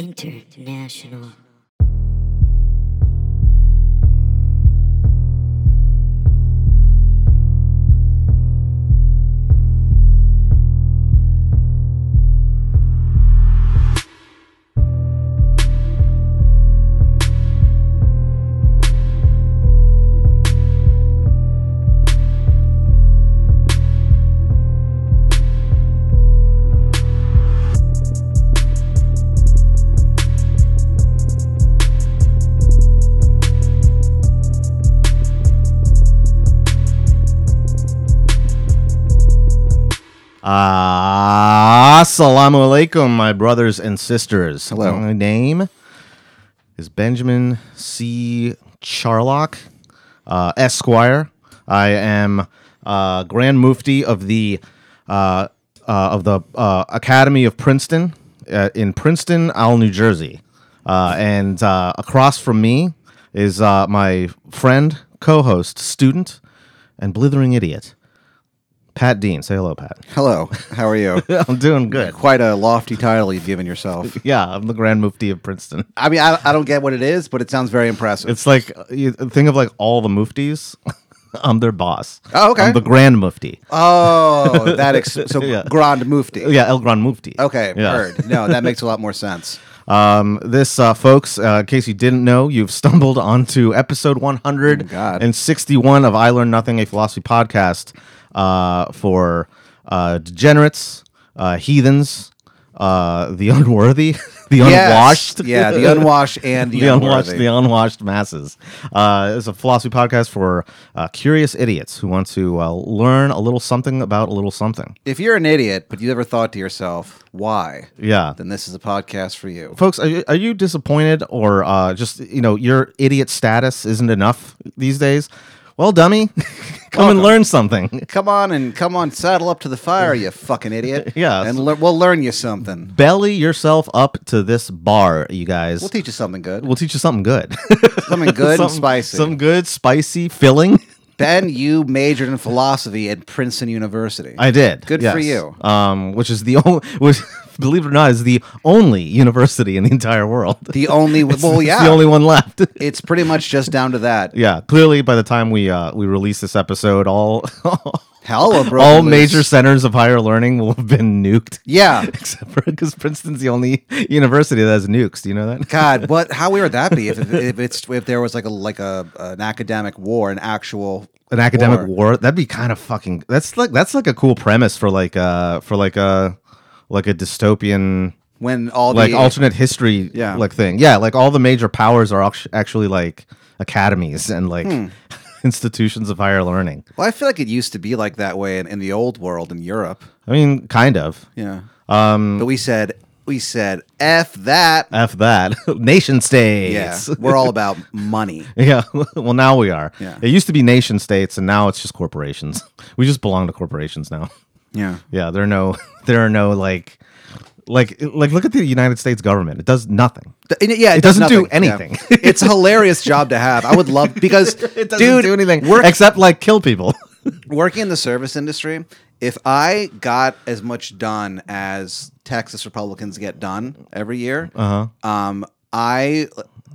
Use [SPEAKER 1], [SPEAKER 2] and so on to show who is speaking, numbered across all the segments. [SPEAKER 1] International.
[SPEAKER 2] Ah, Assalamu alaikum, my brothers and sisters.
[SPEAKER 3] Hello.
[SPEAKER 2] My name is Benjamin C. Charlock, uh, Esquire. I am uh, Grand Mufti of the uh, uh, of the uh, Academy of Princeton uh, in Princeton, Al, New Jersey. Uh, and uh, across from me is uh, my friend, co-host, student, and blithering idiot, Pat Dean. Say hello, Pat.
[SPEAKER 3] Hello, how are you?
[SPEAKER 2] I'm doing good.
[SPEAKER 3] Quite a lofty title you've given yourself.
[SPEAKER 2] Yeah, I'm the Grand Mufti of Princeton.
[SPEAKER 3] I mean, I, I don't get what it is, but it sounds very impressive.
[SPEAKER 2] It's like you think of like all the muftis. I'm their boss.
[SPEAKER 3] Oh, okay.
[SPEAKER 2] I'm the Grand Mufti.
[SPEAKER 3] oh, that ex- so
[SPEAKER 2] Yeah.
[SPEAKER 3] Grand Mufti.
[SPEAKER 2] Yeah, El Grand Mufti.
[SPEAKER 3] Okay,
[SPEAKER 2] Yeah.
[SPEAKER 3] heard. No, that makes a lot more sense.
[SPEAKER 2] Um, this, uh, folks, uh, in case you didn't know, you've stumbled onto episode
[SPEAKER 3] Oh,
[SPEAKER 2] 161 of I Learn Nothing, a philosophy podcast uh, for uh, degenerates, uh, heathens, uh, the unworthy, the
[SPEAKER 3] Yes.
[SPEAKER 2] unwashed.
[SPEAKER 3] Yeah, the unwashed and the,
[SPEAKER 2] the unwashed,
[SPEAKER 3] unworthy.
[SPEAKER 2] the unwashed masses. Uh, it's a philosophy podcast for uh, curious idiots who want to uh, learn a little something about a little something.
[SPEAKER 3] If you're an idiot, but you ever thought to yourself, why?
[SPEAKER 2] Yeah,
[SPEAKER 3] Then this is a podcast for you.
[SPEAKER 2] folks, are you, are you disappointed or uh, just you know your idiot status isn't enough these days? Well, dummy, come and learn something.
[SPEAKER 3] Come on and come on, saddle up to the fire, you fucking idiot.
[SPEAKER 2] Yeah.
[SPEAKER 3] And lear- we'll learn you something.
[SPEAKER 2] Belly yourself up to this bar, you guys.
[SPEAKER 3] We'll teach you something good.
[SPEAKER 2] We'll teach you something good,
[SPEAKER 3] Something good and
[SPEAKER 2] Something-
[SPEAKER 3] spicy.
[SPEAKER 2] some good spicy filling.
[SPEAKER 3] Ben, you majored in philosophy at Princeton University.
[SPEAKER 2] I did.
[SPEAKER 3] Good for you.
[SPEAKER 2] Um, which is the only, which believe it or not, is the only university in the entire world.
[SPEAKER 3] the only well,
[SPEAKER 2] It's
[SPEAKER 3] yeah,
[SPEAKER 2] the only one left.
[SPEAKER 3] it's pretty much just down to that.
[SPEAKER 2] yeah, clearly by the time we uh, we release this episode, all
[SPEAKER 3] Hell, a broken
[SPEAKER 2] all
[SPEAKER 3] loose.
[SPEAKER 2] major centers of higher learning will have been nuked.
[SPEAKER 3] Yeah,
[SPEAKER 2] Except for because Princeton's the only university that has nukes. Do you know that?
[SPEAKER 3] God, what? How weird would that be if, if, if it's if there was like a like a an academic war, an actual
[SPEAKER 2] An academic
[SPEAKER 3] war.
[SPEAKER 2] war. That'd be kind of fucking. That's like that's like a cool premise for like uh for like a like a dystopian
[SPEAKER 3] when all
[SPEAKER 2] like
[SPEAKER 3] the
[SPEAKER 2] alternate history
[SPEAKER 3] Yeah.
[SPEAKER 2] like thing yeah like all the major powers are act- actually like academies and like institutions of higher learning
[SPEAKER 3] Well, I feel like it used to be like that way in, in the old world in Europe.
[SPEAKER 2] i mean kind of
[SPEAKER 3] Yeah, um, but we said we said f that.
[SPEAKER 2] f that nation
[SPEAKER 3] Yeah,
[SPEAKER 2] states
[SPEAKER 3] we're all about money.
[SPEAKER 2] yeah well now we are
[SPEAKER 3] Yeah.
[SPEAKER 2] it used to be nation states and now it's just corporations we just belong to corporations now
[SPEAKER 3] Yeah,
[SPEAKER 2] yeah there are no there are no like like like look at the united states government it does nothing
[SPEAKER 3] Th- and it- yeah, it,
[SPEAKER 2] It
[SPEAKER 3] does
[SPEAKER 2] doesn't do
[SPEAKER 3] nothing. Yeah.
[SPEAKER 2] anything.
[SPEAKER 3] it's a hilarious job to have. I would love because
[SPEAKER 2] it doesn't
[SPEAKER 3] dude,
[SPEAKER 2] do anything
[SPEAKER 3] Work,
[SPEAKER 2] except like kill people
[SPEAKER 3] working in the service industry, if I got as much done as Texas Republicans get done every year,
[SPEAKER 2] uh-huh
[SPEAKER 3] um, I,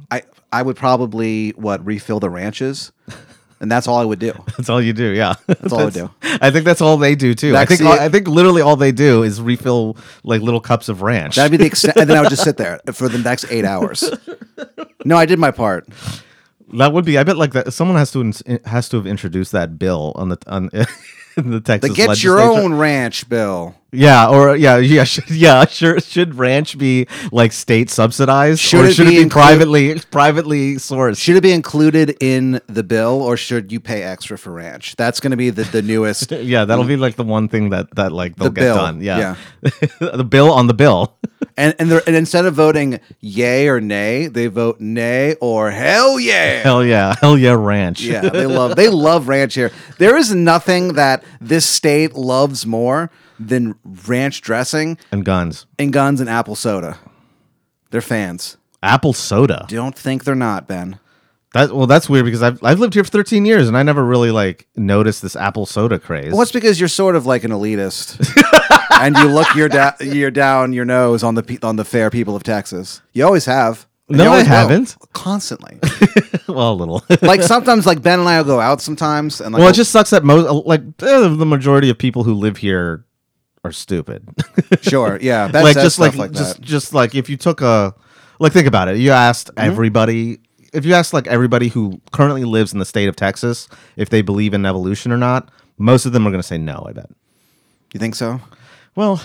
[SPEAKER 3] I, I would probably what refill the ranches, and that's all I would do.
[SPEAKER 2] That's all you do, yeah. That's
[SPEAKER 3] all I
[SPEAKER 2] I think that's all they do too. I
[SPEAKER 3] That's
[SPEAKER 2] think
[SPEAKER 3] the-
[SPEAKER 2] I think literally all they do is refill like little cups of ranch.
[SPEAKER 3] That'd be the extent, and then I would just sit there for the next eight hours. No, I did my part.
[SPEAKER 2] that would be. I bet like that someone has to ins- has to have introduced that bill on the on in the
[SPEAKER 3] The
[SPEAKER 2] Texas.
[SPEAKER 3] get your
[SPEAKER 2] legislature.
[SPEAKER 3] own ranch bill.
[SPEAKER 2] Yeah, or yeah, yeah, should, yeah. Sure, should ranch be like state subsidized,
[SPEAKER 3] Should
[SPEAKER 2] or
[SPEAKER 3] it
[SPEAKER 2] should
[SPEAKER 3] be
[SPEAKER 2] it be
[SPEAKER 3] inclu-
[SPEAKER 2] privately privately sourced?
[SPEAKER 3] Should it be included in the bill, or should you pay extra for ranch? That's going to be the, the newest.
[SPEAKER 2] yeah, that'll be like the one thing that that like they'll
[SPEAKER 3] The
[SPEAKER 2] get
[SPEAKER 3] bill,
[SPEAKER 2] done. Yeah, the bill on the bill.
[SPEAKER 3] And and, they're, and instead of voting yay or nay, they vote nay or hell yeah.
[SPEAKER 2] Hell yeah, hell yeah, ranch.
[SPEAKER 3] yeah, they love they love ranch here. There is nothing that this state loves more than ranch dressing
[SPEAKER 2] and guns,
[SPEAKER 3] and guns and apple soda. They're fans.
[SPEAKER 2] apple soda.
[SPEAKER 3] Don't think they're not, Ben.
[SPEAKER 2] That well, that's weird because I've I've lived here for 13 years and I never really like noticed this apple soda craze.
[SPEAKER 3] Well, it's because you're sort of like an elitist. and you look your da- you're down your nose on the pe- on the fair people of Texas. You always have. And
[SPEAKER 2] No,
[SPEAKER 3] you always
[SPEAKER 2] I
[SPEAKER 3] will.
[SPEAKER 2] haven't.
[SPEAKER 3] Constantly.
[SPEAKER 2] well, a little.
[SPEAKER 3] like sometimes, like Ben and I will go out sometimes, and like
[SPEAKER 2] well, it just sucks that most like eh, the majority of people who live here are stupid.
[SPEAKER 3] sure, yeah, Ben
[SPEAKER 2] like
[SPEAKER 3] says
[SPEAKER 2] just
[SPEAKER 3] stuff
[SPEAKER 2] like,
[SPEAKER 3] like, that.
[SPEAKER 2] just just like if you took a like think about it. You asked
[SPEAKER 3] Mm-hmm.
[SPEAKER 2] everybody if you asked like everybody who currently lives in the state of Texas if they believe in evolution or not, most of them are going to say no, I bet.
[SPEAKER 3] you think so?
[SPEAKER 2] Well,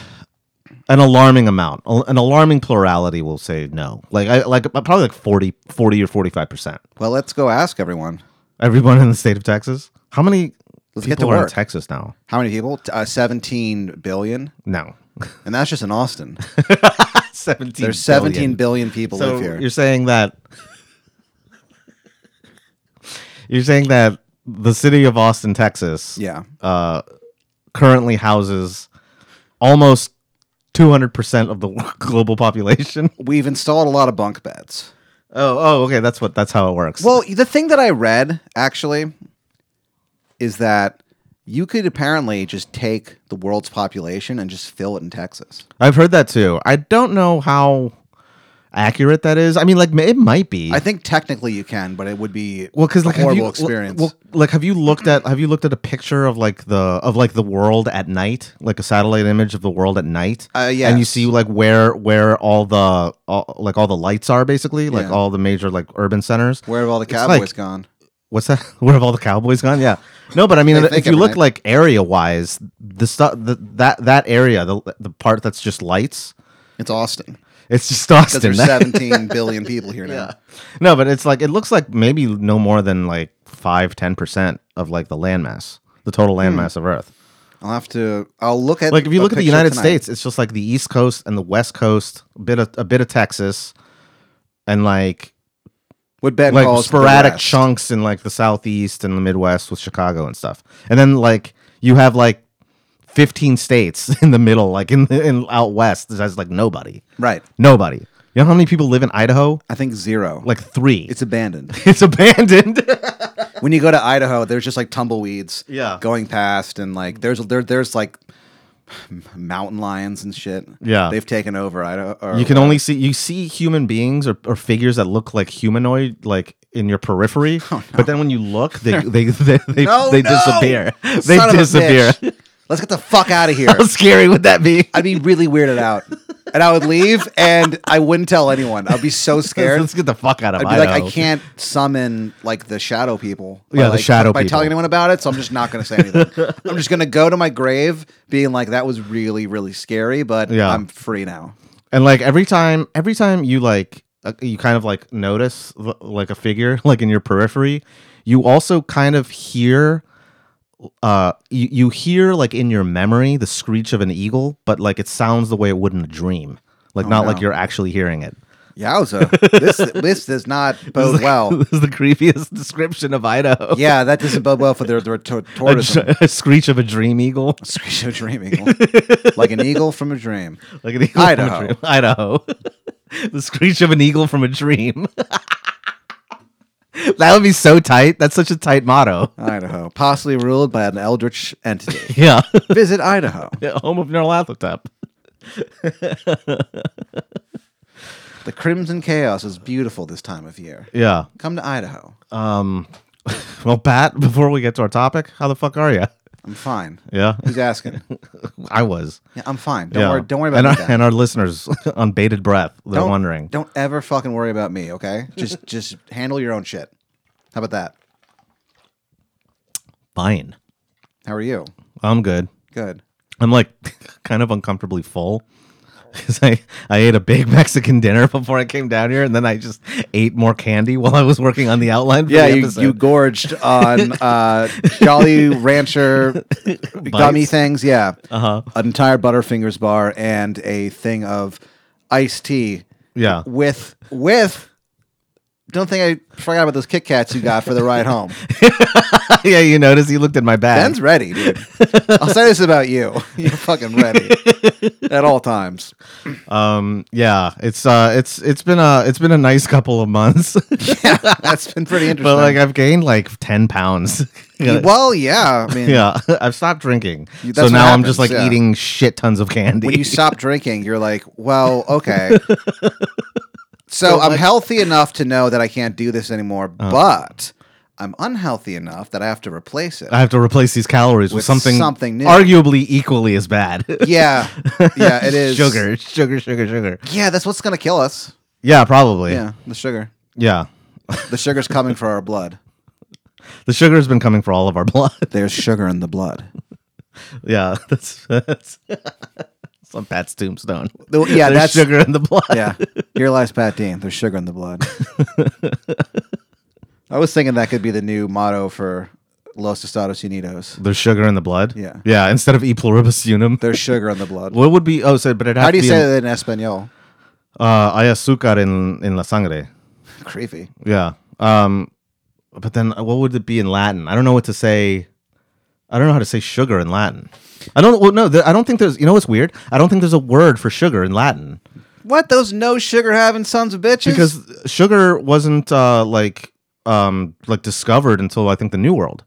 [SPEAKER 2] an alarming amount, al- an alarming plurality will say no. Like I like uh, probably like 40 40 or 45%.
[SPEAKER 3] Well, let's go ask everyone.
[SPEAKER 2] Everyone in the state of Texas? How many
[SPEAKER 3] Let's get
[SPEAKER 2] people
[SPEAKER 3] to
[SPEAKER 2] are in
[SPEAKER 3] work.
[SPEAKER 2] Texas now?
[SPEAKER 3] How many people? T- Uh, Seventeen billion,
[SPEAKER 2] No.
[SPEAKER 3] and that's just in Austin.
[SPEAKER 2] 17
[SPEAKER 3] There's
[SPEAKER 2] billion.
[SPEAKER 3] seventeen billion people
[SPEAKER 2] So
[SPEAKER 3] live here.
[SPEAKER 2] you're saying that you're saying that the city of Austin, Texas, uh,
[SPEAKER 3] yeah,
[SPEAKER 2] currently houses almost 200% of the global population.
[SPEAKER 3] we've installed a lot of bunk beds.
[SPEAKER 2] Oh, oh, okay, that's what that's how it works.
[SPEAKER 3] Well, the thing that I read actually is that you could apparently just take the world's population and just fill it in Texas.
[SPEAKER 2] I've heard that too. I don't know how accurate that is. I mean, like ma- it might be.
[SPEAKER 3] I think technically you can, but it would be
[SPEAKER 2] well, because
[SPEAKER 3] a
[SPEAKER 2] like have
[SPEAKER 3] horrible
[SPEAKER 2] you,
[SPEAKER 3] experience.
[SPEAKER 2] Well, like have you looked at have you looked at a picture of like the of like the world at night, like a satellite image of the world at night?
[SPEAKER 3] Uh,
[SPEAKER 2] And you
[SPEAKER 3] yes.
[SPEAKER 2] see like where where all the all, like all the lights are basically, like
[SPEAKER 3] Yeah.
[SPEAKER 2] all the major like urban centers.
[SPEAKER 3] Where have all the
[SPEAKER 2] it's
[SPEAKER 3] cowboys
[SPEAKER 2] like-
[SPEAKER 3] gone?
[SPEAKER 2] What's that? Where have all the cowboys gone? Yeah. No, but I mean,
[SPEAKER 3] They
[SPEAKER 2] if
[SPEAKER 3] think
[SPEAKER 2] you
[SPEAKER 3] every
[SPEAKER 2] look
[SPEAKER 3] night.
[SPEAKER 2] like area wise, the stuff the, that that area, the the part that's just lights,
[SPEAKER 3] It's Austin.
[SPEAKER 2] it's just
[SPEAKER 3] Because
[SPEAKER 2] Austin.
[SPEAKER 3] there's 17 billion people here now.
[SPEAKER 2] No, but it's like it looks like maybe no more than like five, ten percent of like the landmass, the total landmass of Earth.
[SPEAKER 3] I'll have to. I'll look at
[SPEAKER 2] Like if you
[SPEAKER 3] Hmm. a
[SPEAKER 2] look at the
[SPEAKER 3] picture
[SPEAKER 2] United
[SPEAKER 3] tonight.
[SPEAKER 2] States, it's just like the East Coast and the West Coast, a bit of a bit of Texas, and like
[SPEAKER 3] What Ben
[SPEAKER 2] like
[SPEAKER 3] calls the
[SPEAKER 2] sporadic
[SPEAKER 3] West.
[SPEAKER 2] chunks in like the Southeast and the Midwest with Chicago and stuff, and then like you have like fifteen states in the middle, like in the, in out west, there's like nobody,
[SPEAKER 3] Right.
[SPEAKER 2] nobody. You know how many people live in Idaho?
[SPEAKER 3] I think zero.
[SPEAKER 2] Like three.
[SPEAKER 3] it's abandoned.
[SPEAKER 2] it's abandoned.
[SPEAKER 3] when you go to Idaho, there's just like tumbleweeds.
[SPEAKER 2] Yeah.
[SPEAKER 3] Going past and like there's there there's like mountain lions and shit.
[SPEAKER 2] Yeah.
[SPEAKER 3] They've taken over Idaho. Or
[SPEAKER 2] You can only see you see human beings or, or figures that look like humanoid, like in your periphery. But then when you look, they they they they,
[SPEAKER 3] Oh, No,
[SPEAKER 2] they
[SPEAKER 3] Oh, no!
[SPEAKER 2] disappear.
[SPEAKER 3] Son
[SPEAKER 2] They
[SPEAKER 3] of a
[SPEAKER 2] disappear.
[SPEAKER 3] bitch. Let's get the fuck out of here.
[SPEAKER 2] How scary would that be?
[SPEAKER 3] I'd be really weirded out, and I would leave, and I wouldn't tell anyone. I'd be so scared.
[SPEAKER 2] Let's get the fuck out of
[SPEAKER 3] I'd be like, I can't summon like the shadow people. by,
[SPEAKER 2] Yeah, the
[SPEAKER 3] like,
[SPEAKER 2] shadow
[SPEAKER 3] by
[SPEAKER 2] people.
[SPEAKER 3] telling anyone about it. So I'm just not going to say anything. I'm just going to go to my grave, being like, that was really, really scary, but
[SPEAKER 2] Yeah.
[SPEAKER 3] I'm free now.
[SPEAKER 2] And like every time, every time you like, uh, you kind of like notice l- like a figure like in your periphery. You also kind of hear, uh, you, you hear like in your memory the screech of an eagle, but like it sounds the way it would in a dream, like not like
[SPEAKER 3] no.
[SPEAKER 2] you're actually hearing it.
[SPEAKER 3] Yowza! this this does not bode well.
[SPEAKER 2] this is the creepiest description of Idaho.
[SPEAKER 3] Yeah, that doesn't bode well for their their to-
[SPEAKER 2] A,
[SPEAKER 3] tourism.
[SPEAKER 2] dr- a screech of a dream eagle,
[SPEAKER 3] Screech of dreaming, like an eagle from a dream.
[SPEAKER 2] like an eagle
[SPEAKER 3] Idaho.
[SPEAKER 2] From a dream. Idaho, the screech of an eagle from a dream. that would be so tight. That's such a tight motto.
[SPEAKER 3] Idaho, possibly ruled by an eldritch entity.
[SPEAKER 2] Yeah,
[SPEAKER 3] Visit Idaho,
[SPEAKER 2] home of Nyarlathotep.
[SPEAKER 3] the crimson chaos is beautiful this time of year.
[SPEAKER 2] Yeah.
[SPEAKER 3] Come to Idaho.
[SPEAKER 2] Well, Pat, before we get to our topic, how the fuck are you?
[SPEAKER 3] I'm fine.
[SPEAKER 2] Yeah,
[SPEAKER 3] Who's asking?
[SPEAKER 2] I was.
[SPEAKER 3] Yeah, I'm fine. Don't
[SPEAKER 2] yeah.
[SPEAKER 3] worry. Don't worry about
[SPEAKER 2] and
[SPEAKER 3] me.
[SPEAKER 2] our,
[SPEAKER 3] Dan.
[SPEAKER 2] and our listeners on bated breath. They're
[SPEAKER 3] don't,
[SPEAKER 2] wondering.
[SPEAKER 3] Don't ever fucking worry about me. Okay. Just just handle your own shit. How about that?
[SPEAKER 2] Fine,
[SPEAKER 3] How are you?
[SPEAKER 2] I'm good.
[SPEAKER 3] Good.
[SPEAKER 2] I'm like kind of uncomfortably full because I, I ate a big Mexican dinner before I came down here, and then I just ate more candy while I was working on the outline. For
[SPEAKER 3] Yeah,
[SPEAKER 2] the
[SPEAKER 3] you,
[SPEAKER 2] episode.
[SPEAKER 3] you gorged on uh, Jolly Rancher gummy
[SPEAKER 2] Bites?
[SPEAKER 3] things. Yeah. Uh-huh. An entire Butterfingers bar and a thing of iced tea
[SPEAKER 2] yeah.
[SPEAKER 3] with with. Don't think I forgot about those Kit Kats you got for the ride home.
[SPEAKER 2] yeah, you notice you looked at my bag.
[SPEAKER 3] Ben's ready, dude. I'll say this about you. You're fucking ready at all times.
[SPEAKER 2] um, yeah, it's uh, it's it's been a it's been a nice couple of months,
[SPEAKER 3] Yeah, that's been pretty interesting.
[SPEAKER 2] but like I've gained like ten pounds Yeah.
[SPEAKER 3] Well, yeah. I mean,
[SPEAKER 2] Yeah, I've stopped drinking,
[SPEAKER 3] That's
[SPEAKER 2] so
[SPEAKER 3] what
[SPEAKER 2] now I'm
[SPEAKER 3] happens,
[SPEAKER 2] just like
[SPEAKER 3] yeah.
[SPEAKER 2] eating shit tons of candy.
[SPEAKER 3] when you stop drinking, you're like, well, okay. so I'm healthy enough to know that I can't do this anymore, but I'm unhealthy enough that I have to replace it.
[SPEAKER 2] I have to replace these calories with,
[SPEAKER 3] With
[SPEAKER 2] something,
[SPEAKER 3] something new.
[SPEAKER 2] arguably equally as bad.
[SPEAKER 3] yeah. Yeah, it is.
[SPEAKER 2] sugar, sugar, sugar, sugar.
[SPEAKER 3] Yeah, that's what's going to kill us.
[SPEAKER 2] Yeah, probably.
[SPEAKER 3] Yeah, the sugar.
[SPEAKER 2] yeah.
[SPEAKER 3] The sugar's coming for our blood.
[SPEAKER 2] The sugar has been coming for all of our blood.
[SPEAKER 3] There's sugar in the blood.
[SPEAKER 2] yeah, that's that's it's on Pat's tombstone.
[SPEAKER 3] The- yeah,
[SPEAKER 2] There's
[SPEAKER 3] that's
[SPEAKER 2] sugar in the blood.
[SPEAKER 3] yeah. Here lies Pat Dean. There's sugar in the blood. I was thinking that could be the new motto for Los Estados Unidos.
[SPEAKER 2] There's sugar in the blood.
[SPEAKER 3] Yeah.
[SPEAKER 2] yeah. Instead of e pluribus unum,
[SPEAKER 3] There's sugar in the blood.
[SPEAKER 2] what would be? Oh, so but it
[SPEAKER 3] How do you
[SPEAKER 2] be
[SPEAKER 3] say
[SPEAKER 2] in,
[SPEAKER 3] that in Espanol?
[SPEAKER 2] uh, hay azúcar in in la sangre.
[SPEAKER 3] Creepy.
[SPEAKER 2] Yeah. Um, but then uh, what would it be in Latin? I don't know what to say. I don't know how to say sugar in Latin. I don't. Well, no, there, I don't think there's. You know what's weird? I don't think there's a word for sugar in Latin
[SPEAKER 3] What those no sugar having sons of bitches?
[SPEAKER 2] because sugar wasn't uh, like um, like discovered until I think the New World.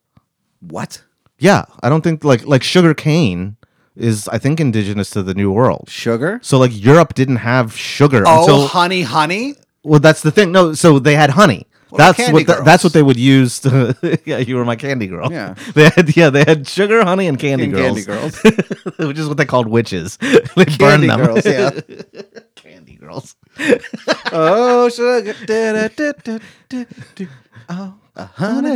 [SPEAKER 3] what?
[SPEAKER 2] Yeah, I don't think like like sugar cane is I think indigenous to the New World.
[SPEAKER 3] Sugar?
[SPEAKER 2] So like Europe didn't have sugar
[SPEAKER 3] Oh,
[SPEAKER 2] until
[SPEAKER 3] honey, honey.
[SPEAKER 2] Well, that's the thing. No, so they had honey. that's what
[SPEAKER 3] Candy Girls.
[SPEAKER 2] that's what they would use. To, yeah, you were my candy girl.
[SPEAKER 3] Yeah.
[SPEAKER 2] they had yeah they had sugar, honey, and candy
[SPEAKER 3] And
[SPEAKER 2] girls,
[SPEAKER 3] Candy girls.
[SPEAKER 2] which is what they called witches. they burned
[SPEAKER 3] Candy
[SPEAKER 2] them.
[SPEAKER 3] girls, yeah.
[SPEAKER 2] candy girls.
[SPEAKER 3] oh, sugar. da, da, da, da, da, da. Oh, uh,
[SPEAKER 2] Honey,
[SPEAKER 3] honey,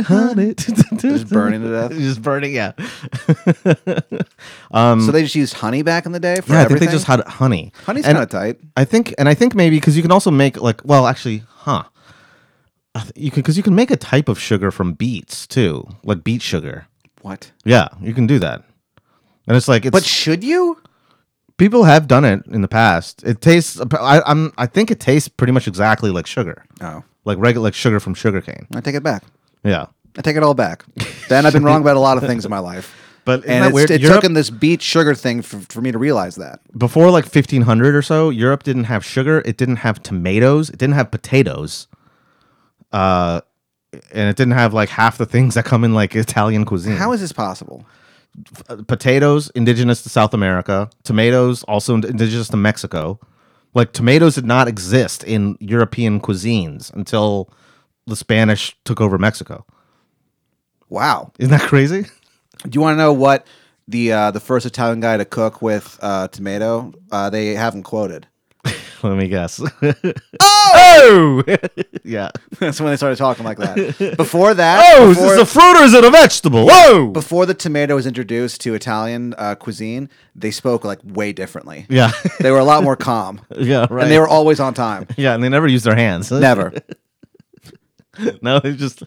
[SPEAKER 2] honey,
[SPEAKER 3] honey. Just
[SPEAKER 2] just
[SPEAKER 3] burning to death.
[SPEAKER 2] Just burning. Yeah, yeah.
[SPEAKER 3] so they just used honey back in the day for
[SPEAKER 2] Um, I think
[SPEAKER 3] everything?
[SPEAKER 2] they just had honey.
[SPEAKER 3] Honey's
[SPEAKER 2] And
[SPEAKER 3] kind of tight.
[SPEAKER 2] I think, and I think maybe because you can also make like, well, actually, huh? I th- You can because you can make a type of sugar from beets too, like beet sugar.
[SPEAKER 3] What?
[SPEAKER 2] Yeah, you can do that. And it's like it's
[SPEAKER 3] But should you?
[SPEAKER 2] people have done it in the past. It tastes I I'm I think it tastes pretty much exactly like sugar.
[SPEAKER 3] Oh,
[SPEAKER 2] Like regular like sugar from sugarcane.
[SPEAKER 3] I take it back.
[SPEAKER 2] Yeah.
[SPEAKER 3] I take it all back. Then I've been wrong about a lot of things in my life.
[SPEAKER 2] But isn't
[SPEAKER 3] and
[SPEAKER 2] that
[SPEAKER 3] it's,
[SPEAKER 2] weird?
[SPEAKER 3] it
[SPEAKER 2] Europe,
[SPEAKER 3] took in this beet sugar thing for, for me to realize that.
[SPEAKER 2] before like 1500 or so, Europe didn't have sugar, it didn't have tomatoes, it didn't have potatoes. Uh and it didn't have like half the things that come in like Italian cuisine.
[SPEAKER 3] How is this possible?
[SPEAKER 2] potatoes indigenous to South America, tomatoes also ind- indigenous to Mexico. Like tomatoes did not exist in European cuisines until the Spanish took over Mexico.
[SPEAKER 3] Wow.
[SPEAKER 2] Isn't that crazy?
[SPEAKER 3] Do you want to know what the uh, the first Italian guy to cook with uh, tomato? Uh, they have him quoted.
[SPEAKER 2] Let me guess. Oh, yeah.
[SPEAKER 3] That's when they started talking like that. Before that,
[SPEAKER 2] Oh, is
[SPEAKER 3] before,
[SPEAKER 2] this a fruit or is it a vegetable? Whoa.
[SPEAKER 3] before the tomato was introduced to Italian uh, cuisine, they spoke like way differently.
[SPEAKER 2] Yeah,
[SPEAKER 3] They were a lot more calm,
[SPEAKER 2] yeah, right.
[SPEAKER 3] and they were always on time.
[SPEAKER 2] yeah, and they never used their hands.
[SPEAKER 3] Never.
[SPEAKER 2] no, they just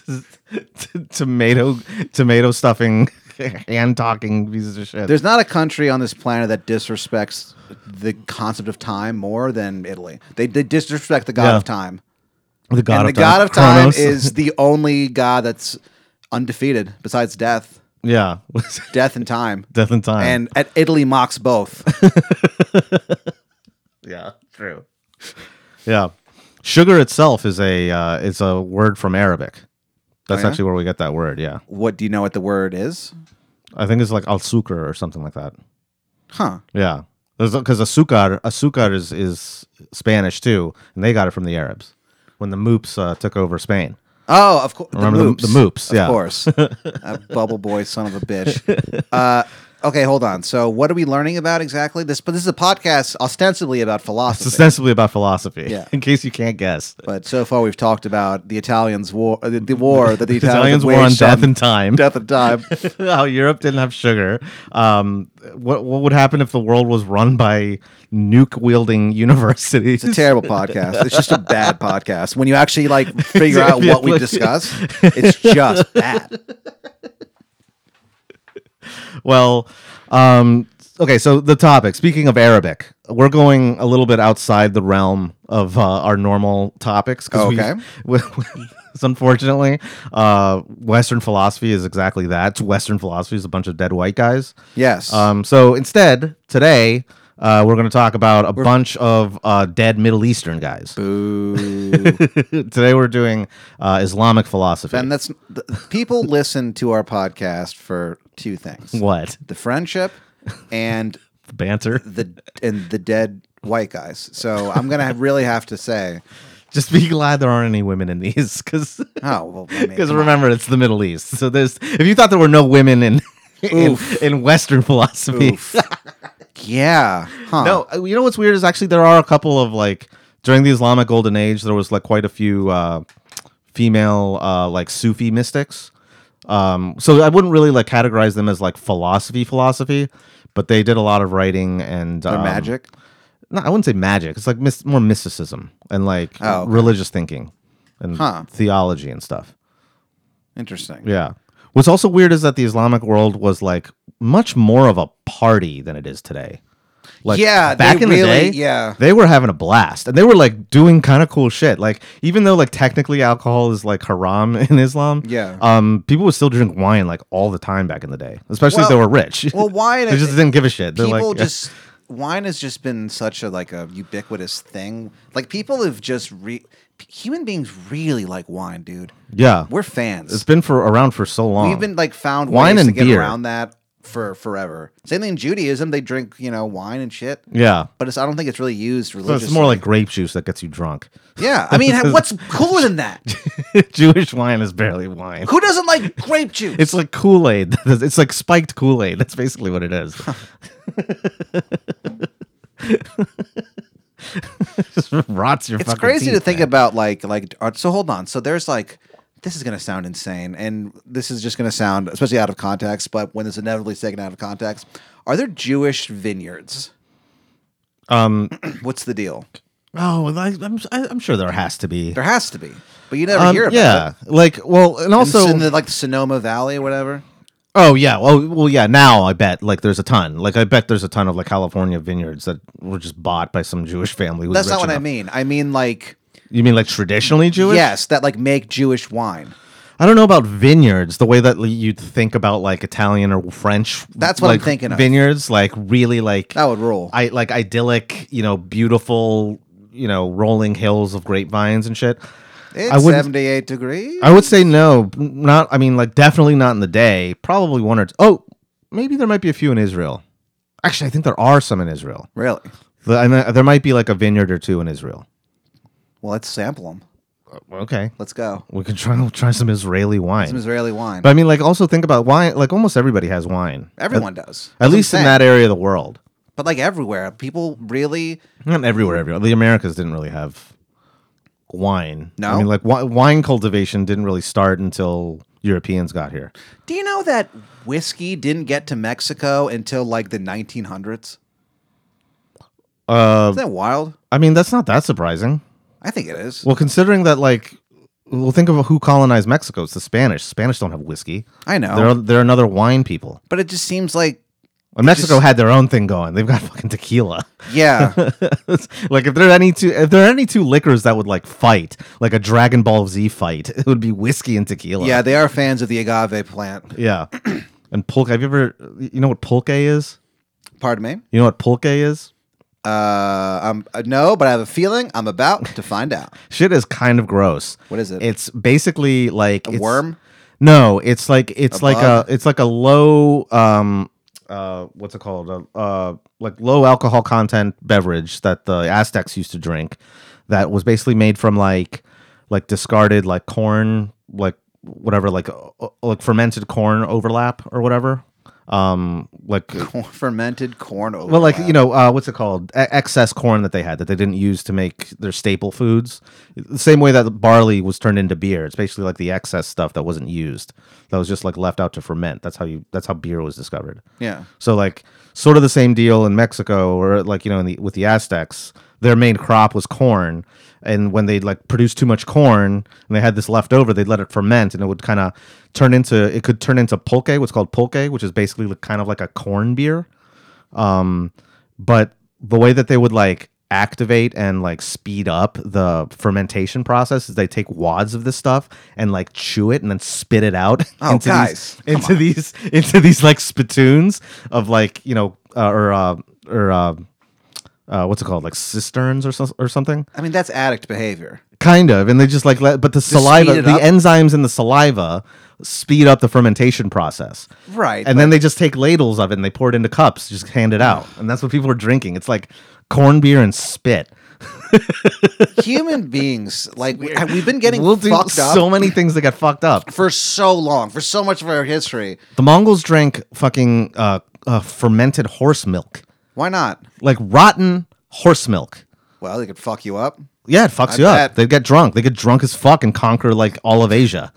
[SPEAKER 2] t- tomato, tomato stuffing, hand talking pieces of shit.
[SPEAKER 3] There's not a country on this planet that disrespects the concept of time more than Italy. They, they disrespect the god
[SPEAKER 2] Yeah.
[SPEAKER 3] of time.
[SPEAKER 2] the god
[SPEAKER 3] and the
[SPEAKER 2] of time,
[SPEAKER 3] god of time
[SPEAKER 2] Chronos.
[SPEAKER 3] is the only god that's undefeated besides death,
[SPEAKER 2] Yeah.
[SPEAKER 3] death and time.
[SPEAKER 2] Death and Time.
[SPEAKER 3] And at Italy mocks both.
[SPEAKER 2] yeah, true. Yeah. Sugar itself is a uh, is a word from Arabic. That's
[SPEAKER 3] Oh, yeah?
[SPEAKER 2] actually where we get that word, yeah.
[SPEAKER 3] what do you know what the word is?
[SPEAKER 2] I think it's like al sukar or something like that.
[SPEAKER 3] Huh.
[SPEAKER 2] Yeah. Because azúcar, azúcar is, is Spanish too, and they got it from the Arabs when the moops uh, took over Spain.
[SPEAKER 3] Oh, of course.
[SPEAKER 2] Remember the- the moops,
[SPEAKER 3] Of
[SPEAKER 2] yeah.
[SPEAKER 3] course. a bubble boy, son of a bitch. Uh, okay, hold on. So, what are we learning about exactly? This, but this is a podcast ostensibly about
[SPEAKER 2] It's
[SPEAKER 3] philosophy.
[SPEAKER 2] ostensibly about philosophy,
[SPEAKER 3] Yeah.
[SPEAKER 2] in case you can't guess.
[SPEAKER 3] But so far, we've talked about the Italians' war, uh, the, the war that the
[SPEAKER 2] Italians
[SPEAKER 3] Italians,
[SPEAKER 2] war on
[SPEAKER 3] waged
[SPEAKER 2] death and time.
[SPEAKER 3] death and time.
[SPEAKER 2] how Europe didn't have sugar. Um, what what would happen if the world was run by nuke wielding universities?
[SPEAKER 3] It's a terrible podcast. It's just a bad podcast. When you actually like figure out
[SPEAKER 2] Yeah,
[SPEAKER 3] what we
[SPEAKER 2] like-
[SPEAKER 3] discuss, it's just bad.
[SPEAKER 2] well, um, okay. So the topic. Speaking of Arabic, we're going a little bit outside the realm of uh, our normal topics. 'cause we-
[SPEAKER 3] Okay.
[SPEAKER 2] we- Unfortunately, uh, Western philosophy is Uh, exactly that. It's Western philosophy is a bunch of dead white guys.
[SPEAKER 3] Yes.
[SPEAKER 2] Um, so instead, today Uh, we're going to talk about a bunch of uh, dead Middle Eastern guys.
[SPEAKER 3] Boo.
[SPEAKER 2] Today we're doing uh, Islamic philosophy.
[SPEAKER 3] and that's th- people listen to our podcast for two things:
[SPEAKER 2] what?
[SPEAKER 3] the friendship and
[SPEAKER 2] The banter.
[SPEAKER 3] the and the dead white guys. So I'm gonna really have to say,
[SPEAKER 2] Just be glad there aren't any women in these because
[SPEAKER 3] oh well, I mean,
[SPEAKER 2] because
[SPEAKER 3] come on.
[SPEAKER 2] remember it's the Middle East. So there's if you thought there were no women in in, in Western philosophy,
[SPEAKER 3] yeah, huh?
[SPEAKER 2] No, uh, you know what's weird is actually there are a couple of like during the Islamic Golden Age there was like quite a few uh, female uh, like Sufi mystics. Um, so I wouldn't really like categorize them as like philosophy philosophy, but they did a lot of writing and
[SPEAKER 3] They're
[SPEAKER 2] um,
[SPEAKER 3] magic.
[SPEAKER 2] No, I wouldn't say magic. It's like mys- more mysticism and like
[SPEAKER 3] Oh, okay.
[SPEAKER 2] religious thinking and
[SPEAKER 3] Huh.
[SPEAKER 2] theology and stuff.
[SPEAKER 3] Interesting.
[SPEAKER 2] Yeah. What's also weird is that the Islamic world was like much more of a party than it is today. Like
[SPEAKER 3] Yeah,
[SPEAKER 2] back
[SPEAKER 3] they
[SPEAKER 2] in the day,
[SPEAKER 3] really- yeah.
[SPEAKER 2] they were having a blast and they were like doing kind of cool shit. Like even though like technically alcohol is like haram in Islam,
[SPEAKER 3] Yeah.
[SPEAKER 2] um, people would still drink wine like all the time back in the day, especially if they
[SPEAKER 3] Well-
[SPEAKER 2] were rich.
[SPEAKER 3] Well, wine.
[SPEAKER 2] they just didn't give a shit. They're
[SPEAKER 3] people
[SPEAKER 2] like, yeah.
[SPEAKER 3] just wine has just been such a like a ubiquitous thing. Like people have just re- human beings really like wine, dude.
[SPEAKER 2] yeah,
[SPEAKER 3] We're fans.
[SPEAKER 2] it's been for around for so long.
[SPEAKER 3] We've been like found
[SPEAKER 2] Wine
[SPEAKER 3] ways
[SPEAKER 2] and
[SPEAKER 3] to get
[SPEAKER 2] beer.
[SPEAKER 3] around that for forever. Same thing in Judaism. They drink you know wine and shit.
[SPEAKER 2] yeah.
[SPEAKER 3] But it's, I don't think it's really used
[SPEAKER 2] So
[SPEAKER 3] religiously.
[SPEAKER 2] it's more like grape juice that gets you drunk.
[SPEAKER 3] yeah. I mean, what's cooler than that?
[SPEAKER 2] Jewish wine is barely wine.
[SPEAKER 3] Who doesn't like grape juice?
[SPEAKER 2] It's like Kool Aid. It's like spiked Kool Aid. That's basically what it is. Just rots your.
[SPEAKER 3] it's
[SPEAKER 2] fucking
[SPEAKER 3] crazy to
[SPEAKER 2] teeth,
[SPEAKER 3] think
[SPEAKER 2] man.
[SPEAKER 3] about like like uh, so hold on so there's like this is going to sound insane and this is just going to sound especially out of context but when it's inevitably taken out of context are there jewish vineyards um what's the deal
[SPEAKER 2] Oh, well, I, I'm, I, am sure there has to be.
[SPEAKER 3] there has to be but you never
[SPEAKER 2] Um,
[SPEAKER 3] hear about
[SPEAKER 2] yeah,
[SPEAKER 3] it
[SPEAKER 2] like well, and
[SPEAKER 3] And it's
[SPEAKER 2] also
[SPEAKER 3] in the, like the sonoma valley or whatever
[SPEAKER 2] oh yeah, well well yeah. Now I bet like there's a ton. Like I bet there's a ton of like California vineyards that were just bought by some Jewish family. who was
[SPEAKER 3] that's not
[SPEAKER 2] rich
[SPEAKER 3] what i
[SPEAKER 2] enough.
[SPEAKER 3] mean i mean like
[SPEAKER 2] You mean like traditionally Jewish?
[SPEAKER 3] yes that like make jewish wine
[SPEAKER 2] I don't know about vineyards the way that like, you'd think about like Italian or French.
[SPEAKER 3] That's what I'm
[SPEAKER 2] like,
[SPEAKER 3] thinking of. Oh.
[SPEAKER 2] Vineyards, like really like
[SPEAKER 3] that would rule
[SPEAKER 2] I like idyllic, you know, beautiful, you know, rolling hills of grapevines and shit.
[SPEAKER 3] it's
[SPEAKER 2] I wouldn't-
[SPEAKER 3] 78 degrees
[SPEAKER 2] I would say no, not. I mean, like definitely not in the day. Probably one or two. Oh, maybe there might be a few in Israel. Actually, I think there are some in Israel.
[SPEAKER 3] really
[SPEAKER 2] The- I mean, there might be like a vineyard or two in Israel. Uh,
[SPEAKER 3] well let's sample them
[SPEAKER 2] Okay,
[SPEAKER 3] let's go
[SPEAKER 2] we can try try some Israeli wine.
[SPEAKER 3] some israeli wine
[SPEAKER 2] but I mean, like also think about wine. Like almost everybody has wine.
[SPEAKER 3] Everyone does.
[SPEAKER 2] At least in that area of the world.
[SPEAKER 3] But like everywhere, people really.
[SPEAKER 2] Not everywhere, everywhere. The Americas didn't really have wine.
[SPEAKER 3] No?
[SPEAKER 2] I mean, like wi- wine cultivation didn't really start until Europeans got here.
[SPEAKER 3] Do you know that whiskey didn't get to Mexico until like the 1900s?
[SPEAKER 2] Uh,
[SPEAKER 3] Isn't that wild?
[SPEAKER 2] I mean, that's not that surprising.
[SPEAKER 3] I think it is.
[SPEAKER 2] Well, considering that, like, well, think of who colonized Mexico. It's the Spanish. Spanish don't have whiskey.
[SPEAKER 3] I know,
[SPEAKER 2] They're they're another wine people.
[SPEAKER 3] but it just seems like
[SPEAKER 2] And Mexico
[SPEAKER 3] just-
[SPEAKER 2] had their own thing going. They've got fucking tequila.
[SPEAKER 3] yeah,
[SPEAKER 2] It's- like if there are any two if there are any two liquors that would like fight, like a Dragon Ball Z fight, it would be whiskey and tequila.
[SPEAKER 3] yeah. They are fans of the agave plant.
[SPEAKER 2] Yeah. and pulque. Have you ever? You know what pulque is?
[SPEAKER 3] Pardon me.
[SPEAKER 2] You know what pulque is?
[SPEAKER 3] Uh, I'm uh, no, but I have a feeling I'm about to find out.
[SPEAKER 2] Shit is kind of gross.
[SPEAKER 3] What is it?
[SPEAKER 2] It's basically like a
[SPEAKER 3] worm?
[SPEAKER 2] No, it's like it's
[SPEAKER 3] A
[SPEAKER 2] like
[SPEAKER 3] bug?
[SPEAKER 2] a it's like a low um uh what's it called uh, uh like low alcohol content beverage that the Aztecs used to drink that was basically made from like like discarded like corn like whatever like uh, like fermented corn overlap or whatever um like
[SPEAKER 3] Fermented corn over.
[SPEAKER 2] Well, like you know, uh, what's it called? E- excess corn that they had that they didn't use to make their staple foods. The same way that barley was turned into beer. It's basically like the excess stuff that wasn't used, that was just like left out to ferment. That's how you. That's how beer was discovered.
[SPEAKER 3] yeah.
[SPEAKER 2] So like sort of the same deal in Mexico or like you know in the, with the Aztecs, their main crop was corn, and when they like produced too much corn and they had this left over, they'd let it ferment and it would kind of turn into it could turn into pulque, what's called pulque, which is basically like, kind of like a corn beer. Um, but the way that they would like activate and like speed up the fermentation process is they take wads of this stuff and like chew it and then spit it out
[SPEAKER 3] Oh,
[SPEAKER 2] into
[SPEAKER 3] guys,
[SPEAKER 2] these, into these into these like spittoons of like you know uh, or uh, or uh, uh, what's it called, like cisterns or so, or something,
[SPEAKER 3] I mean, that's addict behavior.
[SPEAKER 2] kind of. And they just like let, but the saliva,
[SPEAKER 3] speed it
[SPEAKER 2] the
[SPEAKER 3] up?
[SPEAKER 2] enzymes in the saliva speed up the fermentation process.
[SPEAKER 3] Right.
[SPEAKER 2] And then they just take ladles of it and they pour it into cups, just hand it out, and that's what people are drinking. It's like corned beer and spit.
[SPEAKER 3] human beings, like, we, we've been getting
[SPEAKER 2] We'll do
[SPEAKER 3] fucked up
[SPEAKER 2] so many things that got fucked up.
[SPEAKER 3] for so long, for so much of our history.
[SPEAKER 2] The Mongols drank fucking uh, uh, fermented horse milk,
[SPEAKER 3] Why not?
[SPEAKER 2] like rotten horse milk.
[SPEAKER 3] Well, they could fuck you up.
[SPEAKER 2] Yeah, it fucks you up.
[SPEAKER 3] bet.
[SPEAKER 2] They get drunk. They get drunk as fuck and conquer like all of Asia.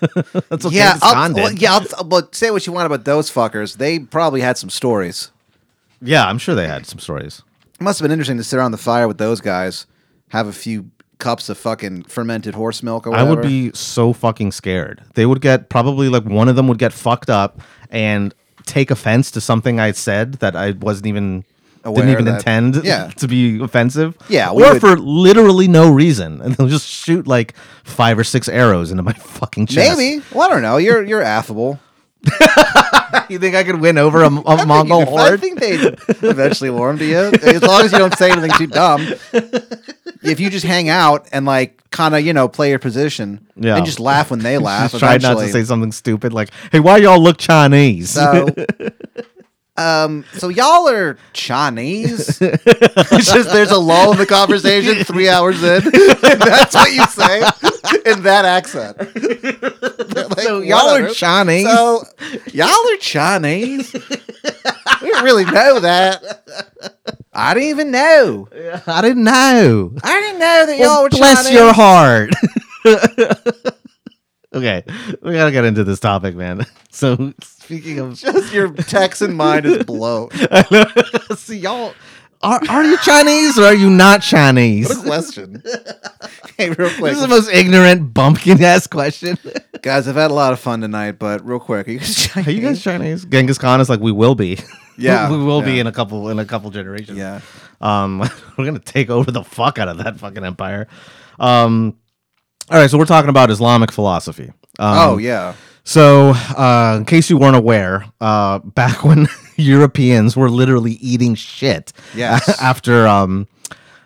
[SPEAKER 2] That's what
[SPEAKER 3] yeah,
[SPEAKER 2] Genghis
[SPEAKER 3] I'll-
[SPEAKER 2] Khan did.
[SPEAKER 3] well, yeah. I'll, but say what you want about those fuckers. They probably had some stories.
[SPEAKER 2] Yeah, I'm sure they had some stories.
[SPEAKER 3] It must have been interesting to sit around the fire with those guys, have a few cups of fucking fermented horse milk or
[SPEAKER 2] I
[SPEAKER 3] whatever.
[SPEAKER 2] would be so fucking scared. They would get probably like one of them would get fucked up and take offense to something I said that I wasn't even didn't
[SPEAKER 3] Aware
[SPEAKER 2] even
[SPEAKER 3] that-
[SPEAKER 2] intend
[SPEAKER 3] Yeah.
[SPEAKER 2] to be offensive.
[SPEAKER 3] Yeah, we
[SPEAKER 2] or
[SPEAKER 3] would-
[SPEAKER 2] for literally no reason, and they'll just shoot like five or six arrows into my fucking chest.
[SPEAKER 3] Maybe. Well, I don't know. You're you're affable.
[SPEAKER 2] you think I could win over a, a
[SPEAKER 3] I think you
[SPEAKER 2] Mongol
[SPEAKER 3] could- I
[SPEAKER 2] horde?
[SPEAKER 3] think they eventually warm to you, as long as you don't say anything too dumb. If you just hang out and like kind of you know play your position
[SPEAKER 2] Yeah.
[SPEAKER 3] and just laugh when they laugh,
[SPEAKER 2] Just try not to
[SPEAKER 3] eventually-
[SPEAKER 2] say something stupid like, "Hey, why y'all look Chinese?"
[SPEAKER 3] So, um, so y'all are Chinese. it's just there's a lull in the conversation three hours in. And that's what you say in that accent. so
[SPEAKER 2] Chinese.
[SPEAKER 3] So y'all are Chinese. we didn't really know that. I didn't even know.
[SPEAKER 2] I didn't know.
[SPEAKER 3] I didn't know that y'all were
[SPEAKER 2] Oh, bless
[SPEAKER 3] Chinese.
[SPEAKER 2] your heart. okay, we gotta get into this topic, man. So speaking of,
[SPEAKER 3] Just your Texan mind is blown.
[SPEAKER 2] see y'all. Are, are you Chinese or are you not Chinese?
[SPEAKER 3] What a question. hey, real quick.
[SPEAKER 2] This is the most ignorant bumpkin ass question.
[SPEAKER 3] Guys, I've had a lot of fun tonight, but real quick, are you guys Chinese?
[SPEAKER 2] Are you guys Chinese? Genghis Khan is like, we will be.
[SPEAKER 3] Yeah,
[SPEAKER 2] we will be
[SPEAKER 3] yeah.
[SPEAKER 2] in a couple in a couple generations.
[SPEAKER 3] Yeah.
[SPEAKER 2] Um, we're gonna take over the fuck out of that fucking empire. Um, all right, so we're talking about Islamic philosophy. Um,
[SPEAKER 3] oh yeah.
[SPEAKER 2] So, uh, in case you weren't aware, uh, back when Europeans were literally eating shit,
[SPEAKER 3] Yes.
[SPEAKER 2] after um,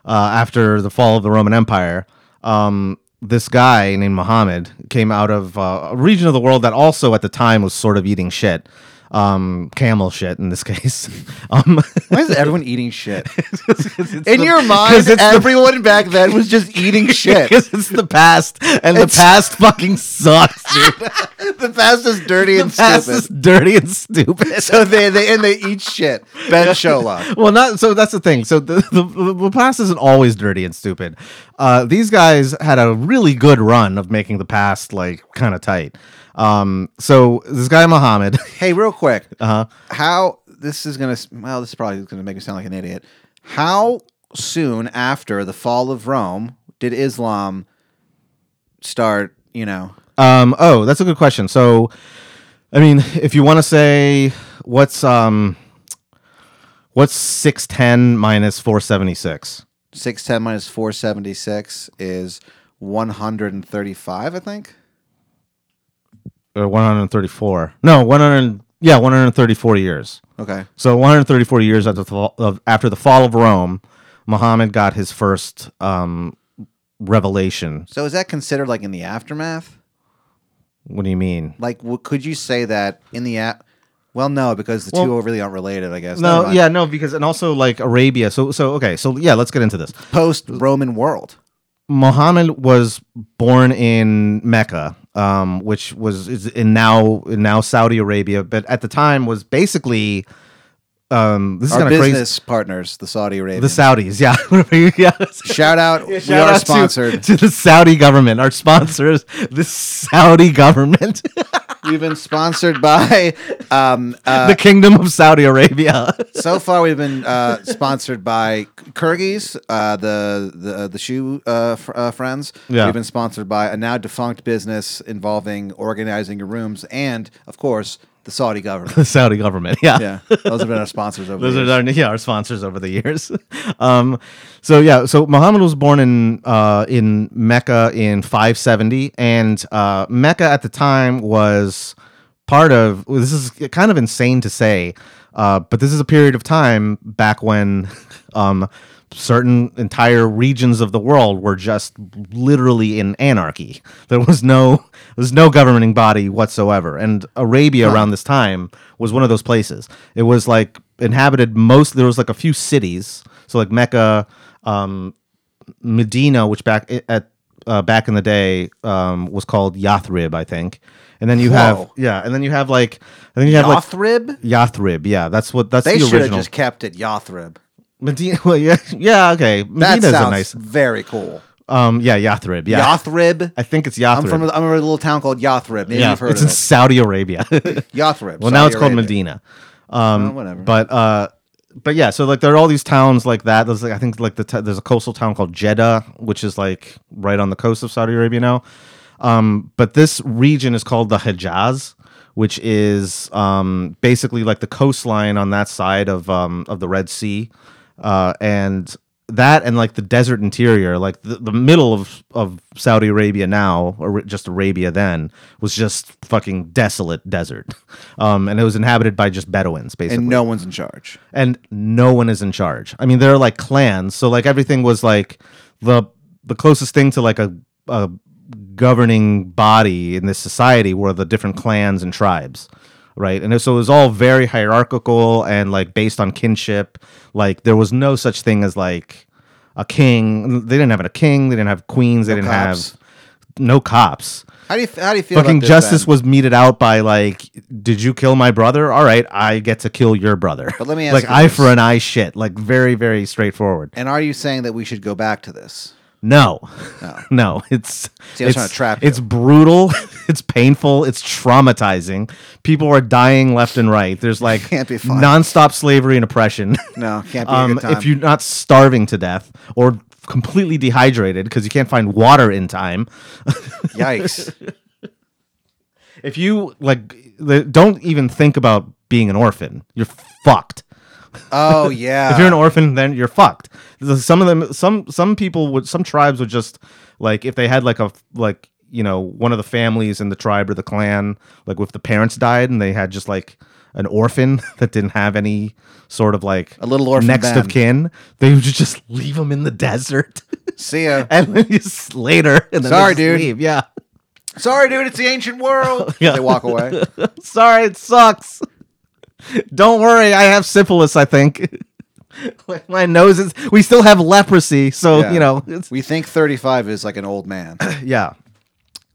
[SPEAKER 2] uh, after the fall of the Roman Empire, um, this guy named Muhammad came out of uh, a region of the world that also at the time was sort of eating shit, um, camel shit in this case. um,
[SPEAKER 3] Why is everyone eating shit? In your mind,
[SPEAKER 2] 'cause it's the-
[SPEAKER 3] everyone back then was just eating shit.
[SPEAKER 2] because it's the past, and
[SPEAKER 3] It's-
[SPEAKER 2] the past fucking sucks, dude.
[SPEAKER 3] the past is dirty
[SPEAKER 2] the
[SPEAKER 3] and
[SPEAKER 2] past
[SPEAKER 3] stupid.
[SPEAKER 2] is dirty and stupid.
[SPEAKER 3] so they, they and they eat shit. Ben Shola.
[SPEAKER 2] well, not so. That's the thing. So the the, the, the pass isn't always dirty and stupid. Uh, these guys had a really good run of making the past like kind of tight. Um, so this guy Muhammad,
[SPEAKER 3] Hey, real quick,
[SPEAKER 2] uh,
[SPEAKER 3] how this is gonna? Well, this is probably gonna make me sound like an idiot. How soon after the fall of Rome did Islam start? You know,
[SPEAKER 2] um, oh, that's a good question. So, I mean, if you want to say what's um, what's six ten minus four seventy six.
[SPEAKER 3] six ten minus four seventy six is one hundred and thirty five. I think.
[SPEAKER 2] Or 134. No, 100. Yeah, 134 years.
[SPEAKER 3] Okay.
[SPEAKER 2] So 134 years after the fall of, after the fall of Rome, Muhammad got his first um, revelation.
[SPEAKER 3] So is that considered like in the aftermath?
[SPEAKER 2] What do you mean?
[SPEAKER 3] Like, w- could you say that in the app? Well, no, because the two really aren't related. I guess. Never
[SPEAKER 2] No,
[SPEAKER 3] mind.
[SPEAKER 2] yeah, no, because and also like Arabia. So so okay, so yeah, let's get into this.
[SPEAKER 3] Post Roman world.
[SPEAKER 2] Muhammad was born in Mecca, um, which was is in now in now Saudi Arabia, but at the time was basically um, this is
[SPEAKER 3] Our
[SPEAKER 2] kind of crazy.
[SPEAKER 3] business partners, the Saudi Arabians.
[SPEAKER 2] The Saudis, yeah, yeah.
[SPEAKER 3] Shout out, we
[SPEAKER 2] Shout out
[SPEAKER 3] are
[SPEAKER 2] to-
[SPEAKER 3] sponsored.
[SPEAKER 2] to, the Saudi government. Our sponsors, the Saudi government,
[SPEAKER 3] we've been sponsored by. Um, uh,
[SPEAKER 2] the Kingdom of Saudi Arabia.
[SPEAKER 3] so far, we've been uh, sponsored by Kyrgyz, uh, the the the shoe uh, fr- uh, friends.
[SPEAKER 2] Yeah.
[SPEAKER 3] We've been sponsored by a now defunct business involving organizing your rooms, and of course, the Saudi government.
[SPEAKER 2] the Saudi government, yeah.
[SPEAKER 3] yeah, those have been our sponsors over.
[SPEAKER 2] Those
[SPEAKER 3] the years.
[SPEAKER 2] are our, yeah, our sponsors over the years. um, so yeah, so Muhammad was born in uh, in Mecca in 570, and uh, Mecca at the time was part of well, this is kind of insane to say, uh, but this is a period of time back when um, certain entire regions of the world were just literally in anarchy. There was no there was no governing body whatsoever, and Arabia around this time was one of those places. It was like inhabited most. There was like a few cities, so like Mecca. Um, Medina, which back i- at uh, back in the day um, was called Yathrib, I think. And then you have
[SPEAKER 3] Whoa.
[SPEAKER 2] yeah, and then you have like I think you have
[SPEAKER 3] Yothrib?
[SPEAKER 2] like Yathrib. Yeah, that's what that's
[SPEAKER 3] They
[SPEAKER 2] the
[SPEAKER 3] should have
[SPEAKER 2] original
[SPEAKER 3] just kept it Yothrib.
[SPEAKER 2] Medina. Well, yeah, yeah, okay.
[SPEAKER 3] That
[SPEAKER 2] Medina's a
[SPEAKER 3] sounds
[SPEAKER 2] nice.
[SPEAKER 3] very cool.
[SPEAKER 2] Um, yeah, Yathrib. Yeah,
[SPEAKER 3] Yothrib.
[SPEAKER 2] I think it's Yathrib.
[SPEAKER 3] I'm from I'm from a little town called Yothrib. Maybe
[SPEAKER 2] yeah,
[SPEAKER 3] you've heard
[SPEAKER 2] it's
[SPEAKER 3] of
[SPEAKER 2] in Saudi Arabia.
[SPEAKER 3] it. Yothrib.
[SPEAKER 2] well, now it's called Medina.
[SPEAKER 3] Um, whatever.
[SPEAKER 2] But uh, but yeah, so like there are all these towns like that. There's like I think like the t- there's a coastal town called Jeddah, which is like right on the coast of Saudi Arabia now. Um, but this region is called the Hejaz, which is um, basically like the coastline on that side of um, of the Red Sea, uh, and that and like the desert interior, like the, the middle of, of Saudi Arabia now, or just Arabia then, was just fucking desolate desert, um, and it was inhabited by just Bedouins basically
[SPEAKER 3] and no one's in charge.
[SPEAKER 2] and no one is in charge. I mean, there are like clans, so like everything was like the the closest thing to like a, a governing body in this society were the different clans and tribes, right? And so it was all very hierarchical and like based on kinship. Like there was no such thing as like a king. They didn't have a king. They didn't have queens. They didn't
[SPEAKER 3] cops.
[SPEAKER 2] have no cops
[SPEAKER 3] How do you how do you feel?
[SPEAKER 2] fucking
[SPEAKER 3] about this,
[SPEAKER 2] justice
[SPEAKER 3] then?
[SPEAKER 2] was meted out by like did you kill my brother all right i get to kill your brother
[SPEAKER 3] But let me ask
[SPEAKER 2] like
[SPEAKER 3] you
[SPEAKER 2] eye
[SPEAKER 3] this.
[SPEAKER 2] for an eye shit like very very straightforward
[SPEAKER 3] And are you saying that we should go back to this?
[SPEAKER 2] no no it's
[SPEAKER 3] See, I
[SPEAKER 2] it's,
[SPEAKER 3] was trying to trap
[SPEAKER 2] it's brutal it's painful it's traumatizing people are dying left and right there's like
[SPEAKER 3] Can't be fun.
[SPEAKER 2] nonstop slavery and oppression
[SPEAKER 3] No, can't be a
[SPEAKER 2] um,
[SPEAKER 3] good time.
[SPEAKER 2] if you're not starving to death or completely dehydrated because you can't find water in time
[SPEAKER 3] Yikes!
[SPEAKER 2] if you like the- don't even think about being an orphan you're fucked
[SPEAKER 3] Oh yeah.
[SPEAKER 2] if you're an orphan then you're fucked The- some of them some some people would some tribes would just like if they had like a like you know one of the families in the tribe or the clan like if the parents died and they had just like an orphan that didn't have any sort of like
[SPEAKER 3] A little orphan
[SPEAKER 2] next of
[SPEAKER 3] band.
[SPEAKER 2] kin they would just leave them in the desert
[SPEAKER 3] See ya.
[SPEAKER 2] and then just later and then they
[SPEAKER 3] Sorry,
[SPEAKER 2] just
[SPEAKER 3] dude.
[SPEAKER 2] leave. yeah
[SPEAKER 3] Sorry, dude. It's the ancient world.
[SPEAKER 2] Yeah.
[SPEAKER 3] They walk away.
[SPEAKER 2] Sorry, it sucks. Don't worry, I have syphilis, I think. Like, My nose is we still have leprosy, so
[SPEAKER 3] Yeah.
[SPEAKER 2] you know, it's
[SPEAKER 3] We think thirty-five is like an old man.
[SPEAKER 2] yeah.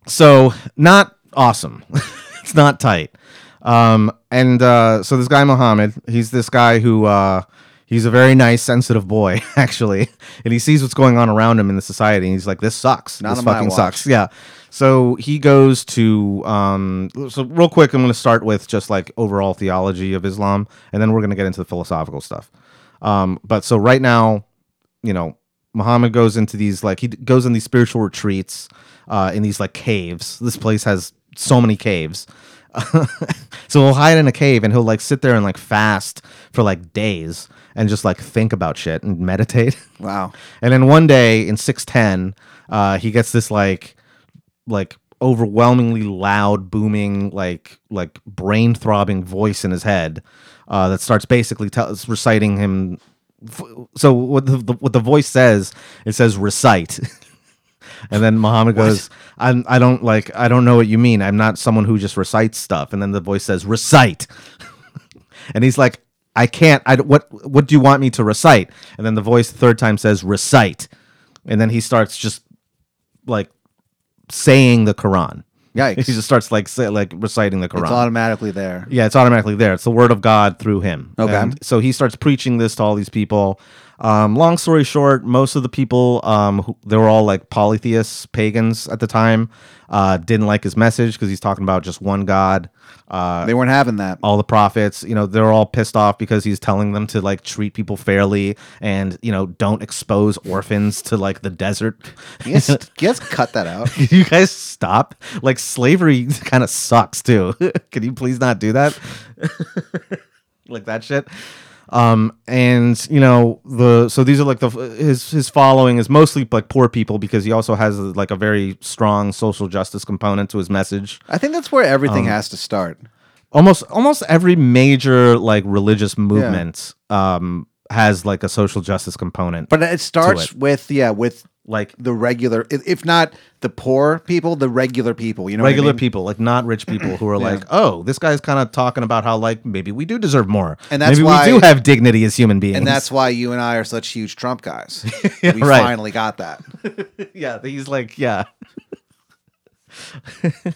[SPEAKER 2] So not awesome. it's not tight. Um and uh so this guy Mohammed, he's this guy who uh he's a very nice, sensitive boy, actually. And he sees what's going on around him in the society and he's like, This sucks.
[SPEAKER 3] Not
[SPEAKER 2] this
[SPEAKER 3] on my
[SPEAKER 2] fucking
[SPEAKER 3] watch."
[SPEAKER 2] sucks. Yeah. So he goes to um so real quick I'm going to start with just like overall theology of Islam and then we're going to get into the philosophical stuff. Um but so right now, you know, Muhammad goes into these like he d- goes in these spiritual retreats uh in these like caves. This place has so many caves. so he'll hide in a cave and he'll like sit there and like fast for like days and just like think about shit and meditate.
[SPEAKER 3] Wow.
[SPEAKER 2] And then one day in 610, uh, he gets this like like overwhelmingly loud, booming, like like brain throbbing voice in his head uh, that starts basically tell reciting him. f- So what the, the what the voice says, it says recite. And then Muhammad goes, I'm, I don't like, I don't know what you mean. I'm not someone who just recites stuff. And then the voice says, recite and he's like i can't i what what do you want me to recite and then the voice the third time says recite and then he starts just like saying the quran
[SPEAKER 3] Yikes.
[SPEAKER 2] he just starts like say, like reciting the quran
[SPEAKER 3] It's automatically there.
[SPEAKER 2] yeah, it's automatically there. It's the word of God through him.
[SPEAKER 3] Okay.
[SPEAKER 2] And so he starts preaching this to all these people. Um, long story short, most of the people, um, who, they were all like polytheists, pagans at the time, uh, didn't like his message because he's talking about just one God. Uh,
[SPEAKER 3] They weren't having that.
[SPEAKER 2] all the prophets you know they're all pissed off because he's telling them to like treat people fairly and you know don't expose orphans to like the desert
[SPEAKER 3] Can you guys- can you guys cut that out?
[SPEAKER 2] Can you guys stop like slavery kind of sucks too can you please not do that like that shit um and you know the so these are like the his his following is mostly like poor people because he also has like a very strong social justice component to his message Um,
[SPEAKER 3] I think that's where everything has to start.
[SPEAKER 2] almost almost every major like religious movement um has like a social justice component.
[SPEAKER 3] But it starts with yeah, with
[SPEAKER 2] like
[SPEAKER 3] the regular, i- if not the poor people, the regular people. You know, what I
[SPEAKER 2] regular
[SPEAKER 3] mean?
[SPEAKER 2] people, like not rich people who are like, "Oh, this guy's kind of talking about how like maybe we do deserve more.
[SPEAKER 3] And that's
[SPEAKER 2] maybe
[SPEAKER 3] why-
[SPEAKER 2] we do have dignity as human beings."
[SPEAKER 3] And that's why you and I are such huge Trump guys. we
[SPEAKER 2] right.
[SPEAKER 3] finally got that.
[SPEAKER 2] yeah, he's like, yeah.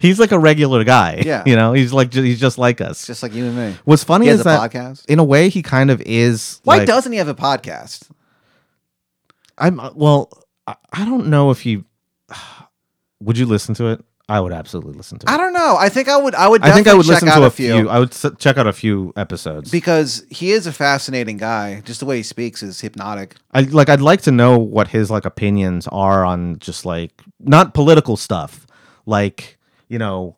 [SPEAKER 2] he's like a regular guy.
[SPEAKER 3] Yeah.
[SPEAKER 2] You know, he's like ju- he's just like us.
[SPEAKER 3] Just like you and me.
[SPEAKER 2] What's funny
[SPEAKER 3] He has
[SPEAKER 2] is
[SPEAKER 3] a
[SPEAKER 2] that
[SPEAKER 3] podcast.
[SPEAKER 2] in a way he kind of is
[SPEAKER 3] Why
[SPEAKER 2] like,
[SPEAKER 3] doesn't he have a podcast?
[SPEAKER 2] I'm uh, well, I, I don't know if he would you listen to it? I would absolutely listen to it.
[SPEAKER 3] I don't know. I think I would. I would.
[SPEAKER 2] I think I
[SPEAKER 3] definitely
[SPEAKER 2] would
[SPEAKER 3] check
[SPEAKER 2] listen
[SPEAKER 3] out
[SPEAKER 2] to a few. I would s- check out a few episodes.
[SPEAKER 3] because he is a fascinating guy. Just the way he speaks is hypnotic.
[SPEAKER 2] I like I'd like to know what his like opinions are on just like not political stuff. Like, you know,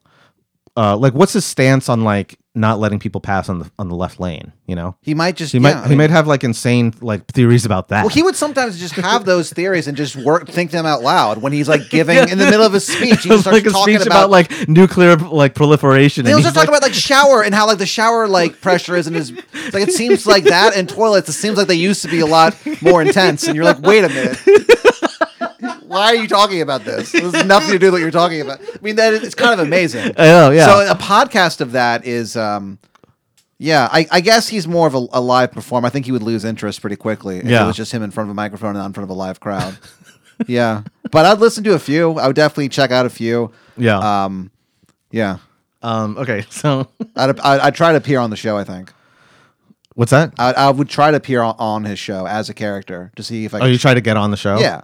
[SPEAKER 2] uh like what's his stance on like not letting people pass on the on the left lane, you know?
[SPEAKER 3] He might just.
[SPEAKER 2] He
[SPEAKER 3] yeah,
[SPEAKER 2] might
[SPEAKER 3] I
[SPEAKER 2] he
[SPEAKER 3] mean-
[SPEAKER 2] might have like insane like theories about that.
[SPEAKER 3] Well, he would sometimes just have those theories and just work think them out loud when he's like giving in the middle of a speech. He just starts
[SPEAKER 2] like a
[SPEAKER 3] talking
[SPEAKER 2] speech
[SPEAKER 3] about,
[SPEAKER 2] about, like nuclear like proliferation.
[SPEAKER 3] They
[SPEAKER 2] and
[SPEAKER 3] also
[SPEAKER 2] he's
[SPEAKER 3] talk about like shower and how like the shower like pressure isn't as it's like it seems like that and toilets. It seems like they used to be a lot more intense. And you're like, wait a minute. Why are you talking about this? This has nothing to do with what you're talking about. I mean, that is, it's kind of amazing.
[SPEAKER 2] I know, Uh, "Oh, yeah.
[SPEAKER 3] So a podcast of that is, um, yeah, I, I guess he's more of a, a live performer. I think he would lose interest pretty quickly if it
[SPEAKER 2] Yeah.
[SPEAKER 3] was just him in front of a microphone and not in front of a live crowd. yeah, but I'd listen to a few. I would definitely check out a few.
[SPEAKER 2] Yeah.
[SPEAKER 3] Um, yeah.
[SPEAKER 2] um okay, so
[SPEAKER 3] I'd, I'd, I'd try to appear on the show. I think
[SPEAKER 2] what's that?
[SPEAKER 3] I, I would try to appear on, on his show as a character to see if I.
[SPEAKER 2] Oh,
[SPEAKER 3] Could,
[SPEAKER 2] you try to get on the show?
[SPEAKER 3] yeah.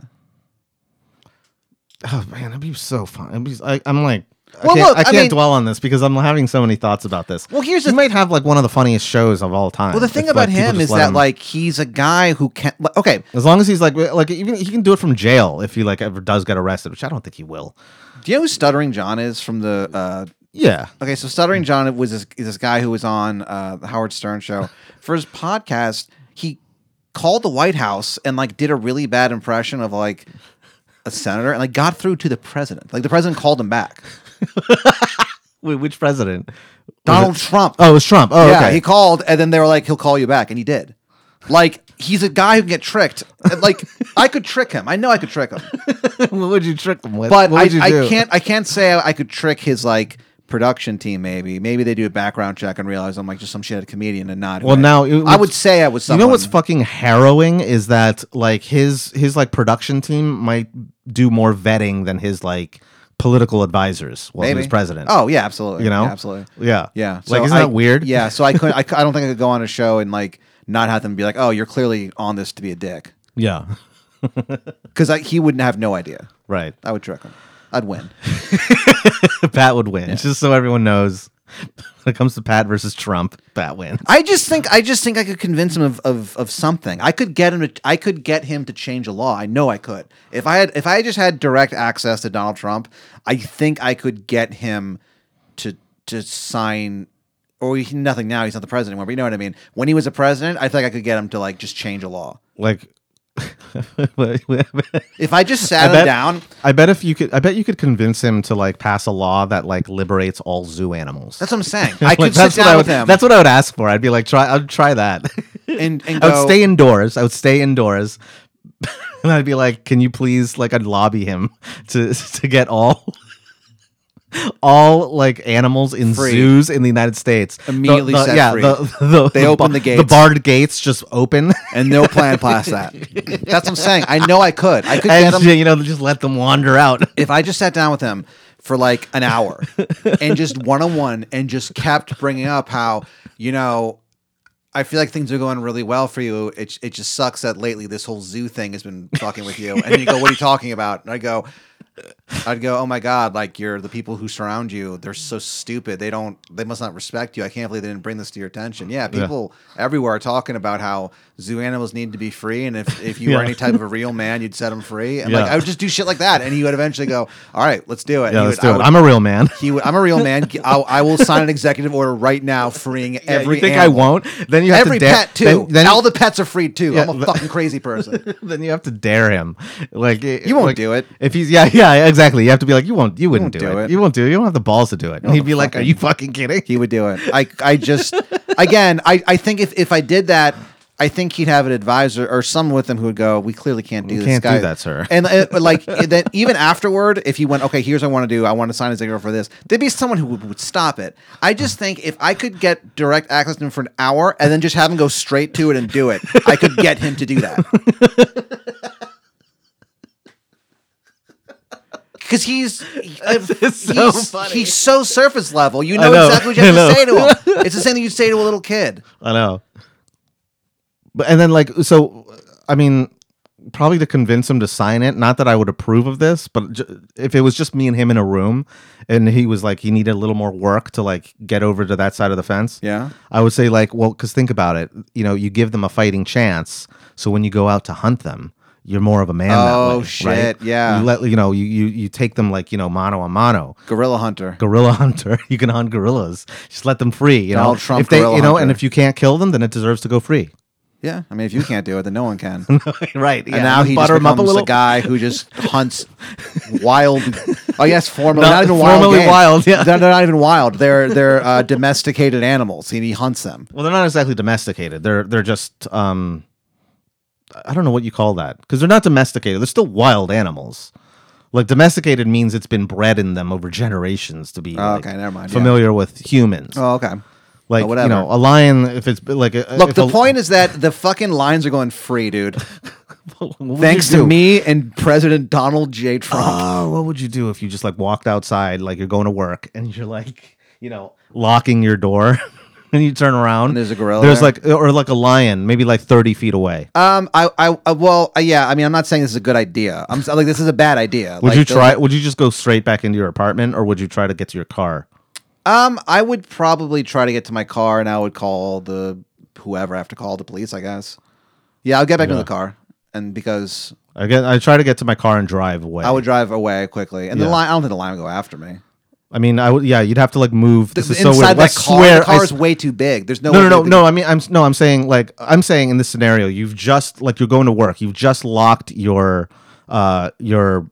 [SPEAKER 2] Oh man, that'd be so fun. It'd be- I, am like, I
[SPEAKER 3] Well,
[SPEAKER 2] can't,
[SPEAKER 3] look,
[SPEAKER 2] I
[SPEAKER 3] I
[SPEAKER 2] can't
[SPEAKER 3] mean-
[SPEAKER 2] dwell on this because I'm having so many thoughts about this.
[SPEAKER 3] Well, here's
[SPEAKER 2] you
[SPEAKER 3] the-
[SPEAKER 2] might have like one of the funniest shows of all time.
[SPEAKER 3] Well, the thing
[SPEAKER 2] if, like,
[SPEAKER 3] about
[SPEAKER 2] people
[SPEAKER 3] him
[SPEAKER 2] just
[SPEAKER 3] is
[SPEAKER 2] let
[SPEAKER 3] that
[SPEAKER 2] him-
[SPEAKER 3] like he's a guy who can't. like, Okay,
[SPEAKER 2] as long as he's like, like even he can do it from jail if he like ever does get arrested, which I don't think he will.
[SPEAKER 3] do you know who Stuttering John is from the? Uh,
[SPEAKER 2] Yeah,
[SPEAKER 3] okay, so Stuttering John was this, is this guy who was on uh, the Howard Stern show for his podcast. He called the White House and like did a really bad impression of like a senator and like got through to the president. Like the president called him back.
[SPEAKER 2] Wait, which president? Was
[SPEAKER 3] Donald
[SPEAKER 2] it-
[SPEAKER 3] Trump.
[SPEAKER 2] Oh, it was Trump. Oh,
[SPEAKER 3] yeah,
[SPEAKER 2] okay.
[SPEAKER 3] he called, and then they were like, "He'll call you back," and he did. Like he's a guy who can get tricked. And, Like I could trick him. I know I could trick him,
[SPEAKER 2] what would you trick him with?
[SPEAKER 3] but
[SPEAKER 2] What
[SPEAKER 3] I,
[SPEAKER 2] would you
[SPEAKER 3] I
[SPEAKER 2] do?
[SPEAKER 3] can't. I can't say I, I could trick his like production team. Maybe maybe they do a background check and realize I'm like just some shit comedian and not. who
[SPEAKER 2] Well,
[SPEAKER 3] I-
[SPEAKER 2] now it-
[SPEAKER 3] I would say I was. Someone.
[SPEAKER 2] You know what's fucking harrowing is that like his his like production team might do more vetting than his like political advisors while he
[SPEAKER 3] maybe
[SPEAKER 2] was president.
[SPEAKER 3] Oh yeah, absolutely.
[SPEAKER 2] you know,
[SPEAKER 3] Yeah, absolutely.
[SPEAKER 2] yeah,
[SPEAKER 3] Yeah.
[SPEAKER 2] like, isn't
[SPEAKER 3] I-
[SPEAKER 2] that weird?
[SPEAKER 3] Yeah. So I couldn't. I, cou- I don't think I could go on a show and like not have them be like, "Oh, you're clearly on this to be a dick,"
[SPEAKER 2] yeah,
[SPEAKER 3] because he wouldn't have no idea.
[SPEAKER 2] right.
[SPEAKER 3] I would trick him. I'd win.
[SPEAKER 2] Pat would win, just so everyone knows. When it comes to Pat versus Trump, Pat wins.
[SPEAKER 3] I just think I just think I could convince him of, of, of something. I could get him to I could get him to change a law. I know I could. If I had if I just had direct access to Donald Trump, I think I could get him to to sign or he, nothing now, he's not the president anymore, but you know what I mean. When he was a president, I think I could get him to like just change a law.
[SPEAKER 2] Like,
[SPEAKER 3] If I just sat
[SPEAKER 2] I
[SPEAKER 3] him
[SPEAKER 2] bet-
[SPEAKER 3] down,
[SPEAKER 2] I bet if you could, I bet you could convince him to like pass a law that like liberates all zoo animals.
[SPEAKER 3] that's what I'm saying. I
[SPEAKER 2] Like,
[SPEAKER 3] could
[SPEAKER 2] that's
[SPEAKER 3] sit
[SPEAKER 2] what I
[SPEAKER 3] down
[SPEAKER 2] would,
[SPEAKER 3] with him
[SPEAKER 2] That's what I would ask for. I'd be like, try. I'd try that.
[SPEAKER 3] and, and
[SPEAKER 2] I would
[SPEAKER 3] go,
[SPEAKER 2] stay indoors. I would stay indoors. and I'd be like, "Can you please like I'd lobby him to to get all all like animals in
[SPEAKER 3] Free.
[SPEAKER 2] zoos in the United States The-
[SPEAKER 3] Immediately
[SPEAKER 2] the-
[SPEAKER 3] set
[SPEAKER 2] yeah,
[SPEAKER 3] free.
[SPEAKER 2] The, the,
[SPEAKER 3] They open the
[SPEAKER 2] The
[SPEAKER 3] gates.
[SPEAKER 2] barred gates just open.
[SPEAKER 3] and no plan past that. That's what I'm saying. I know I could. I could get
[SPEAKER 2] and
[SPEAKER 3] him
[SPEAKER 2] you know, just let them wander out.
[SPEAKER 3] if I just sat down with him for like an hour and just one on one and just kept bringing up how, you know, I feel like things are going really well for you. It, it just sucks that lately this whole zoo thing has been fucking with you. And you go, what are you talking about? And I go, I'd go, oh my God, like you're the people who surround you. They're so stupid. They don't, they must not respect you. I can't believe they didn't bring this to your attention. Yeah, people everywhere are talking about how zoo animals need to be free. And if, if you were
[SPEAKER 2] Yeah.
[SPEAKER 3] any type of a real man, you'd set them free. And like,
[SPEAKER 2] Yeah.
[SPEAKER 3] I would just do shit like that. And he would eventually go, all right, let's do it.
[SPEAKER 2] Yeah,
[SPEAKER 3] he
[SPEAKER 2] let's
[SPEAKER 3] would,
[SPEAKER 2] do
[SPEAKER 3] I
[SPEAKER 2] it.
[SPEAKER 3] would-
[SPEAKER 2] I'm a real man.
[SPEAKER 3] he would, I'm a real man. I, I will sign an executive order right now, freeing
[SPEAKER 2] Yeah,
[SPEAKER 3] every
[SPEAKER 2] you think
[SPEAKER 3] animal.
[SPEAKER 2] I won't? Then you have
[SPEAKER 3] Every
[SPEAKER 2] to dare,
[SPEAKER 3] pet too.
[SPEAKER 2] Then, then,
[SPEAKER 3] All the pets are free too.
[SPEAKER 2] Yeah,
[SPEAKER 3] I'm a
[SPEAKER 2] but-
[SPEAKER 3] fucking crazy person.
[SPEAKER 2] then you have to dare him. Like
[SPEAKER 3] You won't do it.
[SPEAKER 2] if he's yeah yeah. yeah, exactly. You have to be like, you won't, you wouldn't
[SPEAKER 3] won't
[SPEAKER 2] do,
[SPEAKER 3] do
[SPEAKER 2] it.
[SPEAKER 3] it.
[SPEAKER 2] You won't do it. You don't have the balls to do it. And he'd be like, are you fucking kidding?
[SPEAKER 3] He would do it. I I just again, I, I think if, if I did that, I think he'd have an advisor or someone with him who would go, We clearly can't do this
[SPEAKER 2] can't do
[SPEAKER 3] guy.
[SPEAKER 2] that, sir.
[SPEAKER 3] And uh, like then even afterward, if he went, Okay, here's what I want to do, I want to sign his agreement for this, there'd be someone who would, would stop it. I just think if I could get direct access to him for an hour and then just have him go straight to it and do it, I could get him to do that. Because he's,
[SPEAKER 2] is so
[SPEAKER 3] he's-
[SPEAKER 2] funny.
[SPEAKER 3] he's so surface level. You
[SPEAKER 2] I
[SPEAKER 3] know,
[SPEAKER 2] know.
[SPEAKER 3] exactly what you have
[SPEAKER 2] I
[SPEAKER 3] to say to him. It's the same thing you'd say to a little kid.
[SPEAKER 2] I know. But and then like so, I mean, probably to convince him to sign it. Not that I would approve of this, but ju- if it was just me and him in a room, and he was like he needed a little more work to like get over to that side of the fence.
[SPEAKER 3] Yeah.
[SPEAKER 2] I would say like, well, because think about it. You know, you give them a fighting chance, so when you go out to hunt them, you're more of a man. that
[SPEAKER 3] Oh,
[SPEAKER 2] way,
[SPEAKER 3] shit,
[SPEAKER 2] right?
[SPEAKER 3] yeah.
[SPEAKER 2] You let you know you you you take them like you know mano a mano
[SPEAKER 3] Gorilla hunter.
[SPEAKER 2] gorilla hunter. You can hunt gorillas. Just let them free. You
[SPEAKER 3] Donald
[SPEAKER 2] know,
[SPEAKER 3] Trump
[SPEAKER 2] if they,
[SPEAKER 3] gorilla
[SPEAKER 2] you know, and
[SPEAKER 3] hunter.
[SPEAKER 2] if you can't kill them, then it deserves to go free.
[SPEAKER 3] Yeah. I mean, if you can't do it, then no one can.
[SPEAKER 2] right. Yeah.
[SPEAKER 3] And now he just
[SPEAKER 2] butter 'em
[SPEAKER 3] becomes a guy who just hunts wild. Oh yes, formally
[SPEAKER 2] Not-
[SPEAKER 3] not, even wild.
[SPEAKER 2] formerly
[SPEAKER 3] game.
[SPEAKER 2] wild, yeah.
[SPEAKER 3] they're, they're not even wild. They're they're uh, domesticated animals, and he hunts them.
[SPEAKER 2] Well, they're not exactly domesticated. They're they're just um, I don't know what you call that because they're not domesticated. They're still wild animals. Like domesticated means it's been bred in them over generations to be
[SPEAKER 3] Oh,
[SPEAKER 2] like,
[SPEAKER 3] okay, never mind, yeah.
[SPEAKER 2] familiar with humans.
[SPEAKER 3] Oh, okay.
[SPEAKER 2] like
[SPEAKER 3] whatever.
[SPEAKER 2] you know, a lion if it's like a,
[SPEAKER 3] Look,
[SPEAKER 2] if
[SPEAKER 3] the
[SPEAKER 2] a-
[SPEAKER 3] point is that the fucking lines are going free, dude.
[SPEAKER 2] what would you
[SPEAKER 3] Thanks to
[SPEAKER 2] do?
[SPEAKER 3] me and President Donald J. Trump.
[SPEAKER 2] Oh, what would you do if you just like walked outside, like you're going to work, and you're like, you know, locking your door, and you turn around,
[SPEAKER 3] And there's a gorilla
[SPEAKER 2] there's
[SPEAKER 3] there?
[SPEAKER 2] like, or like a lion, maybe like thirty feet away.
[SPEAKER 3] Um, I, I, I well, uh, yeah. I mean, I'm not saying this is a good idea. I'm s- like, this is a bad idea.
[SPEAKER 2] Would
[SPEAKER 3] Like,
[SPEAKER 2] you
[SPEAKER 3] the-
[SPEAKER 2] try? Would you just go straight back into your apartment, or would you try to get to your car?
[SPEAKER 3] Um, I would probably try to get to my car, and I would call the whoever I have to call the police. I guess. Yeah, I'll get back into the car, and because
[SPEAKER 2] I get. I try to get to my car and drive away.
[SPEAKER 3] I would drive away quickly, and the
[SPEAKER 2] Yeah.
[SPEAKER 3] line. I don't think the line would go after me.
[SPEAKER 2] I mean, I would. Yeah, you'd have to like move. This is so
[SPEAKER 3] Inside
[SPEAKER 2] weird.
[SPEAKER 3] that
[SPEAKER 2] Let's
[SPEAKER 3] car,
[SPEAKER 2] swear.
[SPEAKER 3] the
[SPEAKER 2] I
[SPEAKER 3] car is
[SPEAKER 2] s-
[SPEAKER 3] way too big. There's no.
[SPEAKER 2] no,
[SPEAKER 3] way
[SPEAKER 2] no, no,
[SPEAKER 3] they could-
[SPEAKER 2] no. I mean, I'm s- no. I'm saying like I'm saying in this scenario, you've just like you're going to work. You've just locked your uh your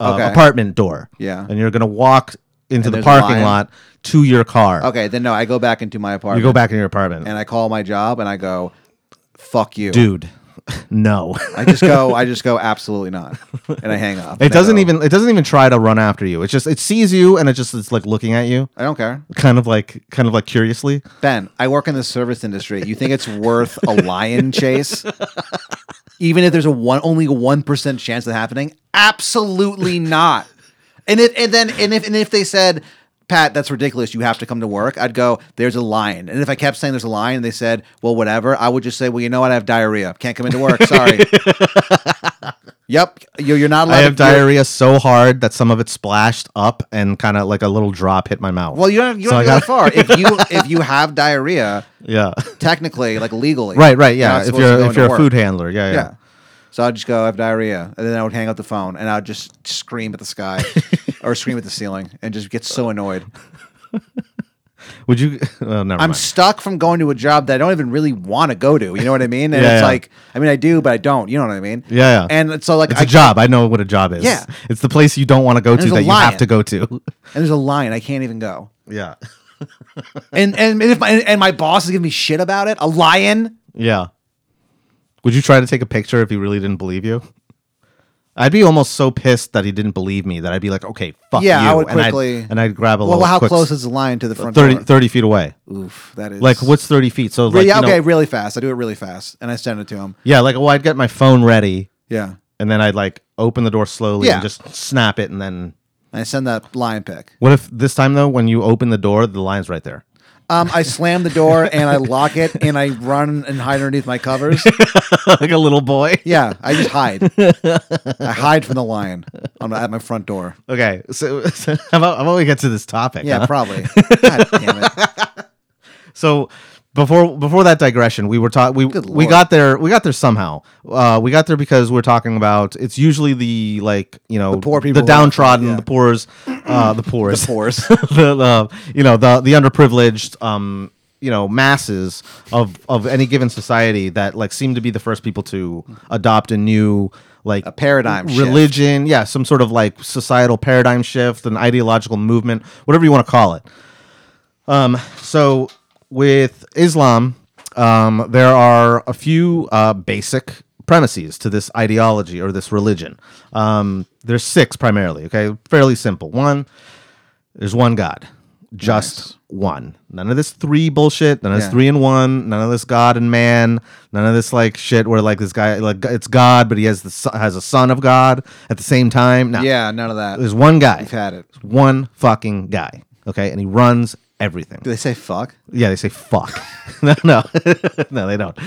[SPEAKER 2] uh,
[SPEAKER 3] Okay.
[SPEAKER 2] apartment door.
[SPEAKER 3] Yeah.
[SPEAKER 2] and you're gonna walk into
[SPEAKER 3] And
[SPEAKER 2] the
[SPEAKER 3] there's a
[SPEAKER 2] parking
[SPEAKER 3] lion.
[SPEAKER 2] lot to your car.
[SPEAKER 3] Okay, then no. I go back into my
[SPEAKER 2] You
[SPEAKER 3] apartment.
[SPEAKER 2] go back in your apartment,
[SPEAKER 3] and I call my job, and I go, "Fuck you,
[SPEAKER 2] dude. No.
[SPEAKER 3] I just go. I just go. Absolutely not. And I hang up.
[SPEAKER 2] It
[SPEAKER 3] and I
[SPEAKER 2] doesn't
[SPEAKER 3] go,
[SPEAKER 2] even it doesn't even try to run after you. It's just it sees you and it just it's like looking at you,
[SPEAKER 3] I don't care.
[SPEAKER 2] kind of like kind of like curiously.
[SPEAKER 3] Ben, I work in the service industry. You think it's worth a lion chase? Even if there's a one only one percent chance of it happening? Absolutely not. And if and then and if and if they said, Pat, that's ridiculous, you have to come to work, I'd go, There's a lion. And if I kept saying there's a lion and they said, Well, whatever, I would just say, Well, you know what, I have diarrhea. Can't come into work, sorry. yep. You're, you're not allowed
[SPEAKER 2] I have
[SPEAKER 3] to, you're-
[SPEAKER 2] diarrhea so hard that some of it splashed up and kind of like a little drop hit my mouth.
[SPEAKER 3] Well, you don't you
[SPEAKER 2] So
[SPEAKER 3] don't
[SPEAKER 2] I
[SPEAKER 3] have to go that far. If you if you have diarrhea,
[SPEAKER 2] yeah,
[SPEAKER 3] technically, like legally.
[SPEAKER 2] right, right,
[SPEAKER 3] not
[SPEAKER 2] yeah. If
[SPEAKER 3] supposed to
[SPEAKER 2] you're
[SPEAKER 3] go
[SPEAKER 2] if
[SPEAKER 3] into
[SPEAKER 2] you're a
[SPEAKER 3] work.
[SPEAKER 2] food handler, yeah, yeah.
[SPEAKER 3] Yeah. So I'd just go, I have diarrhea. And then I would hang up the phone and I'd just scream at the sky or scream at the ceiling and just get so annoyed.
[SPEAKER 2] Oh Would you? Oh, never
[SPEAKER 3] I'm
[SPEAKER 2] mind.
[SPEAKER 3] stuck from going to a job that I don't even really want to go to. You know what I mean? And
[SPEAKER 2] Yeah,
[SPEAKER 3] it's
[SPEAKER 2] yeah.
[SPEAKER 3] like, I mean, I do, but I don't. You know what I mean?
[SPEAKER 2] Yeah, yeah.
[SPEAKER 3] And so, like,
[SPEAKER 2] It's
[SPEAKER 3] I
[SPEAKER 2] a job. I know what a job is.
[SPEAKER 3] Yeah.
[SPEAKER 2] it's the place you don't want to go to
[SPEAKER 3] there's a
[SPEAKER 2] that you have
[SPEAKER 3] lion.
[SPEAKER 2] to go to.
[SPEAKER 3] and there's a line. I can't even go.
[SPEAKER 2] yeah,
[SPEAKER 3] And and if my and my boss is giving me shit about it, a lion.
[SPEAKER 2] yeah. Would you try to take a picture if he really didn't believe you? I'd be almost so pissed that he didn't believe me that I'd be like, okay, fuck
[SPEAKER 3] Yeah, I
[SPEAKER 2] you,
[SPEAKER 3] would
[SPEAKER 2] and I'd-
[SPEAKER 3] quickly-
[SPEAKER 2] and I'd, grab a
[SPEAKER 3] Well,
[SPEAKER 2] little.
[SPEAKER 3] how
[SPEAKER 2] Oh, quick
[SPEAKER 3] close is the line to the front
[SPEAKER 2] 30,
[SPEAKER 3] door?
[SPEAKER 2] 30 feet away.
[SPEAKER 3] Oof, that is
[SPEAKER 2] Like, what's thirty feet? So like,
[SPEAKER 3] yeah,
[SPEAKER 2] you know-
[SPEAKER 3] okay, really fast. I do it really fast, and I send it to him.
[SPEAKER 2] yeah, like well, I'd get my phone ready,
[SPEAKER 3] Yeah,
[SPEAKER 2] and then I'd like open the door slowly
[SPEAKER 3] Yeah.
[SPEAKER 2] and just snap it, and then
[SPEAKER 3] and I send that lion pic.
[SPEAKER 2] what if this time though, when you open the door, the line's right there.
[SPEAKER 3] Um, I slam the door and I lock it and I run and hide underneath my covers.
[SPEAKER 2] like a little boy.
[SPEAKER 3] Yeah, I just hide. I hide from the lion on, at my front door.
[SPEAKER 2] Okay, so, so how, about, how about we get to this topic?
[SPEAKER 3] Yeah,
[SPEAKER 2] huh?
[SPEAKER 3] probably. God damn it.
[SPEAKER 2] So before before that digression, we were talking. We
[SPEAKER 3] Good
[SPEAKER 2] we
[SPEAKER 3] lord.
[SPEAKER 2] got there. We got there somehow. Uh, we got there because we're talking about. It's usually the like you know the
[SPEAKER 3] poor
[SPEAKER 2] the
[SPEAKER 3] people who-
[SPEAKER 2] downtrodden,
[SPEAKER 3] yeah.
[SPEAKER 2] the poor's, uh, the poor's,
[SPEAKER 3] Of course.
[SPEAKER 2] the, the you know the the underprivileged um you know masses of of any given society that like seem to be the first people to adopt a new like
[SPEAKER 3] A paradigm shift.
[SPEAKER 2] religion, yeah, some sort of like societal paradigm shift, an ideological movement, whatever you want to call it. Um, So with Islam, um, there are a few uh, basic premises to this ideology or this religion. Um, there's six primarily. Okay, fairly simple. One, there's one God, just one. None of this three bullshit. None of this
[SPEAKER 3] Yeah.
[SPEAKER 2] three and one. None of this God and man. None of this like shit where like this guy like it's God, but he has the son- has a son of God at the same time. No.
[SPEAKER 3] Yeah, none of that.
[SPEAKER 2] there's one guy.
[SPEAKER 3] We've had it.
[SPEAKER 2] One fucking guy. Okay, and he runs everything.
[SPEAKER 3] Do they say fuck?
[SPEAKER 2] Yeah, they say fuck. no, no, no, they don't.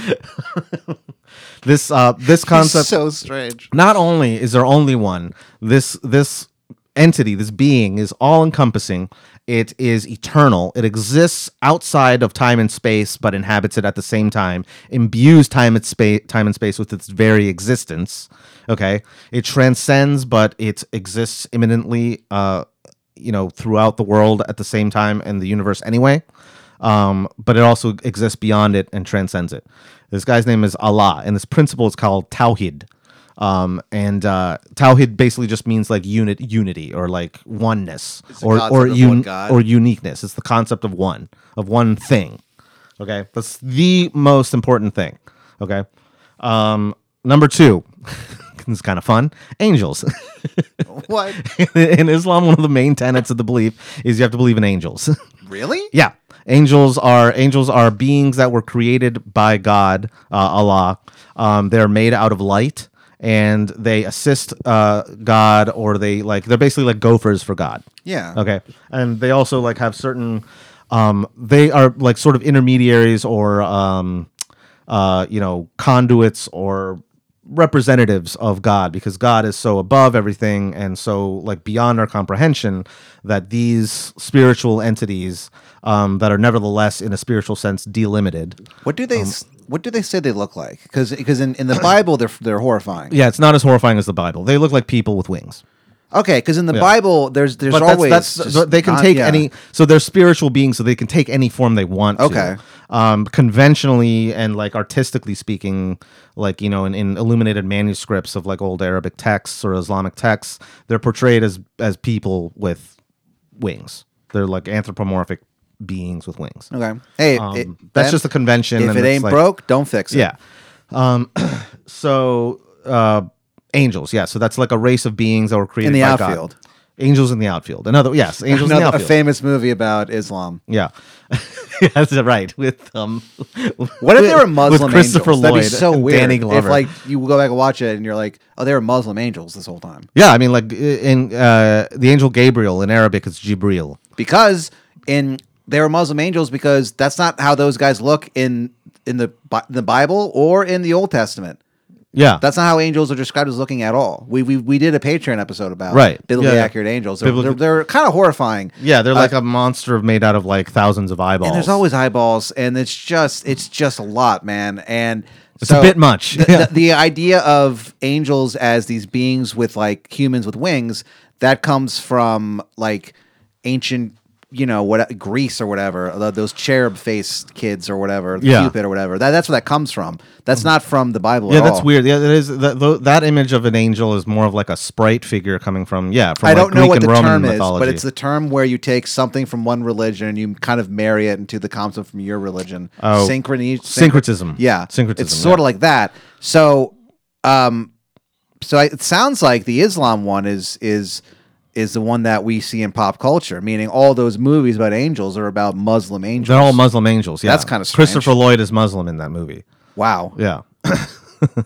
[SPEAKER 2] this uh, this concept.
[SPEAKER 3] so strange.
[SPEAKER 2] not only is there only one, this this entity, this being, is all encompassing. It is eternal. It exists outside of time and space, but inhabits it at the same time. Imbues time and space, time and space with its very existence. Okay, it transcends, but it exists imminently. Uh, you know, throughout the world at the same time and the universe anyway um, but it also exists beyond it and transcends it. This guy's name is Allah, and this principle is called Tawhid. Um, and uh, Tawhid basically just means like unit, unity, or like oneness,
[SPEAKER 3] the
[SPEAKER 2] or
[SPEAKER 3] concept
[SPEAKER 2] or
[SPEAKER 3] of
[SPEAKER 2] un-
[SPEAKER 3] one God.
[SPEAKER 2] or uniqueness. It's the concept of one, of one thing. Okay, that's the most important thing. Okay, um, number two. this is kind of fun. Angels.
[SPEAKER 3] What?
[SPEAKER 2] in Islam, one of the main tenets of the belief is you have to believe in angels.
[SPEAKER 3] Really?
[SPEAKER 2] Yeah, angels are angels are beings that were created by God, uh, Allah. Um, they're made out of light, and they assist uh, God, or they like they're basically like gophers for God.
[SPEAKER 3] Yeah.
[SPEAKER 2] Okay, and they also like have certain. Um, they are like sort of intermediaries or um, uh, you know conduits or representatives of God because God is so above everything and so like beyond our comprehension that these spiritual entities um, that are nevertheless in a spiritual sense delimited.
[SPEAKER 3] What do they? s what do they say they look like? Because in, in the Bible they're they're horrifying.
[SPEAKER 2] Yeah, it's not as horrifying as the Bible. They look like people with wings.
[SPEAKER 3] Okay, because in the Bible there's there's
[SPEAKER 2] but that's,
[SPEAKER 3] always
[SPEAKER 2] that's
[SPEAKER 3] just
[SPEAKER 2] so they can
[SPEAKER 3] not-
[SPEAKER 2] take
[SPEAKER 3] yeah.
[SPEAKER 2] any so they're spiritual beings so they can take any form they want to.
[SPEAKER 3] Okay.
[SPEAKER 2] um conventionally and like artistically speaking like you know in, in illuminated manuscripts of like old arabic texts or islamic texts they're portrayed as as people with wings they're like anthropomorphic beings with wings
[SPEAKER 3] Okay. Hey,
[SPEAKER 2] um,
[SPEAKER 3] it-
[SPEAKER 2] that's
[SPEAKER 3] Ben,
[SPEAKER 2] just a convention
[SPEAKER 3] If
[SPEAKER 2] and
[SPEAKER 3] it
[SPEAKER 2] it's
[SPEAKER 3] ain't
[SPEAKER 2] like-
[SPEAKER 3] broke, don't fix it.
[SPEAKER 2] yeah. Um, so uh, angels, yeah. So that's like a race of beings that were created
[SPEAKER 3] In the
[SPEAKER 2] by God.
[SPEAKER 3] outfield.
[SPEAKER 2] Angels in the outfield. Another yes, angels in the
[SPEAKER 3] Another, a
[SPEAKER 2] outfield.
[SPEAKER 3] famous movie about Islam.
[SPEAKER 2] yeah. yeah, that's right. With um,
[SPEAKER 3] What if
[SPEAKER 2] with-
[SPEAKER 3] they were Muslim
[SPEAKER 2] with Christopher
[SPEAKER 3] angels?
[SPEAKER 2] Lloyd?
[SPEAKER 3] That'd be so
[SPEAKER 2] and
[SPEAKER 3] weird.
[SPEAKER 2] Danny Glover.
[SPEAKER 3] If like you go back and watch it and you're like, oh, they were Muslim angels this whole time
[SPEAKER 2] yeah, I mean, like in uh, the angel Gabriel in Arabic, it's Jibril.
[SPEAKER 3] because in they were Muslim angels because that's not how those guys look in in the Bi- the Bible or in the Old Testament.
[SPEAKER 2] Yeah,
[SPEAKER 3] That's not how angels are described as looking at all. We we, we did a Patreon episode about
[SPEAKER 2] Right.
[SPEAKER 3] biblically
[SPEAKER 2] Yeah.
[SPEAKER 3] accurate angels. They're,
[SPEAKER 2] Biblical-
[SPEAKER 3] they're, kind of horrifying.
[SPEAKER 2] yeah. They're like a monster made out of like thousands of eyeballs.
[SPEAKER 3] And there's always eyeballs, and it's just it's just a lot, man. And
[SPEAKER 2] It's a bit much.
[SPEAKER 3] The,
[SPEAKER 2] Yeah.
[SPEAKER 3] the, the idea of angels as these beings with like humans with wings that comes from like ancient, you know, what Greece or whatever. tho- Those cherub faced kids or whatever,
[SPEAKER 2] Yeah.
[SPEAKER 3] Cupid or whatever. That, that's where that comes from. That's not from the Bible.
[SPEAKER 2] yeah,
[SPEAKER 3] at
[SPEAKER 2] that's
[SPEAKER 3] all.
[SPEAKER 2] weird. Yeah, that is that, tho- that image of an angel is more of like a sprite figure coming from yeah from
[SPEAKER 3] I
[SPEAKER 2] like
[SPEAKER 3] don't know
[SPEAKER 2] Greek and
[SPEAKER 3] what the
[SPEAKER 2] Roman
[SPEAKER 3] term
[SPEAKER 2] mythology.
[SPEAKER 3] is, but it's the term where you take something from one religion and you kind of marry it into the concept from your religion.
[SPEAKER 2] Oh.
[SPEAKER 3] Synchrony,
[SPEAKER 2] Syncretism.
[SPEAKER 3] Yeah,
[SPEAKER 2] Syncretism,
[SPEAKER 3] It's sort
[SPEAKER 2] yeah.
[SPEAKER 3] of like that. So, um, so I, it sounds like the Islam one is is is the one that we see in pop culture, meaning all those movies about angels are about Muslim angels.
[SPEAKER 2] They're all Muslim angels. Yeah,
[SPEAKER 3] That's kinda strange.
[SPEAKER 2] Christopher Lloyd is Muslim in that movie.
[SPEAKER 3] wow,
[SPEAKER 2] Yeah, but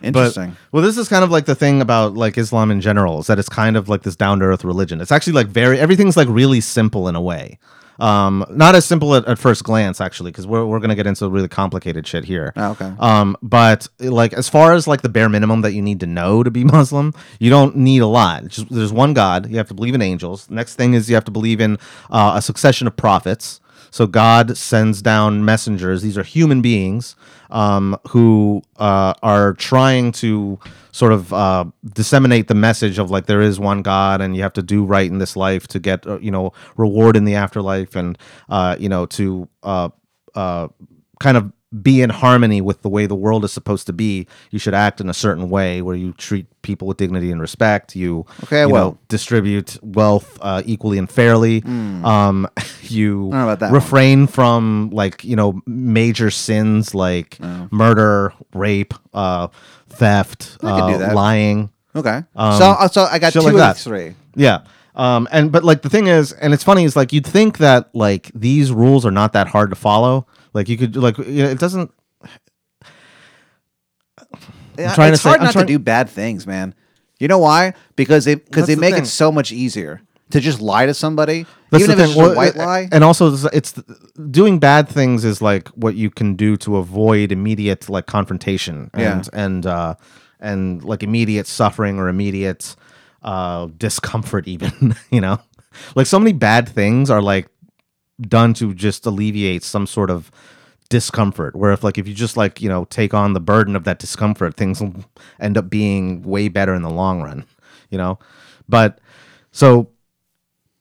[SPEAKER 3] interesting.
[SPEAKER 2] well, this is kind of like the thing about like Islam in general is that it's kind of like this down to earth religion. It's actually like very everything's like really simple in a way. Um, not as simple at, at first glance actually, because we're we're gonna get into really complicated shit here.
[SPEAKER 3] Oh, okay.
[SPEAKER 2] Um, but like as far as like the bare minimum that you need to know to be Muslim, you don't need a lot. Just, there's one God. You have to believe in angels. Next thing is you have to believe in uh, a succession of prophets. So God sends down messengers. These are human beings um, who uh, are trying to sort of uh, disseminate the message of like there is one God and you have to do right in this life to get uh, you know reward in the afterlife and uh, you know to uh, uh, kind of be in harmony with the way the world is supposed to be, you should act in a certain way where you treat people with dignity and respect. You
[SPEAKER 3] Okay,
[SPEAKER 2] you know,
[SPEAKER 3] well.
[SPEAKER 2] distribute wealth uh, equally and fairly. Um, you
[SPEAKER 3] Hmm. know about that one.
[SPEAKER 2] refrain from like you know major sins like
[SPEAKER 3] Oh.
[SPEAKER 2] murder, rape, uh, theft,
[SPEAKER 3] I could do
[SPEAKER 2] uh,
[SPEAKER 3] that.
[SPEAKER 2] lying.
[SPEAKER 3] Okay. so, uh, so I got two
[SPEAKER 2] um, shit like
[SPEAKER 3] of the
[SPEAKER 2] that.
[SPEAKER 3] three.
[SPEAKER 2] Yeah. Um, and but like the thing is, and it's funny is like you'd think that like these rules are not that hard to follow. Like you could like you know, it doesn't.
[SPEAKER 3] Yeah,
[SPEAKER 2] trying to
[SPEAKER 3] it's
[SPEAKER 2] say-
[SPEAKER 3] hard
[SPEAKER 2] I'm
[SPEAKER 3] not
[SPEAKER 2] trying-
[SPEAKER 3] to do bad things, man. You know why? Because they because
[SPEAKER 2] That's
[SPEAKER 3] they
[SPEAKER 2] the
[SPEAKER 3] make
[SPEAKER 2] thing.
[SPEAKER 3] it so much easier to just lie to somebody,
[SPEAKER 2] That's
[SPEAKER 3] even
[SPEAKER 2] the
[SPEAKER 3] if it's
[SPEAKER 2] thing.
[SPEAKER 3] just
[SPEAKER 2] Well,
[SPEAKER 3] a white
[SPEAKER 2] uh,
[SPEAKER 3] lie.
[SPEAKER 2] and also it's, it's doing bad things is like what you can do to avoid immediate like confrontation and and uh, and like immediate suffering or immediate uh, discomfort. Even you know, like so many bad things are like done to just alleviate some sort of discomfort where if like if you just like you know take on the burden of that discomfort things will end up being way better in the long run you know but so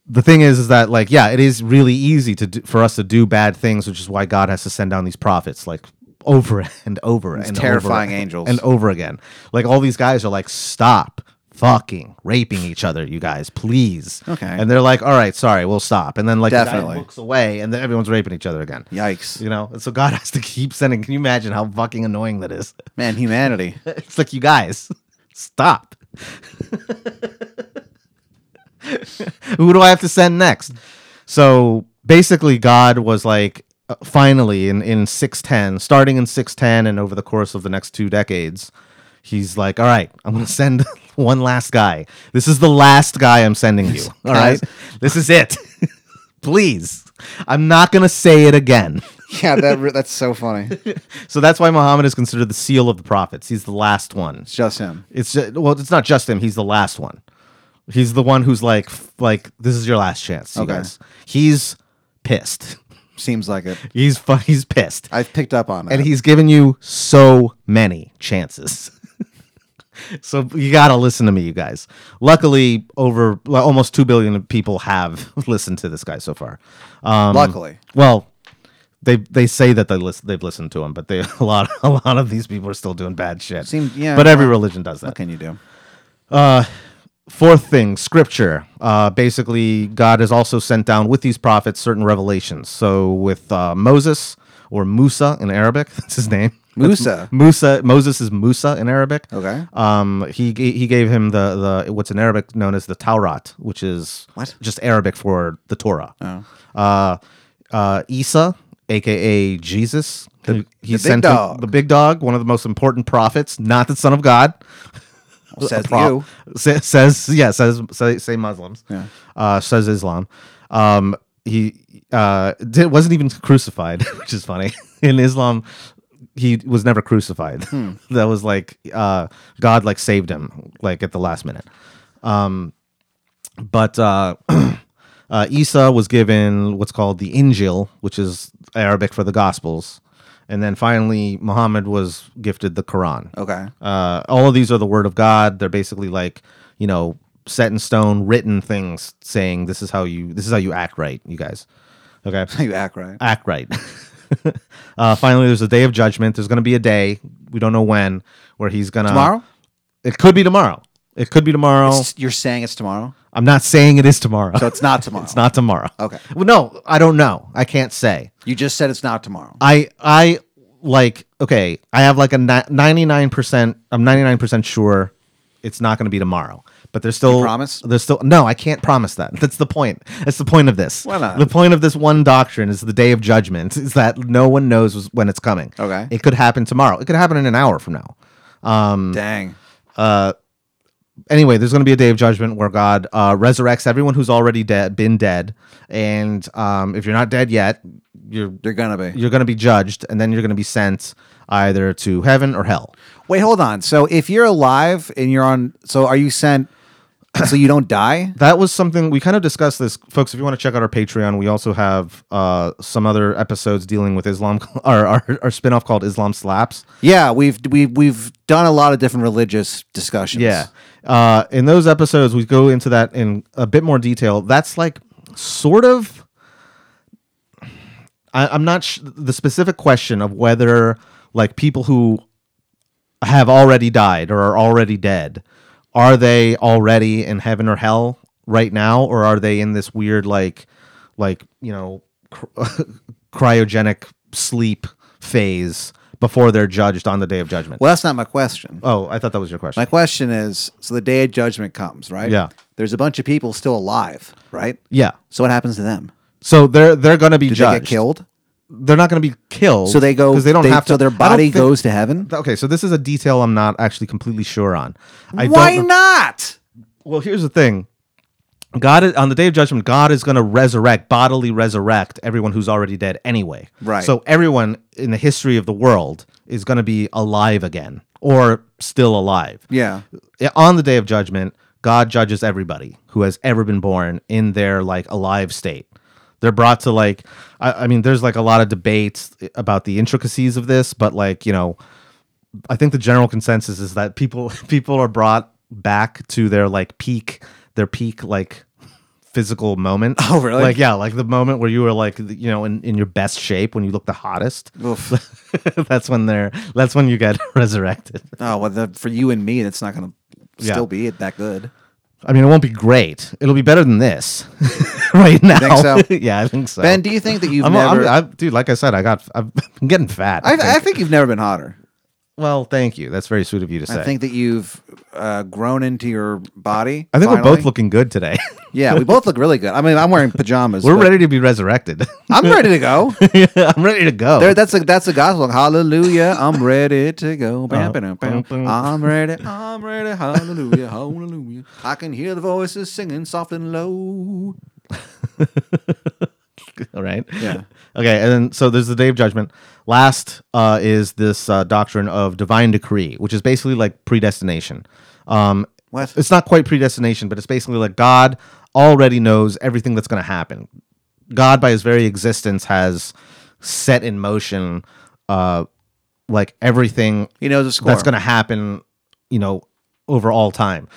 [SPEAKER 2] the thing is is that like yeah it is really easy to do, for us to do bad things which is why god has to send down these prophets like over and over and
[SPEAKER 3] terrifying
[SPEAKER 2] over
[SPEAKER 3] angels.
[SPEAKER 2] and over again like all these guys are like stop fucking raping each other you guys please
[SPEAKER 3] Okay.
[SPEAKER 2] and they're like all right sorry we'll stop and then like the guy
[SPEAKER 3] Definitely.
[SPEAKER 2] looks away and then everyone's raping each other again
[SPEAKER 3] Yikes,
[SPEAKER 2] you know, and so God has to keep sending. Can you imagine how fucking annoying that is?
[SPEAKER 3] man, humanity.
[SPEAKER 2] It's like you guys, stop. Who do I have to send next? So basically, God was like, uh, finally, in in six ten, starting in six ten, and over the course of the next two decades, he's like, all right, I'm gonna send one last guy. This is the last guy I'm sending you. All right,
[SPEAKER 3] Guys.
[SPEAKER 2] this is it. Please, I'm not gonna say it again.
[SPEAKER 3] yeah, that re- that's so funny. It's
[SPEAKER 2] So that's why Muhammad is considered the seal of the prophets. He's the last one.
[SPEAKER 3] just him.
[SPEAKER 2] It's ju- well, it's not just him. He's the last one. He's the one who's like, f- like this is your last chance, you
[SPEAKER 3] Okay.
[SPEAKER 2] guys. He's pissed.
[SPEAKER 3] Seems like it.
[SPEAKER 2] He's fu- he's pissed,
[SPEAKER 3] I've picked up on it.
[SPEAKER 2] and he's given you so many chances. so you gotta listen to me, you guys. Luckily, over well, almost two billion people have listened to this guy so far. Um,
[SPEAKER 3] Luckily,
[SPEAKER 2] well, they they say that they listen, they've listened to him, but they a lot a lot of these people are still doing bad shit.
[SPEAKER 3] Seem- yeah,
[SPEAKER 2] but every
[SPEAKER 3] well,
[SPEAKER 2] religion does that.
[SPEAKER 3] what can you do?
[SPEAKER 2] Fourth thing, scripture. Uh, basically, God has also sent down with these prophets certain revelations. So with uh, Moses or Musa in Arabic, that's his name.
[SPEAKER 3] Musa.
[SPEAKER 2] Musa. Moses is Musa in Arabic.
[SPEAKER 3] Okay.
[SPEAKER 2] Um, he ga- he gave him the the what's in Arabic known as the Taurat, which is
[SPEAKER 3] What? Oh.
[SPEAKER 2] just Arabic for the Torah. Uh, uh, Isa, aka Jesus, the, he
[SPEAKER 3] the big
[SPEAKER 2] sent him-
[SPEAKER 3] dog.
[SPEAKER 2] the big dog, one of the most important prophets, not the son of God.
[SPEAKER 3] Says
[SPEAKER 2] Pro-
[SPEAKER 3] you.
[SPEAKER 2] sa- says yeah says say, say Muslims.
[SPEAKER 3] Yeah.
[SPEAKER 2] Uh, says Islam. Um, he uh, did, wasn't even crucified, which is funny. In Islam, he was never crucified.
[SPEAKER 3] Hmm.
[SPEAKER 2] that was like uh, God like saved him like at the last minute. Um, but uh, uh, Isa was given what's called the Injil, which is Arabic for the Gospels. And then finally, Muhammad was gifted the Quran.
[SPEAKER 3] Okay.
[SPEAKER 2] Uh, all of these are the word of God. They're basically like, you know, set in stone, written things saying this is how you this is how you act right, you guys. Okay.
[SPEAKER 3] You act right.
[SPEAKER 2] Act right. uh, finally, there's a day of judgment. There's going to be a day. We don't know when. Where he's gonna
[SPEAKER 3] Tomorrow?
[SPEAKER 2] It could be tomorrow. It could be tomorrow.
[SPEAKER 3] S- You're saying it's tomorrow,
[SPEAKER 2] I'm not saying it is tomorrow.
[SPEAKER 3] so it's not tomorrow.
[SPEAKER 2] it's not tomorrow.
[SPEAKER 3] Okay.
[SPEAKER 2] Well, no, I don't know. I can't say.
[SPEAKER 3] You just said it's not tomorrow.
[SPEAKER 2] I I like okay. I have like a ninety nine percent. I'm ninety nine percent sure it's not going to be tomorrow. But there's still
[SPEAKER 3] promise?
[SPEAKER 2] There's still no. I can't promise that. That's the point. That's the point of this.
[SPEAKER 3] Why not?
[SPEAKER 2] The point of this one doctrine is the day of judgment. Is that no one knows when it's coming.
[SPEAKER 3] Okay.
[SPEAKER 2] It could happen tomorrow. It could happen in an hour from now. Um,
[SPEAKER 3] Dang.
[SPEAKER 2] anyway, there's going to be a day of judgment where God uh, resurrects everyone who's already dead, been dead, and um, if you're not dead yet, you're
[SPEAKER 3] You're gonna be.
[SPEAKER 2] you're going to be judged, and then you're going to be sent either to heaven or hell.
[SPEAKER 3] Wait, hold on. So if you're alive and you're on, so are you sent? so you don't die?
[SPEAKER 2] That was something we kind of discussed this, folks. If you want to check out our Patreon, we also have uh, some other episodes dealing with Islam, our our, our spinoff called Islam Slaps.
[SPEAKER 3] Yeah, we've we we've done a lot of different religious discussions.
[SPEAKER 2] Yeah. Uh, in those episodes, we go into that in a bit more detail. That's like sort of. I, I'm not sh- the specific question of whether like people who have already died or are already dead, are they already in heaven or hell right now, or are they in this weird like like you know cr- cryogenic sleep phase before they're judged on the day of judgment?
[SPEAKER 3] Well, that's not my question.
[SPEAKER 2] Oh, I thought that was your question.
[SPEAKER 3] My question is so the day of judgment comes, right?
[SPEAKER 2] Yeah.
[SPEAKER 3] There's a bunch of people still alive, right?
[SPEAKER 2] yeah.
[SPEAKER 3] So what happens to them?
[SPEAKER 2] So they're they're going to be
[SPEAKER 3] Do
[SPEAKER 2] judged.
[SPEAKER 3] they get killed?
[SPEAKER 2] They're not going to be killed.
[SPEAKER 3] So they go
[SPEAKER 2] because they don't have to.
[SPEAKER 3] So their
[SPEAKER 2] I don't
[SPEAKER 3] body
[SPEAKER 2] think-
[SPEAKER 3] goes to heaven.
[SPEAKER 2] Okay, so this is a detail I'm not actually completely sure on. I
[SPEAKER 3] Why
[SPEAKER 2] don't know-
[SPEAKER 3] not?
[SPEAKER 2] Well, here's the thing. God is, on the day of judgment, God is going to resurrect, bodily resurrect everyone who's already dead anyway.
[SPEAKER 3] Right.
[SPEAKER 2] So everyone in the history of the world is going to be alive again or still alive.
[SPEAKER 3] Yeah.
[SPEAKER 2] Yeah, On the day of judgment, God judges everybody who has ever been born in their like alive state. They're brought to like I, I mean, there's like a lot of debates about the intricacies of this, but like, you know, I think the general consensus is that people people are brought back to their like peak their peak like physical moment.
[SPEAKER 3] Oh, really?
[SPEAKER 2] Like yeah, like the moment where you were like you know in, in your best shape when you look the hottest.
[SPEAKER 3] Oof.
[SPEAKER 2] that's when they're that's when you get resurrected.
[SPEAKER 3] Oh well, the, for you and me, that's not going to
[SPEAKER 2] Yeah.
[SPEAKER 3] still be it that good.
[SPEAKER 2] I mean, it won't be great. It'll be better than this right now.
[SPEAKER 3] think so?
[SPEAKER 2] yeah, I think so.
[SPEAKER 3] Ben, do you think that you've
[SPEAKER 2] I'm, I'm-
[SPEAKER 3] never? i
[SPEAKER 2] I'm- dude, like I said, I got, I'm getting fat.
[SPEAKER 3] I, think you've never been hotter.
[SPEAKER 2] well, thank you. That's very sweet of you to say.
[SPEAKER 3] I think that you've uh, grown into your body.
[SPEAKER 2] I think we're
[SPEAKER 3] finally.
[SPEAKER 2] both looking good today.
[SPEAKER 3] Yeah, we both look really good. I mean, I'm wearing pajamas.
[SPEAKER 2] we're
[SPEAKER 3] but
[SPEAKER 2] ready to be resurrected.
[SPEAKER 3] I'm ready to go.
[SPEAKER 2] I'm ready to go.
[SPEAKER 3] There, that's a that's a gospel. Hallelujah! I'm ready to go. Bam, bam, bam.
[SPEAKER 2] Uh-huh. bum, bum.
[SPEAKER 3] I'm ready. I'm ready. Hallelujah! Hallelujah! I can hear the voices singing soft and low.
[SPEAKER 2] All right.
[SPEAKER 3] Yeah.
[SPEAKER 2] Okay, and then so there's the day of judgment. Last uh, is this uh, doctrine of divine decree, which is basically like predestination. Um,
[SPEAKER 3] What?
[SPEAKER 2] It's not quite predestination, but it's basically like God already knows everything that's going to happen. God, by his very existence, has set in motion uh, like everything
[SPEAKER 3] He knows the score.
[SPEAKER 2] that's going to happen, you know, over all time.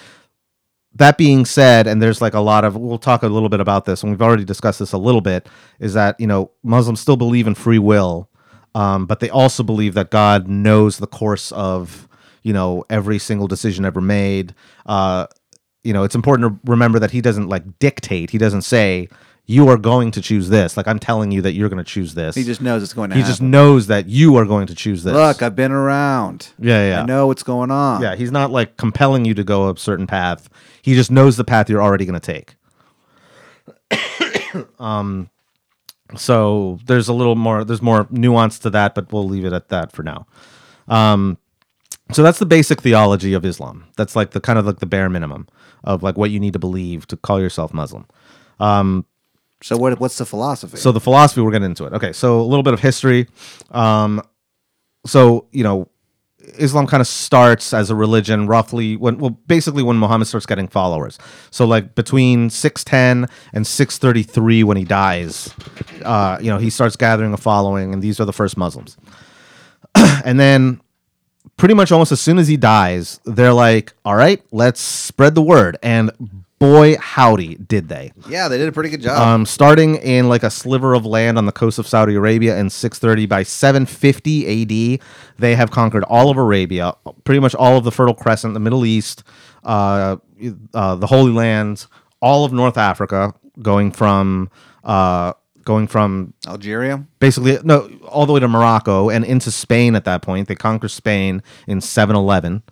[SPEAKER 2] That being said, and there's like a lot of, we'll talk a little bit about this, and we've already discussed this a little bit, is that, you know, Muslims still believe in free will, um, but they also believe that God knows the course of, you know, every single decision ever made. Uh, you know, it's important to remember that he doesn't like dictate, he doesn't say, you are going to choose this. Like, I'm telling you that you're going to choose this.
[SPEAKER 3] He just knows it's going to
[SPEAKER 2] he
[SPEAKER 3] happen.
[SPEAKER 2] just knows that you are going to choose this.
[SPEAKER 3] Look, I've been around.
[SPEAKER 2] yeah, yeah.
[SPEAKER 3] I know what's going on.
[SPEAKER 2] Yeah, he's not like compelling you to go a certain path. He just knows the path you're already going to take. um, so there's a little more. There's more nuance to that, but we'll leave it at that for now. Um, so that's the basic theology of Islam. That's like the kind of like the bare minimum of like what you need to believe to call yourself Muslim.
[SPEAKER 3] So what? What's the philosophy?
[SPEAKER 2] So the philosophy, we're getting into it. Okay, so a little bit of history. Um, so you know, Islam kind of starts as a religion roughly when, well, basically when Muhammad starts getting followers. So like between six ten and six thirty three, when he dies, uh, you know, he starts gathering a following, and these are the first Muslims. and then pretty much almost as soon as he dies, they're like, all right, let's spread the word. And boy, howdy, did they.
[SPEAKER 3] yeah, they did a pretty good job.
[SPEAKER 2] Um, starting in like a sliver of land on the coast of Saudi Arabia in 630 by 750 AD, they have conquered all of Arabia, pretty much all of the Fertile Crescent, the Middle East, uh, uh, the Holy Lands, all of North Africa, going from uh, going from
[SPEAKER 3] Algeria.
[SPEAKER 2] basically no all the way to Morocco and into Spain. At that point, they conquer Spain in 711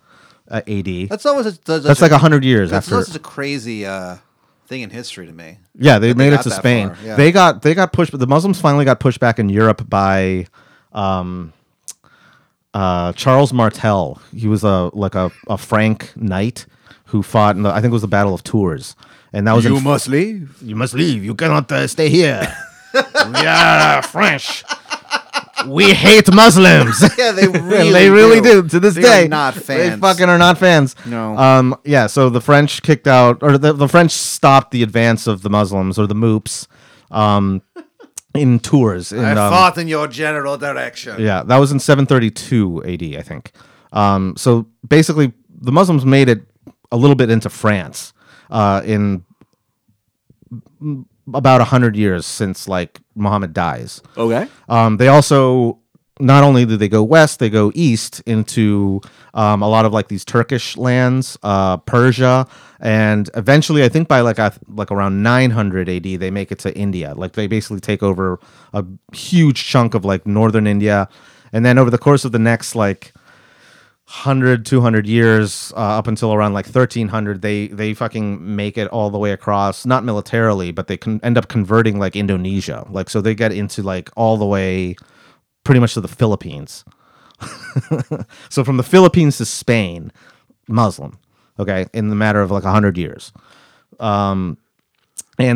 [SPEAKER 2] uh, AD. That's,
[SPEAKER 3] That's always a, that's,
[SPEAKER 2] like a hundred years
[SPEAKER 3] that's
[SPEAKER 2] after.
[SPEAKER 3] always such a crazy uh, thing in history to me.
[SPEAKER 2] Yeah, they made it
[SPEAKER 3] got
[SPEAKER 2] to
[SPEAKER 3] that
[SPEAKER 2] Spain.
[SPEAKER 3] far, yeah.
[SPEAKER 2] They got they got pushed, but the Muslims finally got pushed back in Europe by um, uh, Charles Martel. He was a like a, a Frank knight who fought in the I think it was the Battle of Tours, and that was in,
[SPEAKER 3] must leave.
[SPEAKER 2] you must leave. You cannot uh, stay here. we are French. We hate Muslims.
[SPEAKER 3] Yeah, they really,
[SPEAKER 2] they really do.
[SPEAKER 3] do.
[SPEAKER 2] to this
[SPEAKER 3] They are
[SPEAKER 2] day.
[SPEAKER 3] not
[SPEAKER 2] They
[SPEAKER 3] fans.
[SPEAKER 2] fucking are not fans.
[SPEAKER 3] No.
[SPEAKER 2] Um. Yeah. So the French kicked out, or the, the French stopped the advance of the Muslims or the moops, um, in tours. In, um,
[SPEAKER 3] in your general direction.
[SPEAKER 2] yeah, that was in 732 AD, I think. Um, so basically, the Muslims made it a little bit into France uh, in about 100 years since like Muhammad dies.
[SPEAKER 3] Okay.
[SPEAKER 2] Um, they also not only do they go west, they go east into um, a lot of like these Turkish lands, uh, Persia, and eventually, I think by like a, like around 900 AD, they make it to India. Like they basically take over a huge chunk of like northern India, and then over the course of the next like 100 200 years uh, up until around like 1300 they they fucking make it all the way across not militarily but they can end up converting like indonesia like so they get into like all the way pretty much to the philippines so from the philippines to spain muslim okay in the matter of like 100 years and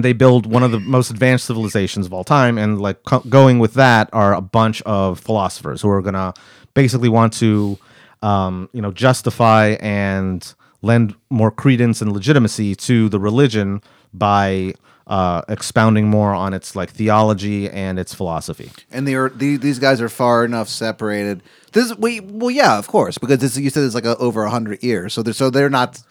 [SPEAKER 2] they build one of the most advanced civilizations of all time and like co- going with that are a bunch of philosophers who are gonna basically want to um, you know justify and lend more credence and legitimacy to the religion by uh, expounding more on its like theology and its philosophy
[SPEAKER 3] And they are the, these guys are far enough separated. This we well yeah of course because this, you said it's like a, over hundred years so they're so they're not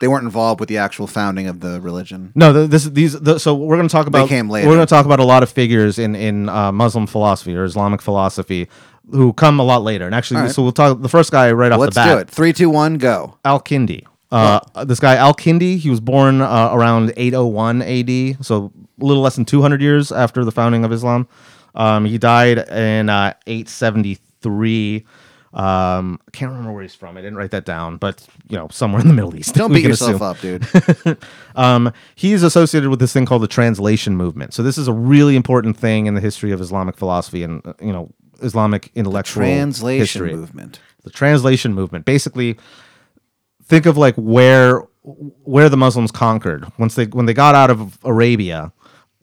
[SPEAKER 3] they weren't involved with the actual founding of the religion.
[SPEAKER 2] No, th- this these the, so we're going to talk about
[SPEAKER 3] came later.
[SPEAKER 2] we're going to talk about a lot of figures in in uh, Muslim philosophy or Islamic philosophy who come a lot later. And actually, so we'll talk the first guy right off
[SPEAKER 3] Let's
[SPEAKER 2] the bat.
[SPEAKER 3] do it. Three, two, one, go.
[SPEAKER 2] Al Kindi. Uh, This guy Al Kindi, he was born uh, around 801 AD, so a little less than 200 years after the founding of Islam. Um, he died in uh, 873. Um, I can't remember where he's from. I didn't write that down, but you know, somewhere in the Middle East.
[SPEAKER 3] Don't
[SPEAKER 2] we
[SPEAKER 3] beat
[SPEAKER 2] can
[SPEAKER 3] yourself
[SPEAKER 2] assume.
[SPEAKER 3] up, dude.
[SPEAKER 2] Um, he is associated with this thing called the translation movement. So this is a really important thing in the history of Islamic philosophy and uh, you know Islamic intellectual
[SPEAKER 3] Translation
[SPEAKER 2] history.
[SPEAKER 3] movement.
[SPEAKER 2] The translation movement. Basically, think of like where where the Muslims conquered once they when they got out of Arabia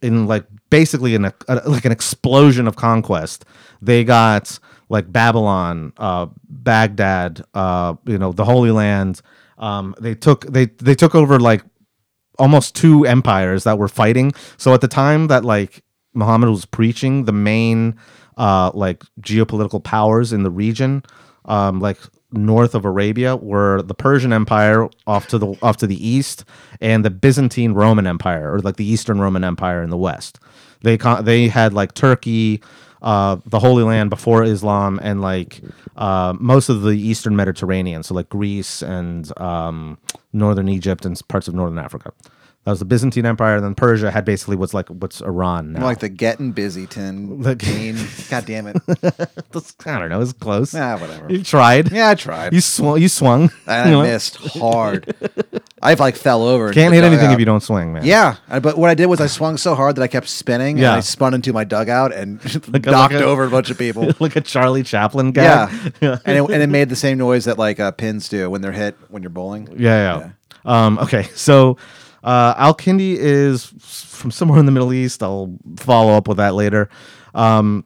[SPEAKER 2] in like basically in a, a- like an explosion of conquest. They got like Babylon, uh, Baghdad, uh, you know, the Holy Land. Um, they took they they took over like almost two empires that were fighting. So at the time that like Muhammad was preaching, the main uh, like geopolitical powers in the region, um, like north of Arabia, were the Persian Empire off to the off to the east, and the Byzantine Roman Empire, or like the Eastern Roman Empire in the west. They con- they had like Turkey. Uh, the Holy Land before Islam and like uh, most of the Eastern Mediterranean, so like Greece and um, northern Egypt and s- parts of northern Africa. That was the Byzantine Empire, and then Persia had basically what's like what's Iran now.
[SPEAKER 3] like the getting busy tin.
[SPEAKER 2] Look.
[SPEAKER 3] Dean. God damn it.
[SPEAKER 2] That's- I don't know, it's close.
[SPEAKER 3] Ah, whatever.
[SPEAKER 2] You tried.
[SPEAKER 3] Yeah, I tried.
[SPEAKER 2] You swung. You swung.
[SPEAKER 3] and
[SPEAKER 2] You
[SPEAKER 3] I
[SPEAKER 2] know?
[SPEAKER 3] missed hard. I've like fell over. into
[SPEAKER 2] Can't
[SPEAKER 3] the
[SPEAKER 2] hit anything
[SPEAKER 3] dugout.
[SPEAKER 2] if you don't swing, man.
[SPEAKER 3] Yeah, I- but what I did was I swung so hard that I kept spinning.
[SPEAKER 2] Yeah.
[SPEAKER 3] and I spun into my dugout and
[SPEAKER 2] Like a-
[SPEAKER 3] knocked
[SPEAKER 2] like a-
[SPEAKER 3] over a bunch of people.
[SPEAKER 2] like a Charlie Chaplin guy.
[SPEAKER 3] yeah, and it, and it made the same noise that like uh, pins do when they're hit when you're bowling.
[SPEAKER 2] Yeah, yeah. Um, okay, so uh, Al Kindi is s- from somewhere in the Middle East. I'll follow up with that later. Um,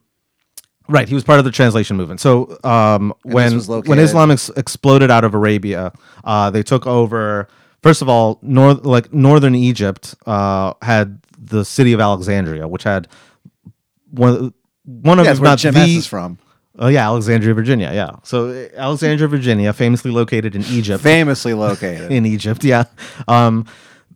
[SPEAKER 2] right, he was part of the translation movement. So um, when
[SPEAKER 3] was
[SPEAKER 2] when
[SPEAKER 3] located-
[SPEAKER 2] Islam ex- exploded out of Arabia, uh, they took over. First of all, north like northern Egypt uh, had the city of Alexandria, which had one one of
[SPEAKER 3] That's
[SPEAKER 2] if
[SPEAKER 3] where
[SPEAKER 2] not
[SPEAKER 3] Jim
[SPEAKER 2] the
[SPEAKER 3] S is from.
[SPEAKER 2] oh yeah Alexandria, Virginia, yeah. So uh, Alexandria, Virginia, famously located in Egypt
[SPEAKER 3] Famously located.
[SPEAKER 2] in Egypt. Yeah. Um,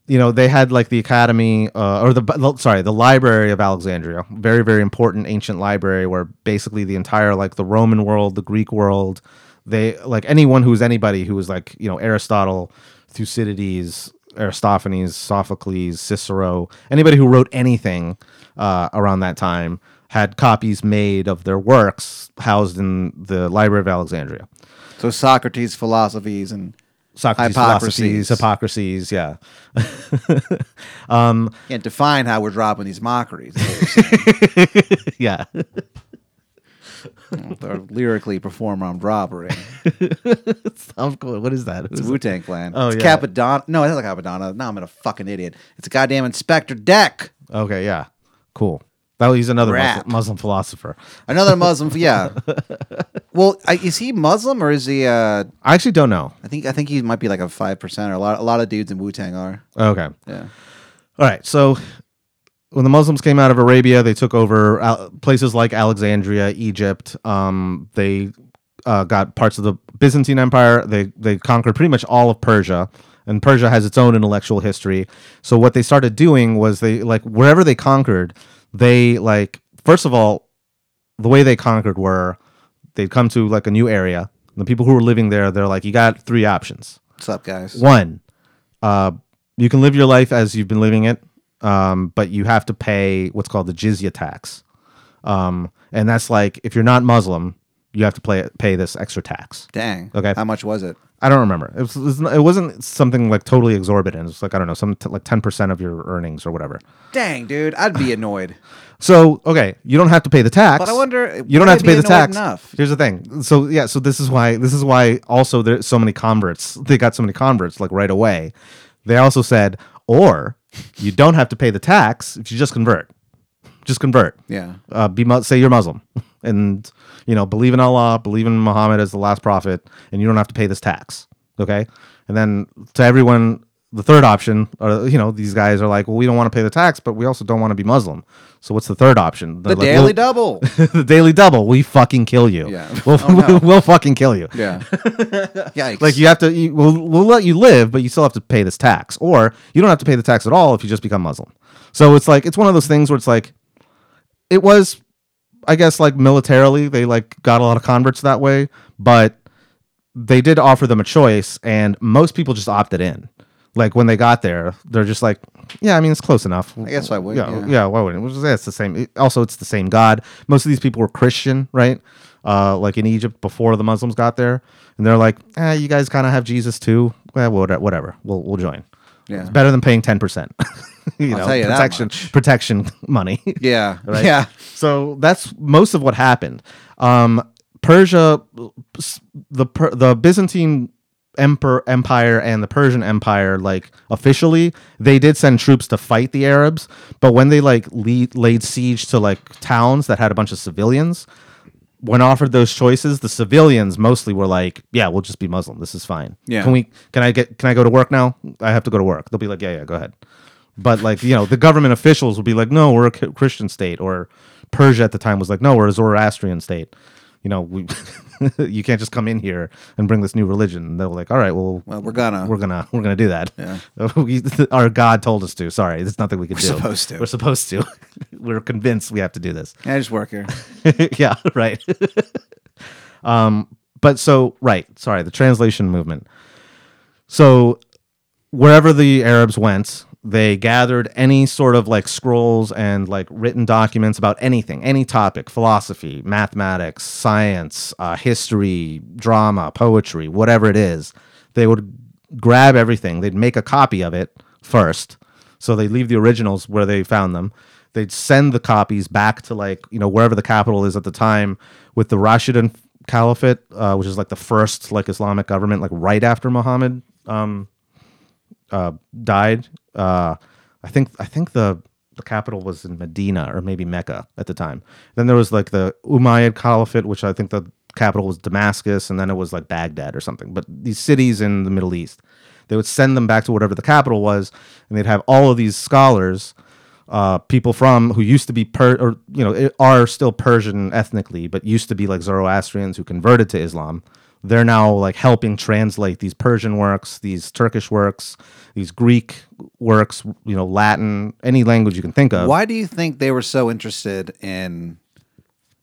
[SPEAKER 2] you know, they had like the academy uh, or the, the sorry, the library of Alexandria, very very important ancient library where basically the entire like the Roman world, the Greek world, they like anyone who was anybody who was like, you know, Aristotle, Thucydides, Aristophanes, Sophocles, Cicero, anybody who wrote anything uh, around that time had copies made of their works housed in the Library of Alexandria.
[SPEAKER 3] so Socrates' philosophies and
[SPEAKER 2] Socrates,
[SPEAKER 3] Hypocrasies.
[SPEAKER 2] hypocrisies, hypocrisies, yeah.
[SPEAKER 3] can't define how we're dropping these mockeries.
[SPEAKER 2] yeah.
[SPEAKER 3] They're lyrically perform armed robbery.
[SPEAKER 2] Of course. What is that? Who's-
[SPEAKER 3] It's Wu Tang Clan.
[SPEAKER 2] Oh,
[SPEAKER 3] it's
[SPEAKER 2] yeah.
[SPEAKER 3] Capadonna. No, it's not Capadonna. No, I'm a fucking idiot. It's a goddamn Inspector Deck.
[SPEAKER 2] okay, yeah. Cool. That was he's another
[SPEAKER 3] Rap.
[SPEAKER 2] Muslim, Muslim philosopher.
[SPEAKER 3] Another Muslim. yeah. Well, I, is he Muslim or is he? Uh,
[SPEAKER 2] I actually don't know.
[SPEAKER 3] I think I think he might be like a five percent. Or a lot. A lot of dudes in Wu Tang are.
[SPEAKER 2] Okay.
[SPEAKER 3] Yeah.
[SPEAKER 2] All right. So when the Muslims came out of Arabia, they took over uh, places like Alexandria, Egypt. Um, they uh, got parts of the Byzantine Empire. They they conquered pretty much all of Persia, and Persia has its own intellectual history. So what they started doing was they like wherever they conquered, they like first of all, the way they conquered were they'd come to like a new area. The people who were living there, they're like, you got three options.
[SPEAKER 3] What's up, guys?
[SPEAKER 2] One, uh, you can live your life as you've been living it, um, but you have to pay what's called the jizya tax, um, and that's like if you're not Muslim, you have to play, pay this extra tax.
[SPEAKER 3] Dang.
[SPEAKER 2] Okay.
[SPEAKER 3] How much was it?
[SPEAKER 2] I don't remember. It, was, it was- it wasn't something like totally exorbitant. It was like I don't know, some t- like ten percent of your earnings or whatever.
[SPEAKER 3] Dang, dude, I'd be annoyed.
[SPEAKER 2] So okay, you don't have to pay the tax.
[SPEAKER 3] But I wonder,
[SPEAKER 2] You don't
[SPEAKER 3] would
[SPEAKER 2] have
[SPEAKER 3] I
[SPEAKER 2] to pay
[SPEAKER 3] be
[SPEAKER 2] the
[SPEAKER 3] annoyed
[SPEAKER 2] tax.
[SPEAKER 3] enough?
[SPEAKER 2] Here's the thing. So yeah, so this is why this is why also there's so many converts. They got so many converts like right away. They also said, or you don't have to pay the tax if you just convert. Just convert.
[SPEAKER 3] Yeah.
[SPEAKER 2] Uh, be mu- say you're Muslim, and you know believe in Allah, believe in Muhammad as the last prophet, and you don't have to pay this tax. Okay, and then to everyone, the third option, or you know, these guys are like, well, we don't want to pay the tax, but we also don't want to be Muslim. So what's the third option?
[SPEAKER 3] The
[SPEAKER 2] They're like,
[SPEAKER 3] Daily
[SPEAKER 2] "Well,
[SPEAKER 3] Double.
[SPEAKER 2] the Daily Double, we fucking kill you.
[SPEAKER 3] Yeah.
[SPEAKER 2] We'll,
[SPEAKER 3] Oh, no.
[SPEAKER 2] we'll fucking kill you.
[SPEAKER 3] Yeah. Yikes.
[SPEAKER 2] Like you have to, you, we'll, we'll let you live, but you still have to pay this tax, or you don't have to pay the tax at all if you just become Muslim. So it's like it's one of those things where it's like, it was, I guess, like militarily they like got a lot of converts that way, but they did offer them a choice, and most people just opted in. Like when they got there, they're just like, yeah, I mean it's close enough. I
[SPEAKER 3] guess I would, yeah.
[SPEAKER 2] yeah, why wouldn't? It? It's the same. it- also, it's the same God. Most of these people were Christian, right? Uh, like in Egypt before the Muslims got there, and they're like, eh, you guys kind of have Jesus too. Eh, Well, whatever, whatever. We'll we'll join.
[SPEAKER 3] Yeah.
[SPEAKER 2] It's better than paying ten percent. you
[SPEAKER 3] I'll
[SPEAKER 2] know,
[SPEAKER 3] tell you that
[SPEAKER 2] protection
[SPEAKER 3] much.
[SPEAKER 2] protection money.
[SPEAKER 3] yeah.
[SPEAKER 2] right?
[SPEAKER 3] Yeah.
[SPEAKER 2] So that's most of what happened. Um, Persia, the Per- the Byzantine emperor empire and the Persian empire, like officially, they did send troops to fight the Arabs. But when they like lead, laid siege to like towns that had a bunch of civilians, when offered those choices, the civilians mostly were like, "Yeah, we'll just be Muslim. This is fine.
[SPEAKER 3] Yeah.
[SPEAKER 2] Can we? Can I get? Can I go to work now? I have to go to work." They'll be like, "Yeah, yeah, go ahead." But like you know, the government officials will be like, "No, we're a Ch- Christian state," or Persia at the time was like, "No, we're a Zoroastrian state." You know, we, you can't just come in here and bring this new religion. And they were like, "All right, well,
[SPEAKER 3] Well, we're gonna.
[SPEAKER 2] we're gonna we're gonna do that. Yeah. Our God told us to. Sorry, there's nothing we can do.
[SPEAKER 3] supposed to.
[SPEAKER 2] We're supposed to. we're convinced we have to do this."
[SPEAKER 3] I just work here.
[SPEAKER 2] yeah, right. um, but so right, sorry, the translation movement. So wherever the Arabs went, they gathered any sort of like scrolls and like written documents about anything, any topic, philosophy, mathematics, science, uh, history, drama, poetry, whatever it is. They would grab everything. They'd make a copy of it first. So they leave the originals where they found them. They'd send the copies back to like you know wherever the capital is at the time with the Rashidun Caliphate, uh, which is like the first like Islamic government, like right after Muhammad died. Uh, I think I think the the capital was in Medina or maybe Mecca at the time. Then there was like the Umayyad Caliphate, which I think the capital was Damascus, and then it was like Baghdad or something. But these cities in the Middle East, they would send them back to whatever the capital was, and they'd have all of these scholars. Uh, people from who used to be per or you know i- are still Persian ethnically, but used to be like Zoroastrians who converted to Islam they're now like helping translate these Persian works, these Turkish works, these Greek works, you know, Latin, any language you can think of.
[SPEAKER 3] Why do you think they were so interested in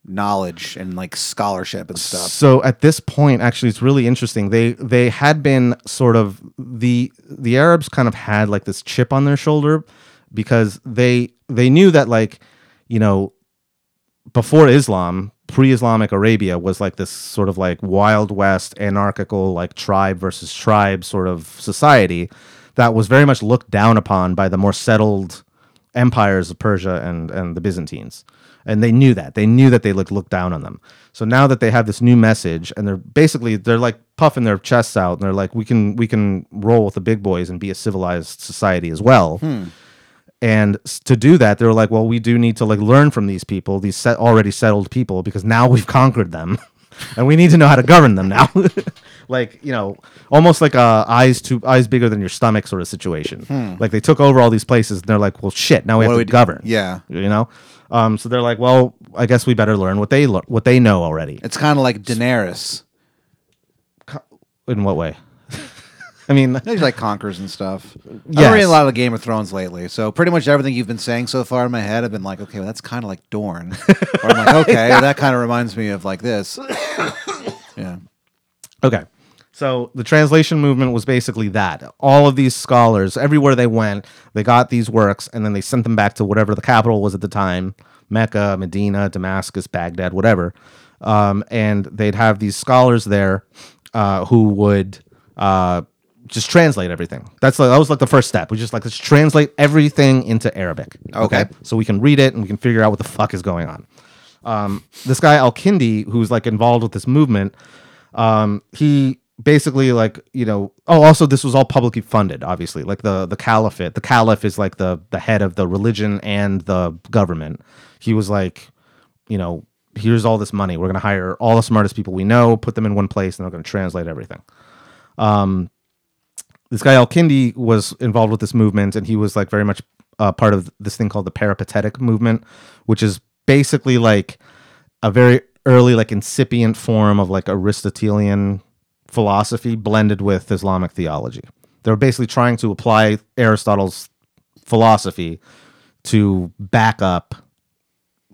[SPEAKER 3] knowledge and like scholarship and stuff?
[SPEAKER 2] So at this point, actually, it's really interesting. They they had been sort of the the Arabs kind of had like this chip on their shoulder because they they knew that like you know before Islam, pre-Islamic Arabia was like this sort of like wild west anarchical like tribe versus tribe sort of society that was very much looked down upon by the more settled empires of Persia and and the Byzantines. And they knew that. They knew that they looked looked down on them. So now that they have this new message and they're basically they're like puffing their chests out and they're like we can we can roll with the big boys and be a civilized society as well and s- to do that they were like well we do need to like learn from these people these set, already settled people because now we've conquered them and we need to know how to govern them now like you know almost like a eyes too eyes bigger than your stomach sort of situation like they took over all these places and they're like well shit now we
[SPEAKER 3] Hmm. What
[SPEAKER 2] have to
[SPEAKER 3] do we do?
[SPEAKER 2] govern
[SPEAKER 3] Yeah.
[SPEAKER 2] you know um, so they're like well i guess we better learn what they lo- what they know already
[SPEAKER 3] It's kind of like Daenerys.
[SPEAKER 2] in what way I mean,
[SPEAKER 3] He's like conquers and stuff. I've
[SPEAKER 2] Yes.
[SPEAKER 3] been reading a lot of Game of Thrones lately, so pretty much everything you've been saying so far in my head, I've been like, okay, well, that's kind of like Dorne. or I'm like, okay, well, that kind of reminds me of like this. yeah.
[SPEAKER 2] Okay. So the translation movement was basically that. All of these scholars, everywhere they went, they got these works and then they sent them back to whatever the capital was at the time Mecca, Medina, Damascus, Baghdad, whatever. Um, and they'd have these scholars there uh, who would uh, just translate everything. That's like, that was like the first step. We just like let's translate everything into Arabic.
[SPEAKER 3] Okay.
[SPEAKER 2] so we can read it and we can figure out what the fuck is going on. Um, this guy Al Kindi, who's like involved with this movement, um, he basically like you know. Oh, also this was all publicly funded, obviously. Like the the caliphate. The caliph is like the the head of the religion and the government. He was like, you know, here's all this money. We're gonna hire all the smartest people we know, put them in one place, and they're gonna translate everything Um, this guy Al Kindi was involved with this movement, and he was like very much uh, part of this thing called the peripatetic movement, which is basically like a very early, like incipient form of like Aristotelian philosophy blended with Islamic theology. They were basically trying to apply Aristotle's philosophy to back up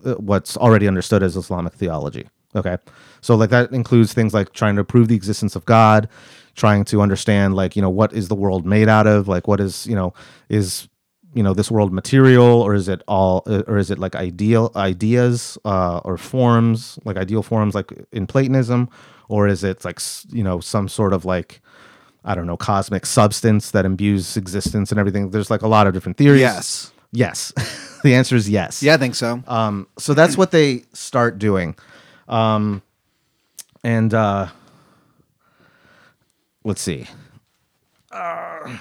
[SPEAKER 2] uh, what's already understood as Islamic theology. Okay. So like that includes things like trying to prove the existence of God, trying to understand like, you know, what is the world made out of? Like what is, you know, is you know, this world material or is it all uh, or is it like ideal ideas uh or forms, like ideal forms like in Platonism or is it like, s- you know, some sort of like I don't know, cosmic substance that imbues existence and everything. There's like a lot of different theories.
[SPEAKER 3] Yes.
[SPEAKER 2] Yes. the answer is yes.
[SPEAKER 3] Yeah, I think so.
[SPEAKER 2] Um, so that's what they start doing. Um, and uh, let's see. Uh,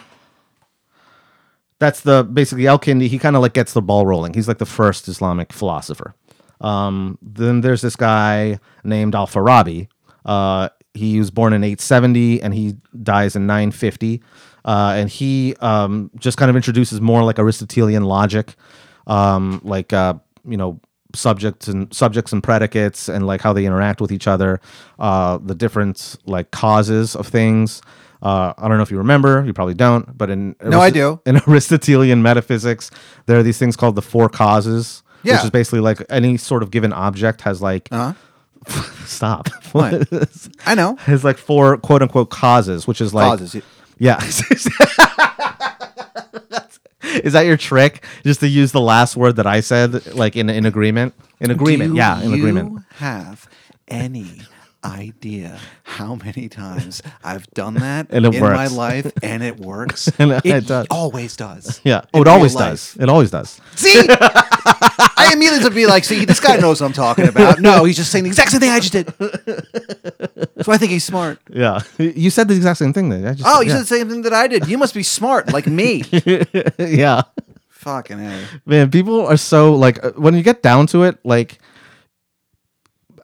[SPEAKER 2] that's the basically Al Kindi. He kind of like gets the ball rolling. He's like the first Islamic philosopher. Um, then there's this guy named Al Farabi. Uh, he was born in 870 and he dies in 950. Uh, and he um, just kind of introduces more like Aristotelian logic, um, like uh, you know subjects and subjects and predicates and like how they interact with each other, uh, the different like causes of things. Uh, I don't know if you remember, you probably don't, but in
[SPEAKER 3] No, I do.
[SPEAKER 2] in Aristotelian metaphysics, there are these things called the four causes,
[SPEAKER 3] Yeah.
[SPEAKER 2] which is basically like any sort of given object has like
[SPEAKER 3] Uh-huh.
[SPEAKER 2] stop
[SPEAKER 3] What? I know.
[SPEAKER 2] has like four quote unquote causes, which is like
[SPEAKER 3] Causes.
[SPEAKER 2] yeah. Is that your trick? Just to use the last word that I said, like in in agreement, in agreement,
[SPEAKER 3] Do
[SPEAKER 2] yeah, in
[SPEAKER 3] you
[SPEAKER 2] agreement.
[SPEAKER 3] Have any idea how many times I've done that
[SPEAKER 2] And it
[SPEAKER 3] in my
[SPEAKER 2] works.
[SPEAKER 3] life and it works?
[SPEAKER 2] And it does.
[SPEAKER 3] always does.
[SPEAKER 2] Yeah,
[SPEAKER 3] In
[SPEAKER 2] oh, it
[SPEAKER 3] real
[SPEAKER 2] always
[SPEAKER 3] life.
[SPEAKER 2] does. It always does.
[SPEAKER 3] See, I immediately would be like, "See, this guy knows what I'm talking about." No, he's just saying the exact same thing I just did. So I think he's smart.
[SPEAKER 2] Yeah, you said the exact same thing. Then I just
[SPEAKER 3] Oh, you
[SPEAKER 2] yeah.
[SPEAKER 3] said the same thing that I did. You must be smart, like me.
[SPEAKER 2] yeah.
[SPEAKER 3] Fucking a.
[SPEAKER 2] man people are so like uh, when you get down to it like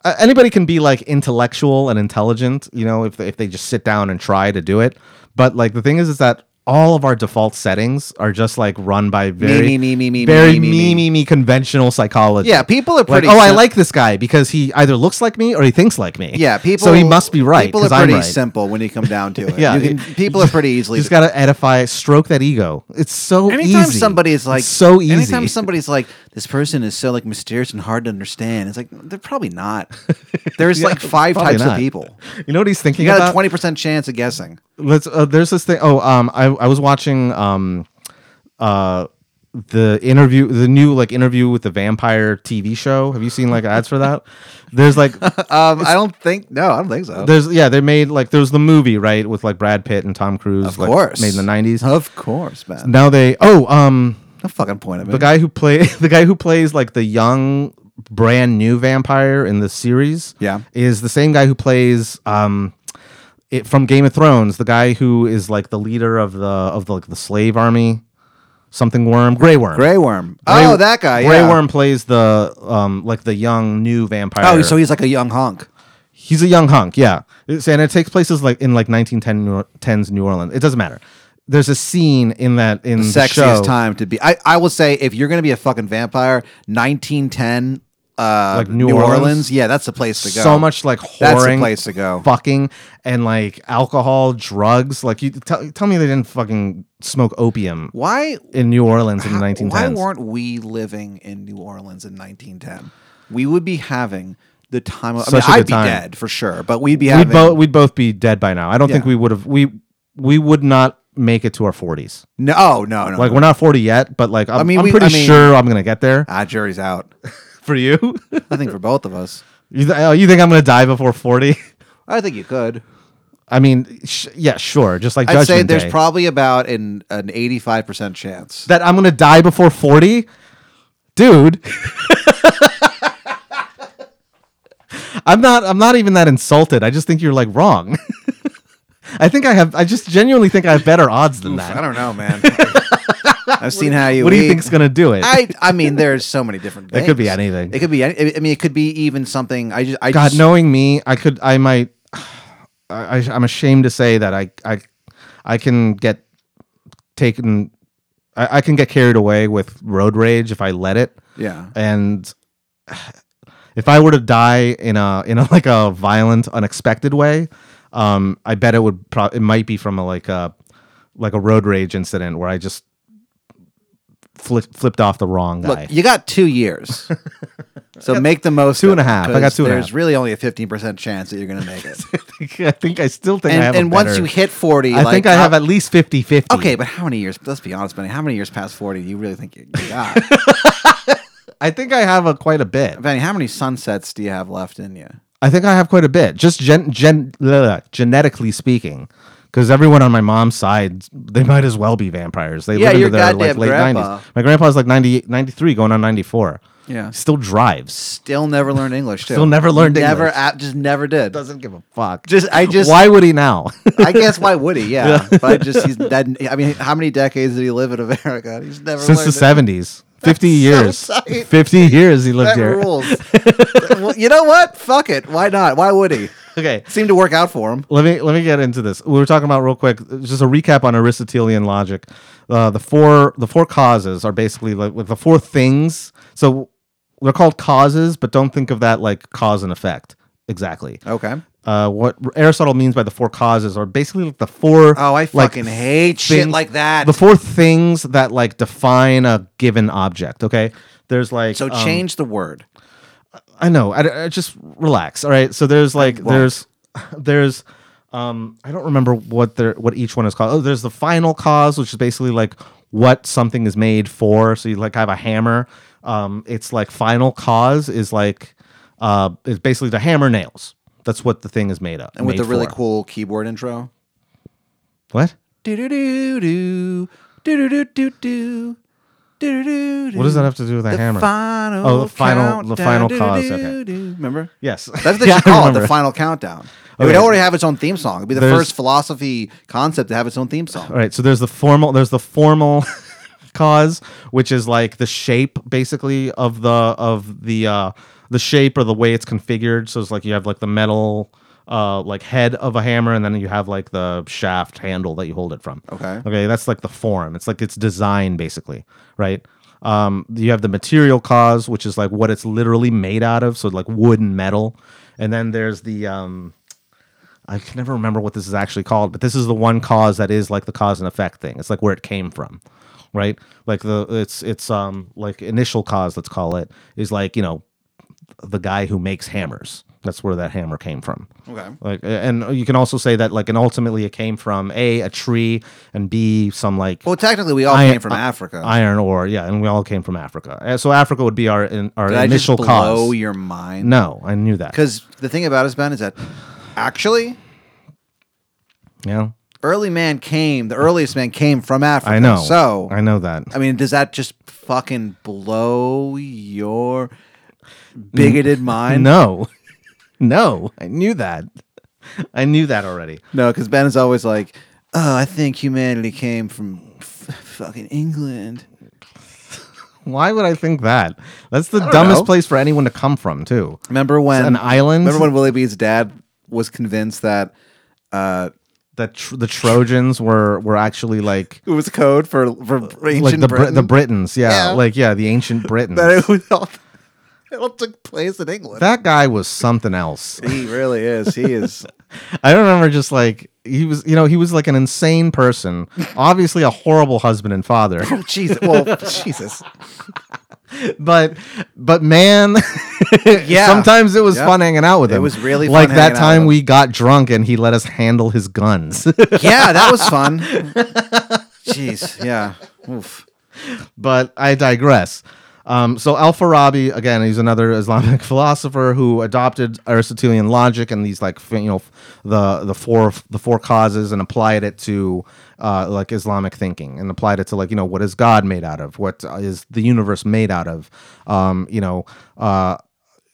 [SPEAKER 2] uh, anybody can be like intellectual and intelligent you know if they, if they just sit down and try to do it but like the thing is is that all of our default settings are just like run by very
[SPEAKER 3] me, me, me, me,
[SPEAKER 2] very
[SPEAKER 3] me, me, me.
[SPEAKER 2] me me conventional psychology
[SPEAKER 3] Yeah, people are
[SPEAKER 2] like,
[SPEAKER 3] pretty.
[SPEAKER 2] oh, I
[SPEAKER 3] sim-
[SPEAKER 2] like this guy because he either looks like me or he thinks like me.
[SPEAKER 3] Yeah, people.
[SPEAKER 2] So he must be right
[SPEAKER 3] People are
[SPEAKER 2] because
[SPEAKER 3] pretty
[SPEAKER 2] I'm right.
[SPEAKER 3] simple when you come down to it.
[SPEAKER 2] Yeah,
[SPEAKER 3] You can- people are pretty easily.
[SPEAKER 2] Just gotta edify, stroke that ego. It's so
[SPEAKER 3] Anytime
[SPEAKER 2] easy.
[SPEAKER 3] somebody's like,
[SPEAKER 2] It's so easy.
[SPEAKER 3] Anytime somebody's like, this person is so like mysterious and hard to understand. It's like they're probably not. There's
[SPEAKER 2] Yeah,
[SPEAKER 3] like five
[SPEAKER 2] probably
[SPEAKER 3] types
[SPEAKER 2] not.
[SPEAKER 3] of people.
[SPEAKER 2] you know what he's thinking
[SPEAKER 3] You got
[SPEAKER 2] about?
[SPEAKER 3] a twenty percent chance of guessing.
[SPEAKER 2] let's uh, there's this thing oh um I, I was watching um uh the interview the new like interview with the vampire tv show have you seen like ads for that there's like
[SPEAKER 3] Um, I don't think. No, I don't think so.
[SPEAKER 2] there's yeah they made like there's the movie right with like brad pitt and tom cruise of
[SPEAKER 3] course.
[SPEAKER 2] made in the 90s
[SPEAKER 3] Of course, man.
[SPEAKER 2] now they oh um
[SPEAKER 3] No fucking point of it.
[SPEAKER 2] the guy who play the guy who plays like the young brand new vampire in the series
[SPEAKER 3] Yeah.
[SPEAKER 2] is the same guy who plays um it from game of thrones the guy who is like the leader of the of the, like the slave army something worm gray worm
[SPEAKER 3] Grey Worm.
[SPEAKER 2] Grey-
[SPEAKER 3] oh, that guy.
[SPEAKER 2] gray
[SPEAKER 3] yeah.
[SPEAKER 2] worm plays the um like the young new vampire
[SPEAKER 3] Oh, so he's like a young hunk.
[SPEAKER 2] he's a young hunk yeah It's- and it takes places like in like 1910s new orleans it doesn't matter there's a scene in that in the,
[SPEAKER 3] Sexiest
[SPEAKER 2] show
[SPEAKER 3] time to be. I, I will say, if you're going to be a fucking vampire, 1910 uh,
[SPEAKER 2] Like New
[SPEAKER 3] New, Orleans?
[SPEAKER 2] Orleans?
[SPEAKER 3] Yeah, that's the place to go.
[SPEAKER 2] so much like whoring,
[SPEAKER 3] That's the place to go.
[SPEAKER 2] fucking, and like alcohol, drugs. Like you tell tell me they didn't fucking smoke opium
[SPEAKER 3] Why?
[SPEAKER 2] in New Orleans in the 1910s.
[SPEAKER 3] Why weren't we living in New Orleans in 1910? We would be having the time. Of, I mean,
[SPEAKER 2] Such a good
[SPEAKER 3] I'd be
[SPEAKER 2] time.
[SPEAKER 3] dead for sure, but we'd be
[SPEAKER 2] we'd
[SPEAKER 3] having
[SPEAKER 2] both we'd both be dead by now. I don't think
[SPEAKER 3] Yeah.
[SPEAKER 2] we would have we we would not make it to our 40s.
[SPEAKER 3] no, oh, no, no.
[SPEAKER 2] Like we're not 40 yet, but like I'm, I
[SPEAKER 3] mean,
[SPEAKER 2] am
[SPEAKER 3] we-
[SPEAKER 2] pretty
[SPEAKER 3] I mean-
[SPEAKER 2] sure I'm gonna get there
[SPEAKER 3] ah, jury's out.
[SPEAKER 2] for you.
[SPEAKER 3] I think for both of us.
[SPEAKER 2] you, th- oh, you think I'm gonna die before 40?
[SPEAKER 3] I think you could.
[SPEAKER 2] I mean, sh- yeah, sure. Just like
[SPEAKER 3] I'd
[SPEAKER 2] Judgment
[SPEAKER 3] say there's
[SPEAKER 2] Day.
[SPEAKER 3] probably about an an 85% chance.
[SPEAKER 2] that I'm gonna die before 40, dude. I'm not. I'm not even that insulted. I just think you're like wrong. I think I have. I just genuinely think I have better odds than
[SPEAKER 3] I
[SPEAKER 2] that.
[SPEAKER 3] don't know, man. I've seen how you
[SPEAKER 2] What do you
[SPEAKER 3] eat.
[SPEAKER 2] think's gonna do it?
[SPEAKER 3] I I mean, there's so many different. Things.
[SPEAKER 2] It could be anything.
[SPEAKER 3] It could be. Any, I mean, it could be even something. I just. I
[SPEAKER 2] God,
[SPEAKER 3] just,
[SPEAKER 2] knowing me, I could, I might, I, I, I'm ashamed to say that I, I, I can get taken, I, I can get carried away with road rage if I let it,
[SPEAKER 3] Yeah.
[SPEAKER 2] and if I were to die in a in a like a violent, unexpected way, um, I bet it would, pro- it might be from a like a like a road rage incident where I just flipped flipped off the wrong guy.
[SPEAKER 3] Look, you got two years, so make the most.
[SPEAKER 2] two
[SPEAKER 3] of
[SPEAKER 2] and a
[SPEAKER 3] it,
[SPEAKER 2] half. I got
[SPEAKER 3] 'cause
[SPEAKER 2] two and a
[SPEAKER 3] There's
[SPEAKER 2] half.
[SPEAKER 3] really only a 15% chance that you're going to make it.
[SPEAKER 2] I, think, I think I still think I have
[SPEAKER 3] and
[SPEAKER 2] a
[SPEAKER 3] and once
[SPEAKER 2] better-
[SPEAKER 3] you hit 40,
[SPEAKER 2] I
[SPEAKER 3] like,
[SPEAKER 2] think I
[SPEAKER 3] how-
[SPEAKER 2] have at least 50 50.
[SPEAKER 3] Okay, but how many years? Let's be honest, Benny. How many years past 40 do you really think you, you got?
[SPEAKER 2] I think I have a quite a bit.
[SPEAKER 3] Benny, how many sunsets do you have left in you?
[SPEAKER 2] I think I have quite a bit, just gen, gen blah, genetically speaking, because everyone on my mom's side, they might as well be vampires. They
[SPEAKER 3] Yeah,
[SPEAKER 2] live
[SPEAKER 3] your
[SPEAKER 2] into their like
[SPEAKER 3] goddamn
[SPEAKER 2] late
[SPEAKER 3] grandpa.
[SPEAKER 2] 90s. My grandpa's like 98, 93, going on 94.
[SPEAKER 3] Yeah.
[SPEAKER 2] Still drives.
[SPEAKER 3] Still never learned English, too.
[SPEAKER 2] Still never learned
[SPEAKER 3] never,
[SPEAKER 2] English.
[SPEAKER 3] a- just never did.
[SPEAKER 2] Doesn't give a fuck.
[SPEAKER 3] Just, I just,
[SPEAKER 2] Why would he now?
[SPEAKER 3] I guess why would he? Yeah, but I just he's that. I mean, how many decades did he live in America? He's never
[SPEAKER 2] Since
[SPEAKER 3] learned
[SPEAKER 2] the
[SPEAKER 3] it.
[SPEAKER 2] 70s. 50 years.
[SPEAKER 3] so tight.
[SPEAKER 2] 50 years he lived
[SPEAKER 3] That
[SPEAKER 2] here.
[SPEAKER 3] rules. well, you know what? Fuck it. Why not? Why would he?
[SPEAKER 2] Okay.
[SPEAKER 3] Seemed to work out for him.
[SPEAKER 2] let me let me get into this. We were talking about real quick, just a recap on Aristotelian logic. Uh, the four the four causes are basically like, like the four things. So they're called causes, but don't think of that like cause and effect exactly.
[SPEAKER 3] Okay.
[SPEAKER 2] Uh, what Aristotle means by the four causes are basically like the four
[SPEAKER 3] Oh, I
[SPEAKER 2] like,
[SPEAKER 3] fucking hate shit
[SPEAKER 2] things-
[SPEAKER 3] like that.
[SPEAKER 2] the four things that like define a given object. Okay, there's like
[SPEAKER 3] so
[SPEAKER 2] um,
[SPEAKER 3] change the word.
[SPEAKER 2] I know. I, I just relax. All right. So there's like
[SPEAKER 3] won't.
[SPEAKER 2] there's there's um I don't remember what they what each one is called. Oh, there's the final cause, which is basically like what something is made for. So you like have a hammer. Um, it's like final cause is like uh is basically the hammer nails. That's what the thing is made of.
[SPEAKER 3] And with the
[SPEAKER 2] made
[SPEAKER 3] really
[SPEAKER 2] for.
[SPEAKER 3] cool keyboard intro.
[SPEAKER 2] what?
[SPEAKER 3] Do do do do do do do do do do.
[SPEAKER 2] What does that have to do with a
[SPEAKER 3] Mm. The
[SPEAKER 2] hammer?
[SPEAKER 3] final.
[SPEAKER 2] Oh, the final- the final
[SPEAKER 3] countdown,
[SPEAKER 2] cause, okay.
[SPEAKER 3] do-do-do-do. Remember?
[SPEAKER 2] yes.
[SPEAKER 3] That's what they
[SPEAKER 2] Yeah,
[SPEAKER 3] should
[SPEAKER 2] I
[SPEAKER 3] call it,
[SPEAKER 2] remember.
[SPEAKER 3] the final countdown. It
[SPEAKER 2] Okay.
[SPEAKER 3] would already have its own theme song. It'd be the
[SPEAKER 2] There's- Uh,
[SPEAKER 3] first philosophy concept to have its own theme song.
[SPEAKER 2] All right, so there's the formal there's the formal cause, which is like the shape basically of the of the uh the shape or the way it's configured. So it's like you have like the metal uh like head of a hammer and then you have like the shaft handle that you hold it from.
[SPEAKER 3] Okay.
[SPEAKER 2] Okay, that's like the form. It's like its design basically, right? Um you have the material cause, which is like what it's literally made out of, so like wood and metal. And then there's the um I can never remember what this is actually called, but this is the one cause that is like the cause and effect thing. It's like where it came from, right? Like the it's it's um like initial cause, let's call it, is like you know the guy who makes hammers. That's where that hammer came from.
[SPEAKER 3] Okay.
[SPEAKER 2] Like, and you can also say that like and ultimately it came from a a tree and b some like
[SPEAKER 3] Well, technically, we all
[SPEAKER 2] I-
[SPEAKER 3] came from Africa.
[SPEAKER 2] iron ore. Yeah, and we all came from Africa. Uh, So Africa would be our in, our
[SPEAKER 3] Did I just
[SPEAKER 2] initial
[SPEAKER 3] blow
[SPEAKER 2] cause.
[SPEAKER 3] your mind?
[SPEAKER 2] no, I knew that.
[SPEAKER 3] Because the thing about us, Ben, is that actually,
[SPEAKER 2] Yeah,
[SPEAKER 3] early man came, the earliest man came from Africa.
[SPEAKER 2] I know.
[SPEAKER 3] So,
[SPEAKER 2] I know that.
[SPEAKER 3] I mean, does that just fucking blow your bigoted mind?
[SPEAKER 2] No, no, I knew that. I knew that already.
[SPEAKER 3] No, because Ben is always like, oh, I think humanity came from f- fucking England.
[SPEAKER 2] Why would I think that? That's the
[SPEAKER 3] don't
[SPEAKER 2] dumbest
[SPEAKER 3] know.
[SPEAKER 2] place for anyone to come from, too.
[SPEAKER 3] Remember when
[SPEAKER 2] An island?
[SPEAKER 3] Remember when Willie Bee's dad was convinced that uh,
[SPEAKER 2] That tr- the Trojans were were actually like
[SPEAKER 3] it was code for for ancient
[SPEAKER 2] like the Brit
[SPEAKER 3] Britain?
[SPEAKER 2] the Britons, yeah,
[SPEAKER 3] Yeah.
[SPEAKER 2] like yeah, the ancient Britons.
[SPEAKER 3] that it was all, it all took place in England.
[SPEAKER 2] That guy was something else.
[SPEAKER 3] he really is. He is.
[SPEAKER 2] I remember just like he was, you know, he was like an insane person, obviously a horrible husband and father,
[SPEAKER 3] oh, Jesus. Well, Jesus.
[SPEAKER 2] but but man,
[SPEAKER 3] Yeah.
[SPEAKER 2] sometimes it was
[SPEAKER 3] Yeah.
[SPEAKER 2] fun hanging out with
[SPEAKER 3] It
[SPEAKER 2] him.
[SPEAKER 3] was really fun
[SPEAKER 2] like
[SPEAKER 3] hanging out
[SPEAKER 2] that
[SPEAKER 3] with
[SPEAKER 2] time
[SPEAKER 3] him.
[SPEAKER 2] we got drunk and he let us handle his guns.
[SPEAKER 3] Yeah, that was fun. Jeez. Yeah. Oof.
[SPEAKER 2] but I digress. Um, so Al-Farabi, again, he's another Islamic philosopher who adopted Aristotelian logic and these like f- you know f- the the four the four causes and applied it to uh, like Islamic thinking and applied it to like you know what is God made out of, what is the universe made out of, um, you know. Uh,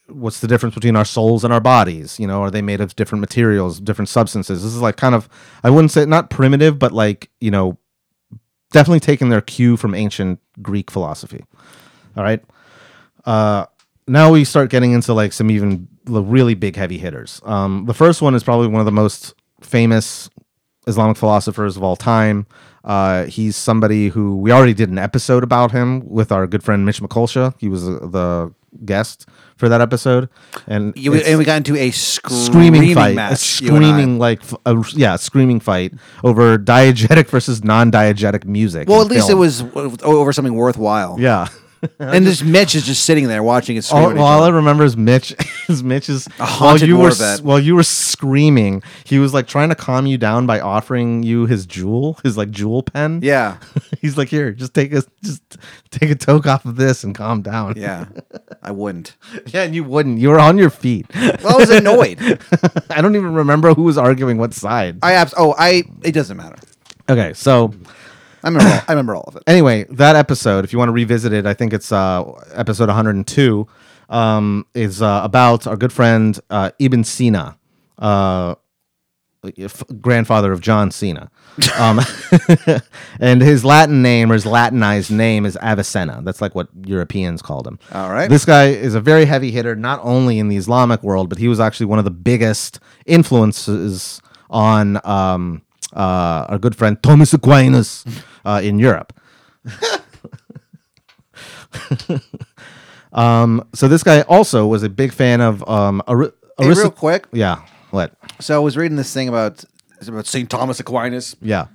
[SPEAKER 2] what's the difference between our souls and our bodies you know are they made of different materials different substances this is like kind of i wouldn't say not primitive but like you know definitely taking their cue from ancient greek philosophy all right uh now we start getting into like some even the really big heavy hitters um the first one is probably one of the most famous islamic philosophers of all time uh, he's somebody who we already did an episode about him with our good friend Mitch McCulsha. He was uh, the guest for that episode, and
[SPEAKER 3] You,
[SPEAKER 2] it's-
[SPEAKER 3] and we got into a screaming,
[SPEAKER 2] screaming, fight, a
[SPEAKER 3] match. you and I.
[SPEAKER 2] screaming like f- a, yeah, a screaming fight over diegetic versus non-diegetic music.
[SPEAKER 3] Well,
[SPEAKER 2] and
[SPEAKER 3] at least
[SPEAKER 2] film.
[SPEAKER 3] it was o- over something worthwhile.
[SPEAKER 2] yeah.
[SPEAKER 3] And this Mitch is just sitting there watching it.
[SPEAKER 2] All,
[SPEAKER 3] Scream at each
[SPEAKER 2] well, all I
[SPEAKER 3] other.
[SPEAKER 2] remember is Mitch. Is Mitch's while
[SPEAKER 3] haunted
[SPEAKER 2] you
[SPEAKER 3] war
[SPEAKER 2] were s-
[SPEAKER 3] vet.
[SPEAKER 2] while you were screaming, he was like trying to calm you down by offering you his jewel, his like jewel pen.
[SPEAKER 3] yeah,
[SPEAKER 2] he's like, here, just take a just take a toke off of this and calm down.
[SPEAKER 3] yeah. I wouldn't.
[SPEAKER 2] yeah, and you wouldn't. You were on your feet.
[SPEAKER 3] Well, I was annoyed.
[SPEAKER 2] I don't even remember who was arguing what side.
[SPEAKER 3] I abs- oh, I it doesn't matter.
[SPEAKER 2] okay, so
[SPEAKER 3] I remember. All, I remember all of it.
[SPEAKER 2] anyway, that episode, if you want to revisit it, I think it's uh, episode 102, um, is uh, about our good friend uh, Ibn Sina, uh, if- grandfather of John Cena. Um, and his Latin name or his Latinized name is Avicenna. That's like what Europeans called him.
[SPEAKER 3] All right.
[SPEAKER 2] This guy is a very heavy hitter, not only in the Islamic world, but he was actually one of the biggest influences on um, uh, our good friend Thomas Aquinas uh, in Europe. um, so this guy also was a big fan of um, Ari-
[SPEAKER 3] Hey,
[SPEAKER 2] Arist-
[SPEAKER 3] real quick.
[SPEAKER 2] yeah, what?
[SPEAKER 3] So I was reading this thing about it's about Saint Thomas Aquinas.
[SPEAKER 2] Yeah.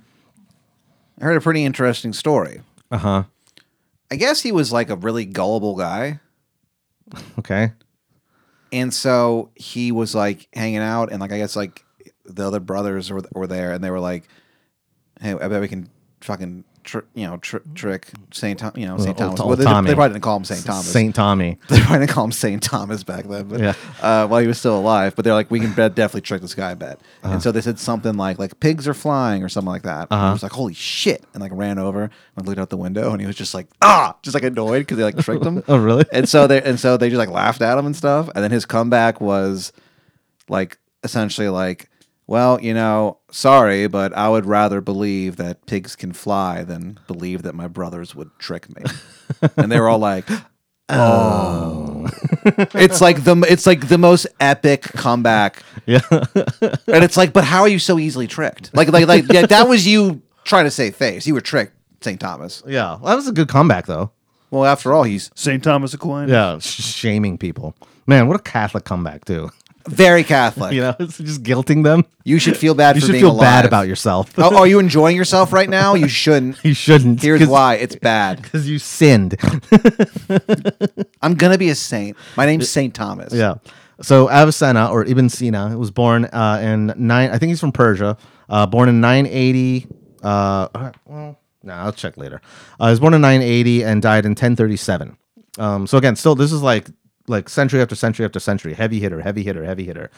[SPEAKER 3] I heard a pretty interesting story.
[SPEAKER 2] Uh huh.
[SPEAKER 3] I guess he was like a really gullible guy.
[SPEAKER 2] Okay.
[SPEAKER 3] And so he was like hanging out, and like I guess like the other brothers were, were there, and they were like, "Hey, I bet we can fucking tr- you know tr- trick Saint Tom, you know Saint
[SPEAKER 2] old-
[SPEAKER 3] Thomas."
[SPEAKER 2] old
[SPEAKER 3] Well, they, they
[SPEAKER 2] Tommy.
[SPEAKER 3] probably didn't call him Saint Thomas.
[SPEAKER 2] Saint Tommy.
[SPEAKER 3] they probably didn't call him Saint Thomas back then, but
[SPEAKER 2] Yeah.
[SPEAKER 3] uh, while he was still alive. But they're like, "We can bet definitely trick this guy, I bet." And so they said something like like pigs are flying or something like that. And He was like, "Holy shit!" and like ran over and looked out the window, and he was just like, "Ah!" just like annoyed because they like tricked him
[SPEAKER 2] Oh, really?
[SPEAKER 3] and so they and so they just like laughed at him and stuff. And then his comeback was like essentially like, well, you know, sorry, but I would rather believe that pigs can fly than believe that my brothers would trick me. and they were all like, oh. it's like the it's like the most epic comeback.
[SPEAKER 2] Yeah.
[SPEAKER 3] And it's like, but how are you so easily tricked? Like like like yeah, that was you trying to save face. You were tricked, St. Thomas.
[SPEAKER 2] yeah. Well, that was a good comeback, though.
[SPEAKER 3] Well, after all, he's
[SPEAKER 1] St. Thomas Aquinas.
[SPEAKER 2] Yeah. sh- Shaming people. Man, what a Catholic comeback, too.
[SPEAKER 3] very Catholic.
[SPEAKER 2] You know, it's just guilting them.
[SPEAKER 3] You should feel bad
[SPEAKER 2] You
[SPEAKER 3] for
[SPEAKER 2] should
[SPEAKER 3] being
[SPEAKER 2] feel
[SPEAKER 3] alive.
[SPEAKER 2] bad about yourself.
[SPEAKER 3] oh, are you enjoying yourself right now? You shouldn't.
[SPEAKER 2] you shouldn't.
[SPEAKER 3] Here's
[SPEAKER 2] cause,
[SPEAKER 3] why it's bad.
[SPEAKER 2] 'cause you sinned.
[SPEAKER 3] I'm going to be a saint. My name's Saint Thomas.
[SPEAKER 2] yeah. So Avicenna or Ibn Sina was born uh, in nine. I think he's from Persia. Uh, born in 980. Uh, all right, well, no, I'll check later. Uh, he was born in 980 and died in 1037. Um, so again, still this is like like century after century after century, heavy hitter, heavy hitter, heavy hitter.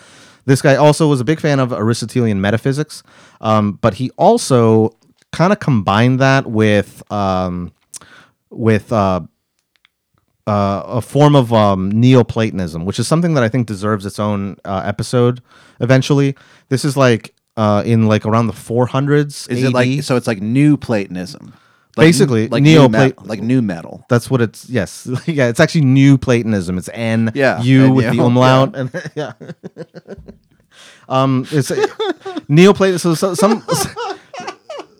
[SPEAKER 2] This guy also was a big fan of Aristotelian metaphysics, um, but he also kind of combined that with um, with uh, uh, a form of um, Neoplatonism, which is something that I think deserves its own uh, episode eventually. This is like uh, in like around the 400s.
[SPEAKER 3] Is
[SPEAKER 2] AD.
[SPEAKER 3] it like so? It's like new Platonism. Like,
[SPEAKER 2] Basically,
[SPEAKER 3] new
[SPEAKER 2] Neoplat-
[SPEAKER 3] met- like new metal.
[SPEAKER 2] That's what it's. Yes, yeah. It's actually new Platonism. It's N
[SPEAKER 3] Yeah,
[SPEAKER 2] U
[SPEAKER 3] and
[SPEAKER 2] with the
[SPEAKER 3] you,
[SPEAKER 2] umlaut and yeah. um, it's Neoplatonism. So, so some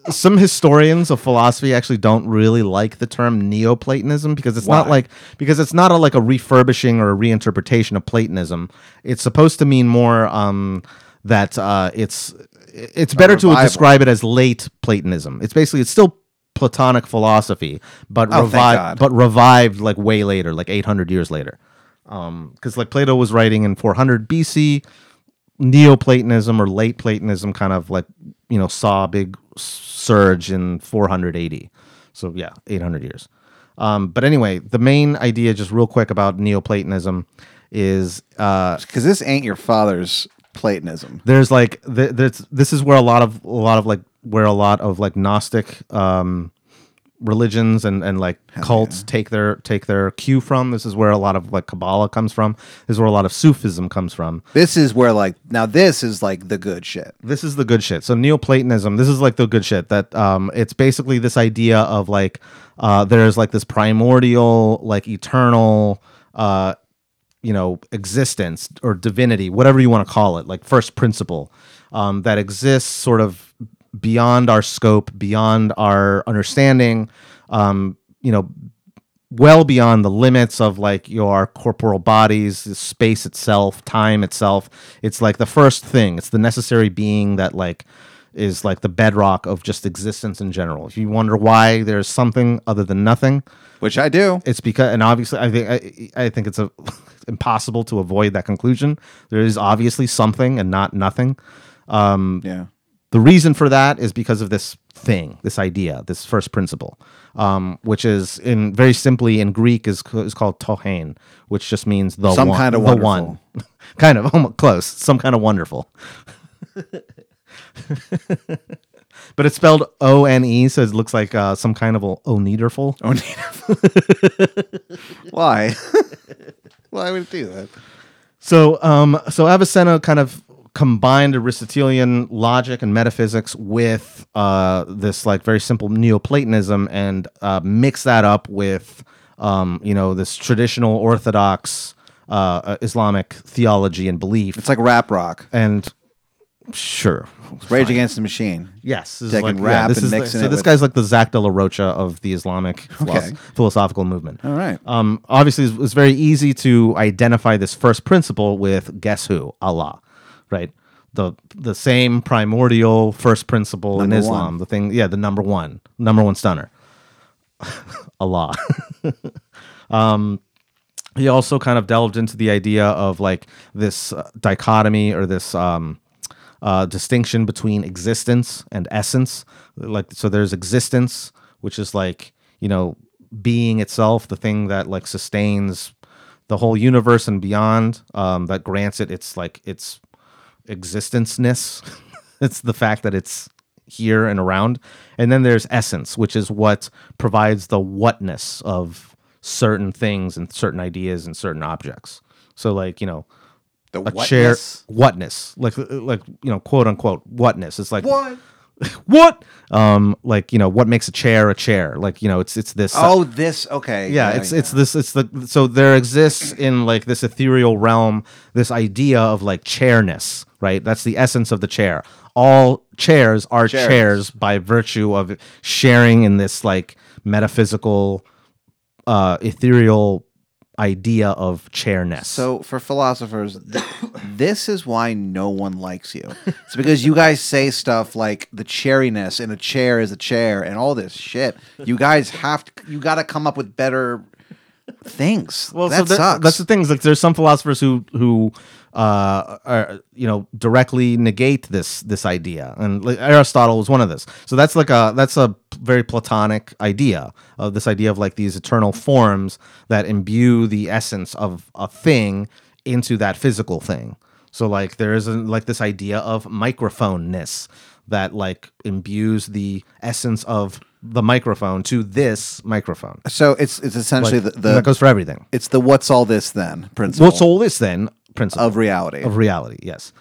[SPEAKER 2] some historians of philosophy actually don't really like the term Neoplatonism because it's not
[SPEAKER 3] Why?
[SPEAKER 2] like because it's not a, like a refurbishing or a reinterpretation of Platonism. It's supposed to mean more um, that uh, it's it's better to
[SPEAKER 3] revival.
[SPEAKER 2] describe it as late Platonism. It's basically it's still Platonic philosophy, but
[SPEAKER 3] Oh, thank
[SPEAKER 2] revived
[SPEAKER 3] God.
[SPEAKER 2] but revived like way later, like eight hundred years later. Because like Plato was writing in four hundred BC, Neoplatonism or late Platonism kind of like you know saw a big surge in 480. So yeah, 800 years. Um, but anyway, the main idea, just real quick about Neoplatonism, is uh,
[SPEAKER 3] because this ain't your father's Platonism.
[SPEAKER 2] there's like th- there's, this is where a lot of a lot of like where a lot of like Gnostic um, religions and and like cults take their take their cue from. This is where a lot of like Kabbalah comes from. This is where a lot of Sufism comes from.
[SPEAKER 3] This is where like now this is like the good shit.
[SPEAKER 2] this is the good shit. So Neoplatonism, this is like the good shit that um it's basically this idea of like uh there's like this primordial like eternal uh you know existence or divinity, whatever you want to call it, like first principle um that exists sort of beyond our scope, beyond our understanding, um you know well beyond the limits of like your corporal bodies, the space itself, time itself. It's like the first thing. It's the necessary being that like is like the bedrock of just existence in general. If you wonder why there's something other than nothing,
[SPEAKER 3] Which I do.
[SPEAKER 2] it's because and obviously I think I, I think it's a, impossible to avoid that conclusion. There is obviously something and not nothing.
[SPEAKER 3] Yeah.
[SPEAKER 2] The reason for that is because of this thing, this idea, this first principle, um, which is in very simply in Greek is is called tohen, which just means the
[SPEAKER 3] Some
[SPEAKER 2] one,
[SPEAKER 3] kind of
[SPEAKER 2] the one, kind of almost close, some kind of wonderful. but it's spelled O N E, so it looks like uh, some kind of o- oneederful.
[SPEAKER 3] Oh, Why? Why would it do that?
[SPEAKER 2] So, um, so Avicenna kind of combined Aristotelian logic and metaphysics with uh, this like very simple Neoplatonism, and uh, mixed that up with um, you know this traditional Orthodox uh, uh, Islamic theology and belief,
[SPEAKER 3] It's like rap rock.
[SPEAKER 2] and sure,
[SPEAKER 3] Rage Against the Machine.
[SPEAKER 2] yes, this
[SPEAKER 3] Taking rap
[SPEAKER 2] this
[SPEAKER 3] and
[SPEAKER 2] is the-
[SPEAKER 3] mixing
[SPEAKER 2] so
[SPEAKER 3] it
[SPEAKER 2] this
[SPEAKER 3] with-
[SPEAKER 2] guy's like the Zach de la Rocha of the Islamic philos-
[SPEAKER 3] Okay.
[SPEAKER 2] philosophical movement.
[SPEAKER 3] All right.
[SPEAKER 2] Um, obviously, it's, it's very easy to identify this first principle with guess who? Allah, right? The the same primordial first principle
[SPEAKER 3] Number
[SPEAKER 2] in
[SPEAKER 3] one.
[SPEAKER 2] Islam. The thing, yeah, the number one, number one stunner, Allah. Um, he also kind of delved into the idea of like this uh, dichotomy or this um, uh, distinction between existence and essence. Like, so there's existence, which is like, you know, being itself, the thing that like sustains the whole universe and beyond, um, that grants it its like its existence-ness. it's the fact that it's here and around. And then there's essence, which is what provides the whatness of certain things and certain ideas and certain objects. So like, you know,
[SPEAKER 3] The
[SPEAKER 2] a chair
[SPEAKER 3] whatness?
[SPEAKER 2] whatness. Like like, you know, quote unquote whatness. It's like
[SPEAKER 3] What?
[SPEAKER 2] what? Um like, you know, what makes a chair a chair? Like, you know, it's it's this
[SPEAKER 3] Oh, this. Okay.
[SPEAKER 2] yeah, it's it's this it's the so there exists in like this ethereal realm this idea of like chairness, right? That's the essence of the chair. All chairs are
[SPEAKER 3] Chairs.
[SPEAKER 2] chairs by virtue of sharing in this like metaphysical uh ethereal idea of chairness.
[SPEAKER 3] So for philosophers, th- this is why no one likes you. It's because you guys say stuff like the chairiness and a chair is a chair and all this shit. You guys have to. You got to come up with better things. Well, that
[SPEAKER 2] so
[SPEAKER 3] sucks.
[SPEAKER 2] That's the thing. is, Like, there's some philosophers who who uh, are you know directly negate this this idea, and like, Aristotle was one of this. So that's like a that's a very Platonic idea of this idea of like these eternal forms that imbue the essence of a thing into that physical thing. So like there is a, like this idea of microphoneness that like imbues the essence of the microphone to this microphone.
[SPEAKER 3] so it's it's essentially
[SPEAKER 2] Like,
[SPEAKER 3] the,
[SPEAKER 2] and that
[SPEAKER 3] the
[SPEAKER 2] goes for everything.
[SPEAKER 3] it's the what's all this then principle
[SPEAKER 2] What's all this then? Principle
[SPEAKER 3] of reality.
[SPEAKER 2] of reality. Yes.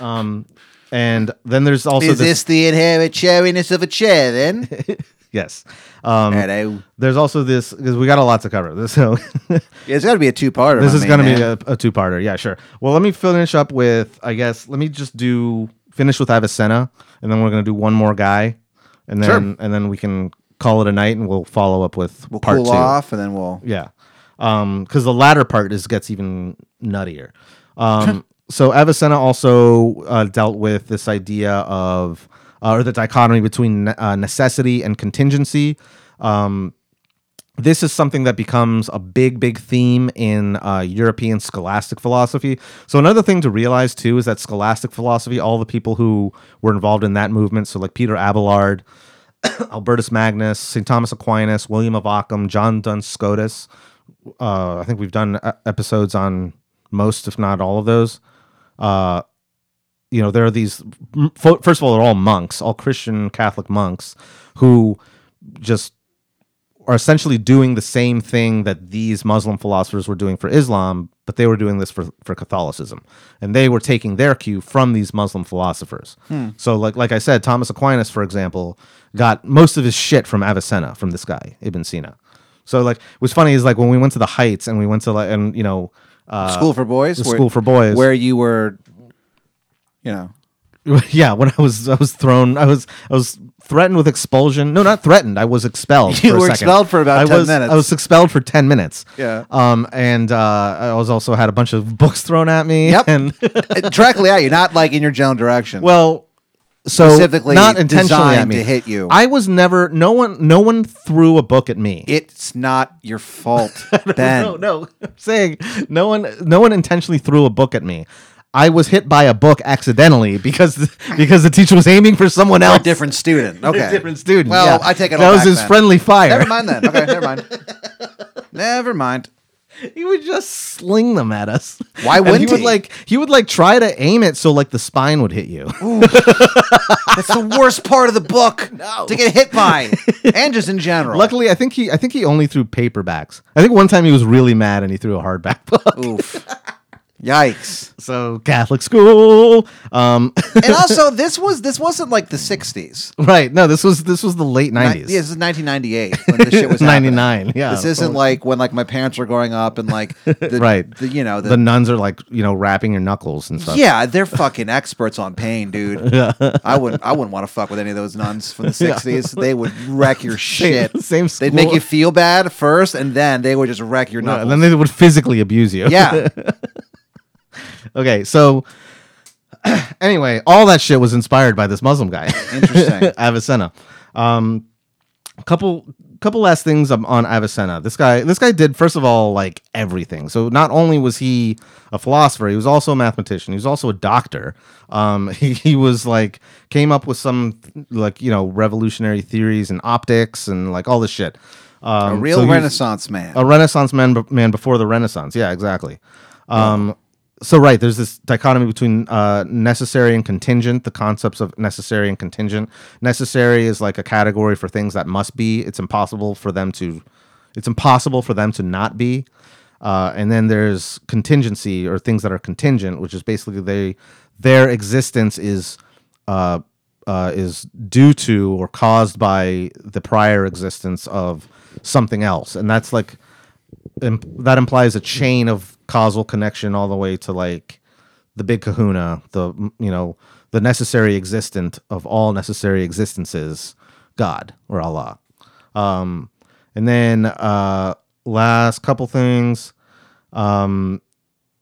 [SPEAKER 2] um, and then there's also
[SPEAKER 3] is this the inherent chairiness of a chair then?
[SPEAKER 2] yes. Um,
[SPEAKER 3] Hello.
[SPEAKER 2] there's also this because we got a lot to cover. This- So
[SPEAKER 3] Yeah, it's got to be a two-parter.
[SPEAKER 2] this
[SPEAKER 3] my
[SPEAKER 2] is going to
[SPEAKER 3] Oh, man.
[SPEAKER 2] be a, a two-parter. Yeah, sure. Well, let me finish up with I guess let me just do finish with Avicenna, and then we're gonna do one more guy, and then
[SPEAKER 3] Sure.
[SPEAKER 2] and then we can call it a night, and we'll follow up with
[SPEAKER 3] We'll
[SPEAKER 2] part
[SPEAKER 3] cool
[SPEAKER 2] two.
[SPEAKER 3] off, and then we'll.
[SPEAKER 2] Yeah, because the latter part is gets even nuttier. Um, so Avicenna also uh, dealt with this idea of uh, or the dichotomy between ne- uh, necessity and contingency. Um, this is something that becomes a big, big theme in uh, European scholastic philosophy. So, another thing to realize too is that scholastic philosophy, all the people who were involved in that movement, so like Peter Abelard, Albertus Magnus, St. Thomas Aquinas, William of Ockham, John Duns Scotus. Uh, I think we've done uh, episodes on most, if not all of those. Uh, you know, there are these, m- fo- first of all, they're all monks, all Christian Catholic monks who just are essentially doing the same thing that these Muslim philosophers were doing for Islam, but they were doing this for, for Catholicism. And they were taking their cue from these Muslim philosophers. So like like I said, Thomas Aquinas, for example, got most of his shit from Avicenna, from this guy, Ibn Sina. So like what's funny is like when we went to the heights and we went to like and you know uh,
[SPEAKER 3] School for boys.
[SPEAKER 2] the school for boys.
[SPEAKER 3] Where you were, you know,
[SPEAKER 2] yeah, when I was I was thrown, I was I was threatened with expulsion. No, not threatened. I was expelled.
[SPEAKER 3] You
[SPEAKER 2] for a
[SPEAKER 3] were
[SPEAKER 2] second.
[SPEAKER 3] expelled for about
[SPEAKER 2] I
[SPEAKER 3] 10
[SPEAKER 2] was,
[SPEAKER 3] minutes.
[SPEAKER 2] I was expelled for ten minutes.
[SPEAKER 3] Yeah.
[SPEAKER 2] Um, and uh, I was also had a bunch of books thrown at me.
[SPEAKER 3] Yep.
[SPEAKER 2] And
[SPEAKER 3] Uh, directly at you, not like in your general direction.
[SPEAKER 2] well, so
[SPEAKER 3] Specifically
[SPEAKER 2] not intentionally at
[SPEAKER 3] designed
[SPEAKER 2] me
[SPEAKER 3] to hit you.
[SPEAKER 2] I was never. No one. No one threw a book at me.
[SPEAKER 3] it's not your fault, Ben.
[SPEAKER 2] No, no. I'm saying no one no one intentionally threw a book at me. I was hit by a book accidentally because because the teacher was aiming for someone
[SPEAKER 3] A
[SPEAKER 2] else.
[SPEAKER 3] different student. Okay.
[SPEAKER 2] A different student. yeah.
[SPEAKER 3] Well, I take it
[SPEAKER 2] That
[SPEAKER 3] all
[SPEAKER 2] was
[SPEAKER 3] back
[SPEAKER 2] his
[SPEAKER 3] then.
[SPEAKER 2] friendly fire.
[SPEAKER 3] Never mind then. Okay, never mind. never mind.
[SPEAKER 2] He would just sling them at us.
[SPEAKER 3] Why
[SPEAKER 2] And he?
[SPEAKER 3] wouldn't
[SPEAKER 2] Would
[SPEAKER 3] he?
[SPEAKER 2] like he would like try to aim it so like the spine would hit you.
[SPEAKER 3] That's the worst part of the book to get hit by, and just in general.
[SPEAKER 2] Luckily, I think he I think he only threw paperbacks. I think one time he was really mad and he threw a hardback book.
[SPEAKER 3] Oof. Yikes.
[SPEAKER 2] So Catholic school. Um,
[SPEAKER 3] And also, this was this wasn't like the '60s.
[SPEAKER 2] right. No, this was this was the late
[SPEAKER 3] Ni-
[SPEAKER 2] nineties.
[SPEAKER 3] Yeah, this is 1998 when this shit was happening.
[SPEAKER 2] 99. Yeah.
[SPEAKER 3] This isn't like when like my parents were growing up and like the,
[SPEAKER 2] Right.
[SPEAKER 3] the, you know
[SPEAKER 2] the,
[SPEAKER 3] the,
[SPEAKER 2] nuns are like you know wrapping your knuckles and stuff.
[SPEAKER 3] yeah they're fucking experts on pain, dude. I wouldn't I wouldn't want to fuck with any of those nuns from the 60s. They would wreck your shit.
[SPEAKER 2] same
[SPEAKER 3] They'd make
[SPEAKER 2] school.
[SPEAKER 3] you feel bad first, and then they would just wreck your
[SPEAKER 2] Uh,
[SPEAKER 3] knuckles.
[SPEAKER 2] and then they would physically abuse you.
[SPEAKER 3] yeah,
[SPEAKER 2] okay. So anyway, all that shit was inspired by this Muslim guy,
[SPEAKER 3] interesting.
[SPEAKER 2] Avicenna. Um, couple couple last things um, on Avicenna. This guy this guy did first of all like everything. So not only was he a philosopher, he was also a mathematician. He was also a doctor. Um, he, he was like came up with some like you know revolutionary theories and optics and like all this shit. Um,
[SPEAKER 3] A real
[SPEAKER 2] so he was-
[SPEAKER 3] Renaissance man.
[SPEAKER 2] a Renaissance man, b- man before the Renaissance. Yeah, exactly. Um, So right, there's this dichotomy between uh, necessary and contingent. The concepts of necessary and contingent. Necessary is like a category for things that must be. It's impossible for them to. It's impossible for them to not be. Uh, and then there's contingency or things that are contingent, which is basically they their existence is uh, uh, is due to or caused by the prior existence of something else, and that's like imp- that implies a chain of causal connection all the way to like the big kahuna the mm, you know the necessary existent of all necessary existences god or allah um and then uh last couple things um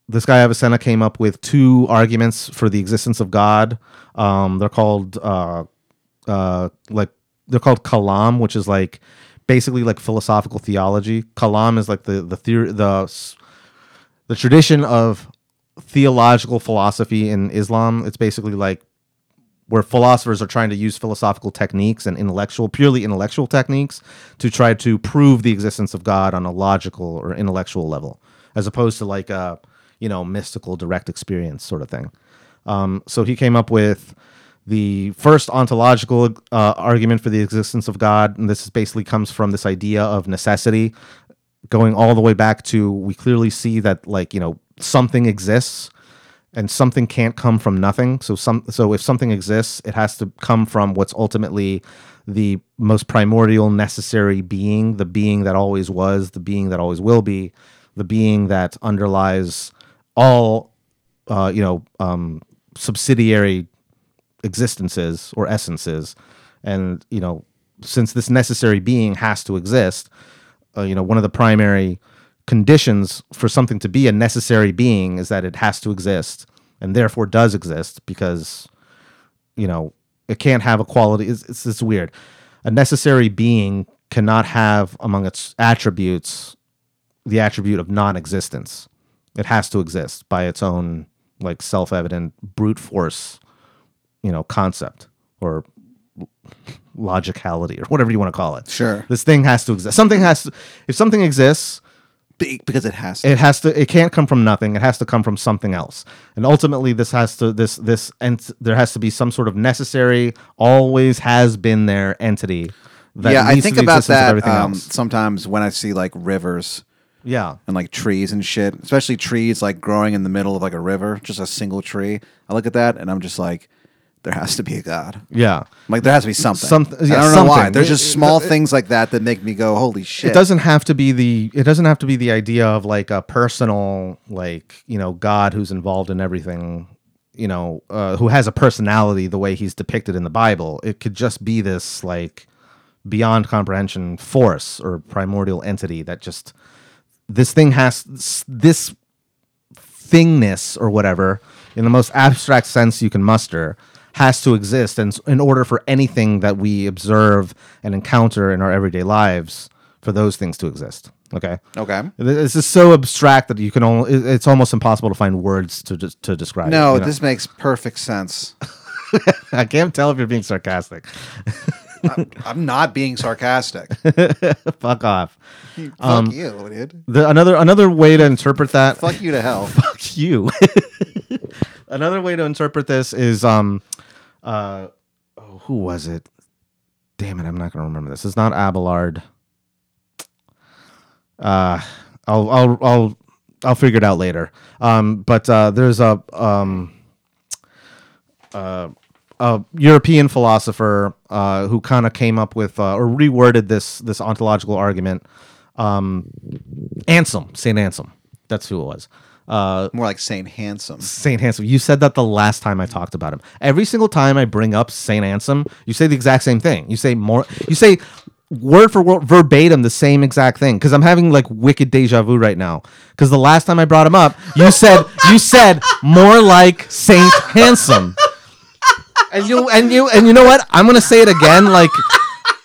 [SPEAKER 2] this guy avicenna came up with two arguments for the existence of god um they're called uh uh, like they're called kalam, which is like basically like philosophical theology. Kalam is like the the theory the s- the tradition of theological philosophy in Islam. It's basically like where philosophers are trying to use philosophical techniques and intellectual, purely intellectual techniques, to try to prove the existence of God on a logical or intellectual level, as opposed to like a you know mystical direct experience sort of thing. Um, so he came up with the first ontological uh, argument for the existence of God, and this basically comes from this idea of necessity, going all the way back to we clearly see that like you know something exists and something can't come from nothing. So some so if something exists, it has to come from what's ultimately the most primordial necessary being, the being that always was, the being that always will be, the being that underlies all uh, you know um, subsidiary existences or essences, and you know, since this necessary being has to exist, uh, you know, one of the primary conditions for something to be a necessary being is that it has to exist, and therefore does exist because you know it can't have a quality it's, it's, it's weird a necessary being cannot have among its attributes the attribute of non-existence it has to exist by its own like self-evident brute force you know concept or l- logicality or whatever you want to call it
[SPEAKER 3] Sure.
[SPEAKER 2] this thing has to exist something has to if something exists
[SPEAKER 3] Be- because it has to.
[SPEAKER 2] it has to it can't come from nothing it has to come from something else and ultimately this has to this this and there has to be some sort of necessary always has been there entity that
[SPEAKER 3] yeah, I
[SPEAKER 2] leads to
[SPEAKER 3] think
[SPEAKER 2] the
[SPEAKER 3] about
[SPEAKER 2] existence of
[SPEAKER 3] that
[SPEAKER 2] everything
[SPEAKER 3] um,
[SPEAKER 2] else.
[SPEAKER 3] sometimes when I see like rivers
[SPEAKER 2] yeah
[SPEAKER 3] and like trees and shit, especially trees like growing in the middle of like a river, just a single tree. I look at that and I'm just like, there has to be a god.
[SPEAKER 2] yeah
[SPEAKER 3] Like there has to be something.
[SPEAKER 2] Someth-
[SPEAKER 3] I don't
[SPEAKER 2] yeah,
[SPEAKER 3] know why.
[SPEAKER 2] something.
[SPEAKER 3] There's
[SPEAKER 2] It-
[SPEAKER 3] just
[SPEAKER 2] it-
[SPEAKER 3] small things like that that make me go, holy shit.
[SPEAKER 2] it doesn't have to be the it doesn't have to be the idea of like a personal like you know god who's involved in everything you know uh, who has a personality the way he's depicted in the bible it could just be this like beyond comprehension force or primordial entity that just this thing has this thingness or whatever in the most abstract sense you can muster has to exist and s- in order for anything that we observe and encounter in our everyday lives for those things to exist okay
[SPEAKER 3] Okay.
[SPEAKER 2] Th- this is so abstract that you can only it- it's almost impossible to find words to des- to describe it,
[SPEAKER 3] No,
[SPEAKER 2] you know?
[SPEAKER 3] this makes perfect sense.
[SPEAKER 2] i can't tell if you're being sarcastic
[SPEAKER 3] I'm not being sarcastic.
[SPEAKER 2] fuck off
[SPEAKER 3] Fuck
[SPEAKER 2] Um,
[SPEAKER 3] you, dude.
[SPEAKER 2] the, another another way to interpret that
[SPEAKER 3] Fuck you to hell.
[SPEAKER 2] fuck you. Another way to interpret this is um uh oh, who was it? Damn it, I'm not gonna remember this. It's not Abelard. Uh I'll I'll I'll I'll figure it out later. Um but uh there's a um uh, a European philosopher uh, who kind of came up with uh, or reworded this this ontological argument. Um, Anselm, Saint Anselm, that's who it was. Uh,
[SPEAKER 3] More like Saint Handsome.
[SPEAKER 2] Saint Anselm. You said that the last time I talked about him. Every single time I bring up Saint Anselm, you say the exact same thing. You say more. You say word for word, verbatim, the same exact thing. Because I'm having like wicked deja vu right now. Because the last time I brought him up, you said you said more like Saint Handsome. And you and you and you know what? I'm gonna say it again, like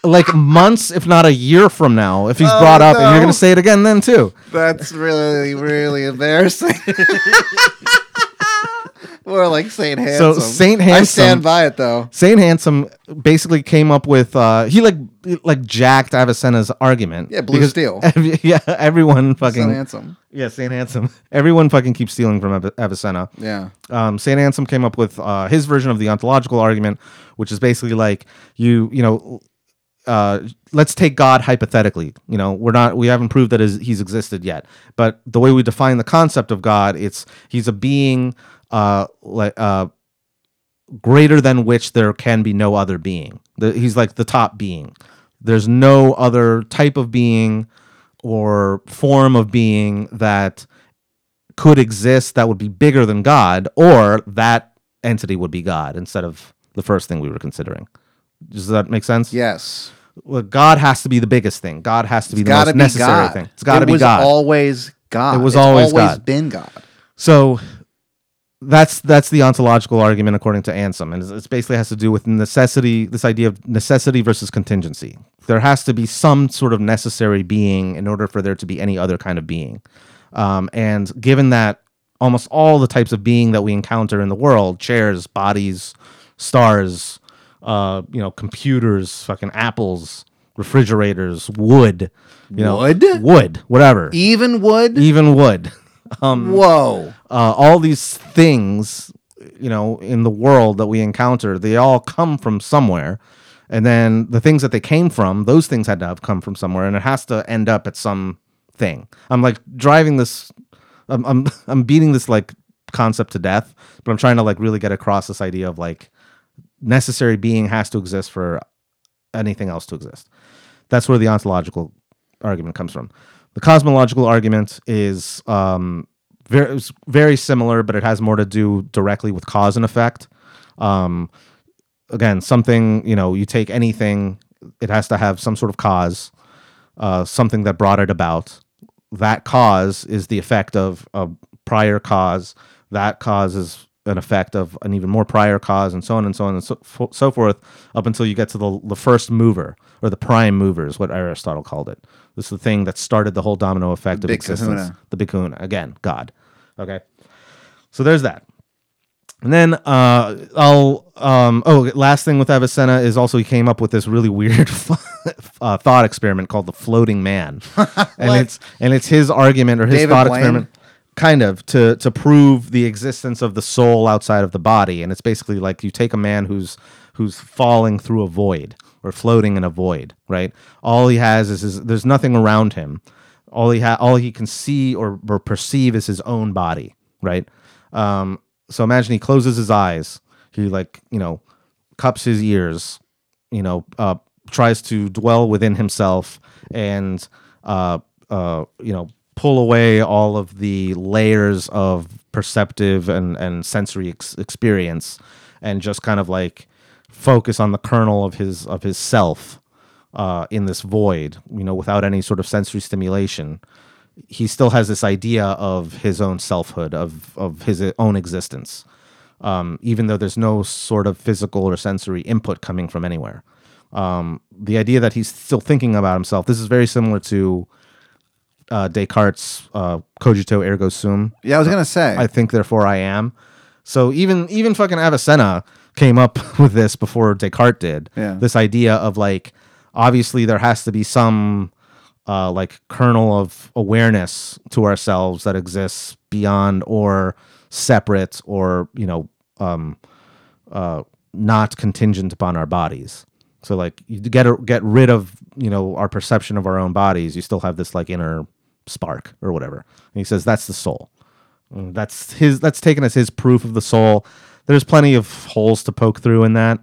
[SPEAKER 2] like months, if not a year from now, if he's brought up, and
[SPEAKER 3] no.
[SPEAKER 2] you're gonna say it again then too.
[SPEAKER 3] That's really, really embarrassing. More like Saint Handsome.
[SPEAKER 2] So, Saint
[SPEAKER 3] I
[SPEAKER 2] Handsome-
[SPEAKER 3] stand by it though.
[SPEAKER 2] Saint Handsome basically came up with uh he like like jacked Avicenna's argument.
[SPEAKER 3] Yeah, Blue Steel.
[SPEAKER 2] ev- yeah, everyone fucking
[SPEAKER 3] Saint Handsome.
[SPEAKER 2] yeah, Saint Handsome. Everyone fucking keeps stealing from Av- Avicenna.
[SPEAKER 3] Yeah.
[SPEAKER 2] Um, Saint Anselm came up with uh, his version of the ontological argument, which is basically like you you know uh, let's take God hypothetically. You know, we're not we haven't proved that is- he's existed yet, but the way we define the concept of God, it's he's a being uh, like uh, greater than which there can be no other being. The, he's like the top being. There's no other type of being or form of being that could exist that would be bigger than God, or that entity would be God instead of the first thing we were considering. Does that make sense?
[SPEAKER 3] Yes.
[SPEAKER 2] Well, God has to be the biggest thing. God has to be the
[SPEAKER 3] gotta
[SPEAKER 2] most
[SPEAKER 3] be
[SPEAKER 2] necessary
[SPEAKER 3] God.
[SPEAKER 2] thing. It's got to
[SPEAKER 3] It
[SPEAKER 2] be
[SPEAKER 3] was
[SPEAKER 2] God.
[SPEAKER 3] Always God.
[SPEAKER 2] It was
[SPEAKER 3] It's
[SPEAKER 2] always God.
[SPEAKER 3] been God.
[SPEAKER 2] so that's that's the ontological argument according to Anselm, and it basically has to do with necessity. This idea of necessity versus contingency. There has to be some sort of necessary being in order for there to be any other kind of being. Um, and given that almost all the types of being that we encounter in the world chairs bodies stars uh, you know computers fucking apples refrigerators wood you know
[SPEAKER 3] Wood?
[SPEAKER 2] wood whatever
[SPEAKER 3] Even wood.
[SPEAKER 2] even wood um,
[SPEAKER 3] Whoa.
[SPEAKER 2] uh, all these things you know in the world that we encounter they all come from somewhere and then the things that they came from those things had to have come from somewhere and it has to end up at some thing i'm like driving this i'm i'm, I'm beating this like concept to death but i'm trying to like really get across this idea of like necessary being has to exist for anything else to exist that's where the ontological argument comes from. The cosmological argument is um, very, very similar, but it has more to do directly with cause and effect. Um, again, something you know, you take anything, it has to have some sort of cause, uh, something that brought it about. That cause is the effect of a prior cause. That cause is an effect of an even more prior cause, and so on and so on and so, fo- so forth, up until you get to the the first mover or the prime mover is what Aristotle called it. This is the thing that started the whole domino effect of
[SPEAKER 3] big
[SPEAKER 2] existence.
[SPEAKER 3] kahuna.
[SPEAKER 2] The big kahuna again, God. Okay, so there's that. And then uh, I'll um, oh last thing with Avicenna is also he came up with this really weird uh, thought experiment called the floating man, and it's and it's his argument or his
[SPEAKER 3] David
[SPEAKER 2] thought
[SPEAKER 3] Blaine?
[SPEAKER 2] experiment, kind of to to prove the existence of the soul outside of the body, and it's basically like you take a man who's who's falling through a void or floating in a void, right? All he has is his, there's nothing around him. All he ha- all he can see or, or perceive is his own body, right? Um, so imagine he closes his eyes. He like you know cups his ears. You know uh, tries to dwell within himself and uh, uh, you know pull away all of the layers of perceptive and and sensory ex- experience and just kind of like focus on the kernel of his of his self uh, in this void, you know, without any sort of sensory stimulation, he still has this idea of his own selfhood, of of his own existence, um, even though there's no sort of physical or sensory input coming from anywhere. Um, the idea that he's still thinking about himself. This is very similar to uh, Descartes' uh, cogito ergo sum.
[SPEAKER 3] Yeah, I was gonna say.
[SPEAKER 2] I think therefore I am. So even even fucking Avicenna came up with this before Descartes did.
[SPEAKER 3] Yeah.
[SPEAKER 2] This idea of like obviously there has to be some uh, like kernel of awareness to ourselves that exists beyond or separate or you know um, uh, not contingent upon our bodies. So like you get get rid of you know our perception of our own bodies, you still have this like inner spark or whatever. And he says that's the soul. Mm, That's his. That's taken as his proof of the soul. There's plenty of holes to poke through in that,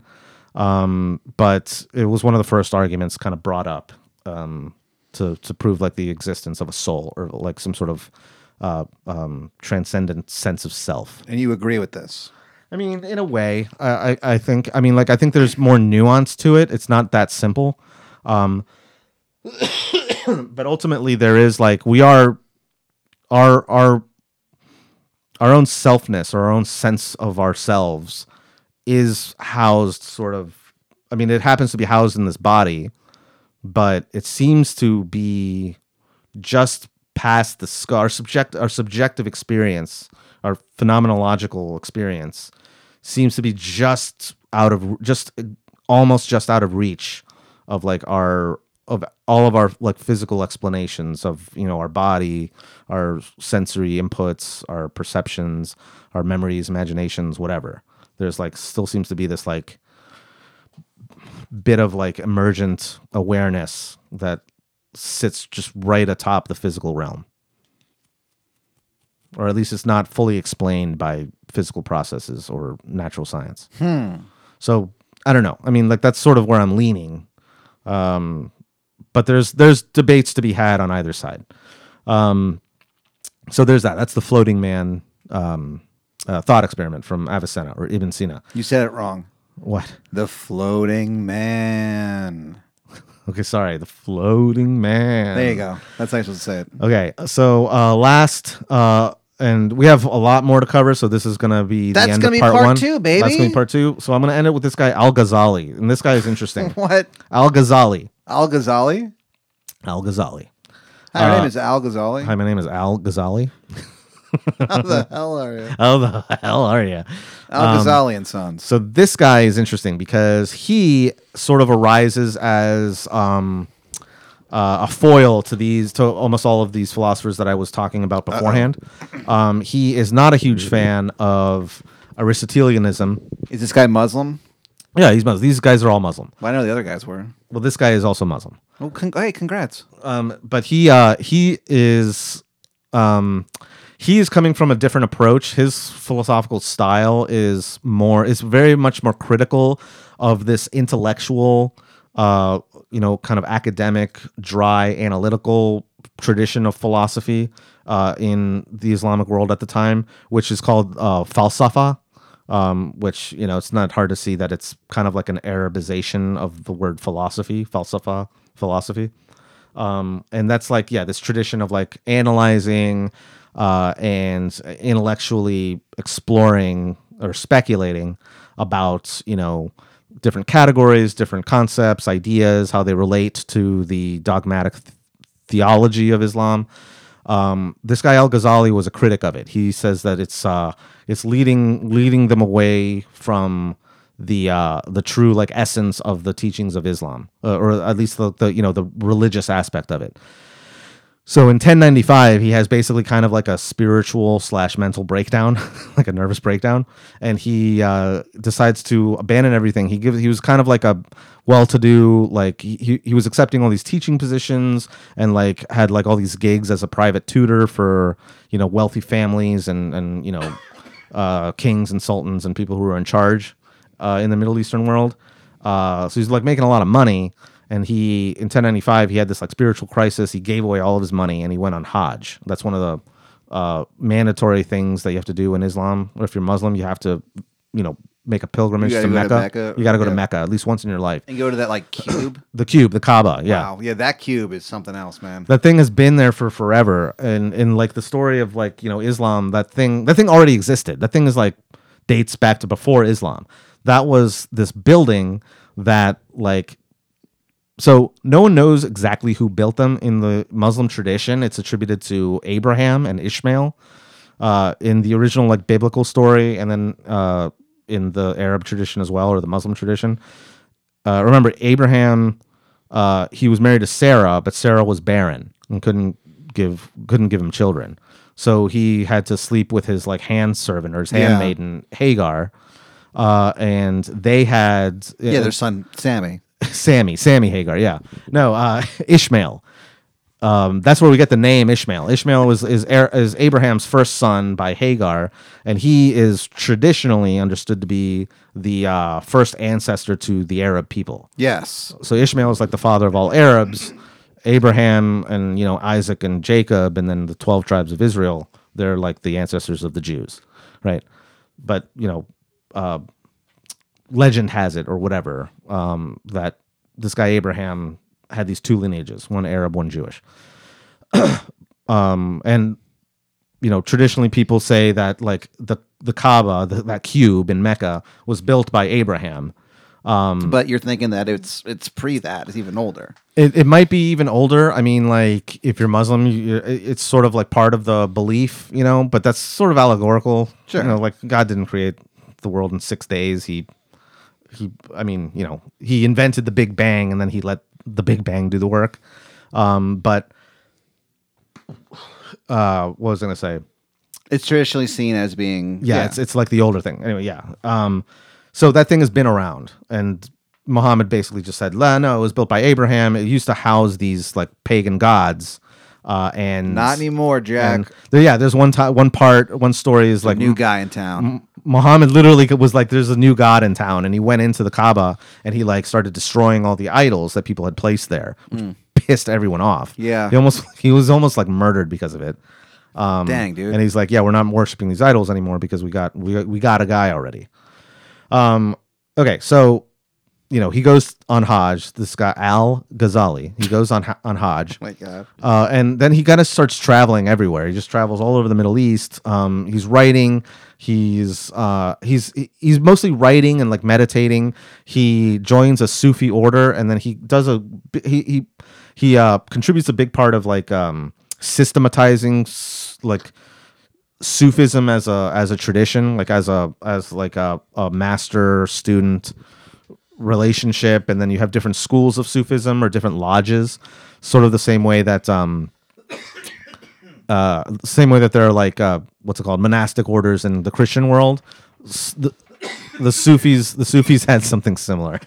[SPEAKER 2] um, but it was one of the first arguments kind of brought up um, to to prove like the existence of a soul or like some sort of uh, um, transcendent sense of self.
[SPEAKER 3] and you agree with this?
[SPEAKER 2] I mean, in a way, I, I I think. I mean, like I think there's more nuance to it. It's not that simple. Um, but ultimately, there is like we are our our our own selfness, our own sense of ourselves, is housed sort of. I mean, it happens to be housed in this body, but it seems to be just past the scar our subject our subjective experience our phenomenological experience seems to be just out of just almost just out of reach of like our of all of our like physical explanations of you know our body our sensory inputs our perceptions our memories imaginations whatever there's like still seems to be this like bit of like emergent awareness that sits just right atop the physical realm. Or at least it's not fully explained by physical processes or natural science. So I don't know. I mean, like that's sort of where I'm leaning. Um, but there's there's debates to be had on either side. Um, so there's that. That's the floating man um, uh, thought experiment from Avicenna or Ibn Sina.
[SPEAKER 3] You said it wrong.
[SPEAKER 2] What?
[SPEAKER 3] The floating man.
[SPEAKER 2] Okay, sorry. The floating man.
[SPEAKER 3] There you go. That's how you're supposed to say it.
[SPEAKER 2] Okay, so uh, last, uh, and we have a lot more to cover, so this is gonna be
[SPEAKER 3] That's
[SPEAKER 2] the end
[SPEAKER 3] gonna
[SPEAKER 2] of
[SPEAKER 3] be
[SPEAKER 2] part
[SPEAKER 3] part
[SPEAKER 2] one.
[SPEAKER 3] two,
[SPEAKER 2] That's gonna
[SPEAKER 3] baby.
[SPEAKER 2] be part two. So I'm gonna end it with this guy Al Ghazali, and this guy is interesting.
[SPEAKER 3] What?
[SPEAKER 2] Al Ghazali,
[SPEAKER 3] Al Ghazali?
[SPEAKER 2] Al Ghazali.
[SPEAKER 3] Hi,
[SPEAKER 2] Uh,
[SPEAKER 3] Her name is Al Ghazali.
[SPEAKER 2] Hi, my name is Al Ghazali.
[SPEAKER 3] How the hell are you?
[SPEAKER 2] How the hell are you?
[SPEAKER 3] Al
[SPEAKER 2] Um,
[SPEAKER 3] Ghazali and Sons.
[SPEAKER 2] So this guy is interesting because he sort of arises as um, uh, a foil to these to almost all of these philosophers that I was talking about beforehand. Um, he is not a huge fan of Aristotelianism.
[SPEAKER 3] Is this guy Muslim?
[SPEAKER 2] Yeah, he's Muslim. These guys are all Muslim.
[SPEAKER 3] Well, I know the other guys were.
[SPEAKER 2] Well, this guy is also Muslim.
[SPEAKER 3] Oh, con- hey, congrats.
[SPEAKER 2] Um, but he uh, he is um, he is coming from a different approach. His philosophical style is more is very much more critical of this intellectual, uh, you know, kind of academic, dry, analytical tradition of philosophy uh, in the Islamic world at the time, which is called uh, falsafa um, which you know it's not hard to see that it's kind of like an Arabization of the word philosophy, falsafa, philosophy, um, and that's like yeah, this tradition of like analyzing uh, and intellectually exploring or speculating about you know different categories, different concepts, ideas, how they relate to the dogmatic th- theology of Islam. Um, this guy Al Ghazali was a critic of it. He says that it's uh, it's leading leading them away from the uh, the true like essence of the teachings of Islam, uh, or at least the, the you know the religious aspect of it. So in 1095, he has basically kind of like a spiritual slash mental breakdown, like a nervous breakdown, and he uh, decides to abandon everything. He gives he was kind of like a well-to-do, like he he was accepting all these teaching positions and like had like all these gigs as a private tutor for you know wealthy families and and you know uh, kings and sultans and people who were in charge uh, in the Middle Eastern world. Uh, so he's like making a lot of money. And he, in 1095, he had this like spiritual crisis. He gave away all of his money and he went on Hajj. That's one of the uh, mandatory things that you have to do in Islam. Or if you're Muslim, you have to, you know, make a pilgrimage
[SPEAKER 3] You
[SPEAKER 2] to
[SPEAKER 3] gotta go
[SPEAKER 2] Mecca.
[SPEAKER 3] to Mecca,
[SPEAKER 2] You got to go to
[SPEAKER 3] yeah.
[SPEAKER 2] Mecca at least once in your life.
[SPEAKER 3] and go to that like cube.
[SPEAKER 2] The cube, the Kaaba. Yeah.
[SPEAKER 3] Wow, yeah, that cube is something else, man.
[SPEAKER 2] That thing has been there for forever, and in like the story of like you know Islam, that thing that thing already existed. That thing is like dates back to before Islam. That was this building that like so no one knows exactly who built them in the Muslim tradition. It's attributed to Abraham and Ishmael uh, in the original like biblical story, and then uh, in the Arab tradition as well, or the Muslim tradition. Uh, remember Abraham? Uh, he was married to Sarah, but Sarah was barren and couldn't give couldn't give him children. So he had to sleep with his like hand servant or his
[SPEAKER 3] Yeah.
[SPEAKER 2] handmaiden Hagar, uh, and they had
[SPEAKER 3] yeah, their son Sammy.
[SPEAKER 2] Sammy, Sammy Hagar, yeah. No, uh, Ishmael. Um, that's where we get the name Ishmael. Ishmael was is, Ar- is Abraham's first son by Hagar, and he is traditionally understood to be the uh, first ancestor to the Arab people.
[SPEAKER 3] Yes,
[SPEAKER 2] So Ishmael is like the father of all Arabs. Abraham and you know Isaac and Jacob, and then the twelve tribes of Israel. They're like the ancestors of the Jews, right? But you know, uh, legend has it or whatever um, that this guy Abraham had these two lineages, one Arab, one Jewish. um, and you know, traditionally people say that like the the Kaaba, the, that cube in Mecca, was built by Abraham. Mm.
[SPEAKER 3] but you're thinking that it's it's pre that. It's even older.
[SPEAKER 2] It, it might be even older. I mean, like if you're Muslim, you, it's sort of like part of the belief, you know. But that's sort of allegorical.
[SPEAKER 3] Sure.
[SPEAKER 2] You know, like God didn't create the world in six days. He, he. I mean, you know, he invented the Big Bang, and then he let the Big Bang do the work. Um, but uh, what was I gonna say?
[SPEAKER 3] It's traditionally seen as being
[SPEAKER 2] yeah, It's, it's like the older thing anyway yeah um so that thing has been around and muhammad basically just said la no it was built by abraham it used to house these like pagan gods uh and
[SPEAKER 3] not anymore, Jack.
[SPEAKER 2] and there- yeah there's one time one part one story is like
[SPEAKER 3] New guy in town.
[SPEAKER 2] Mm-hmm. Muhammad literally was like, "There's a new god in town," and he went into the Kaaba and he like started destroying all the idols that people had placed there, which pissed everyone off.
[SPEAKER 3] Mm. Yeah.
[SPEAKER 2] he almost he was almost like murdered because of it.
[SPEAKER 3] Dang, dude.
[SPEAKER 2] Um, And he's like, "Yeah, we're not worshiping these idols anymore because we got we we got a guy already." Um. Okay, so you know he goes on Hajj. This guy Al Ghazali. He goes on Ha- on Hajj.
[SPEAKER 3] like, uh,
[SPEAKER 2] Uh, and then he kind of starts traveling everywhere. He just travels all over the Middle East. Um, he's writing. He's uh, he's he's mostly writing and like meditating. He joins a Sufi order, and then he does a he he he uh, contributes a big part of like um, systematizing s- like Sufism as a as a tradition, like as a as like a, a master student relationship, and then you have different schools of Sufism or different lodges, sort of the same way that um uh same way that there are like uh what's it called monastic orders in the Christian world. S- The, the Sufis the Sufis had something similar,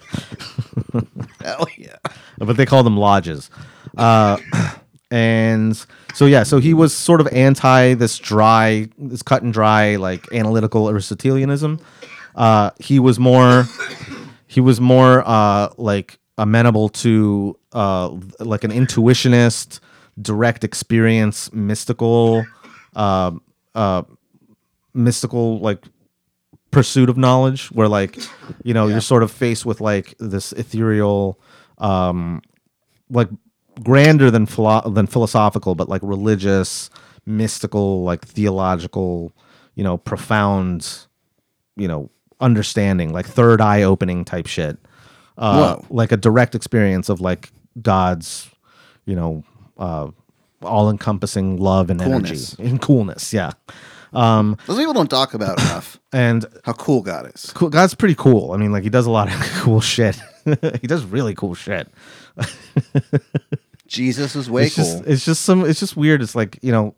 [SPEAKER 3] hell yeah.
[SPEAKER 2] but they call them lodges. Uh, and so yeah, so he was sort of anti this dry, this cut and dry like analytical Aristotelianism. Uh, he was more, he was more uh, like amenable to uh, like an intuitionist, direct experience, mystical, uh, uh, mystical like pursuit of knowledge where like you know you're sort of faced with like this ethereal um like grander than philo- than philosophical but like religious mystical like theological you know profound you know understanding like third eye opening type shit uh,
[SPEAKER 3] Whoa.
[SPEAKER 2] like a direct experience of like god's you know uh all encompassing love and
[SPEAKER 3] Coolness.
[SPEAKER 2] energy and coolness yeah
[SPEAKER 3] Those people don't talk about enough
[SPEAKER 2] and
[SPEAKER 3] how cool God is.
[SPEAKER 2] cool. God's pretty cool. I mean, like he does a lot of cool shit. he does really cool shit.
[SPEAKER 3] Jesus is way
[SPEAKER 2] It's
[SPEAKER 3] cool.
[SPEAKER 2] just it's just some it's just weird. It's like you know,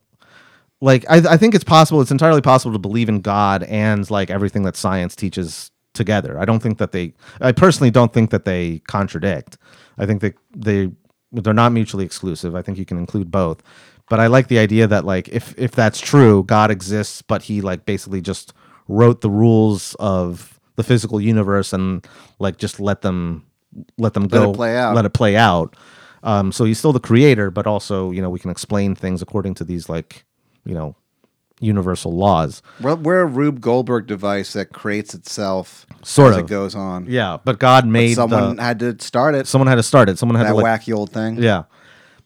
[SPEAKER 2] like I I think it's possible. It's entirely possible to believe in God and like everything that science teaches together. I don't think that they. I personally don't think that they contradict. I think that they they're not mutually exclusive. I think you can include both. But I like the idea that like if if that's true, God exists, but he like basically just wrote the rules of the physical universe and like just let them let them go
[SPEAKER 3] it play out.
[SPEAKER 2] let it play out. Um, so he's still the creator, but also you know we can explain things according to these like you know universal laws.
[SPEAKER 3] we're, we're a Rube Goldberg device that creates itself
[SPEAKER 2] Sort
[SPEAKER 3] as
[SPEAKER 2] of.
[SPEAKER 3] it goes on.
[SPEAKER 2] Yeah, but God made
[SPEAKER 3] Someone
[SPEAKER 2] the,
[SPEAKER 3] had to start it.
[SPEAKER 2] someone had to start it. Someone had
[SPEAKER 3] that
[SPEAKER 2] to like,
[SPEAKER 3] wacky old thing.
[SPEAKER 2] yeah.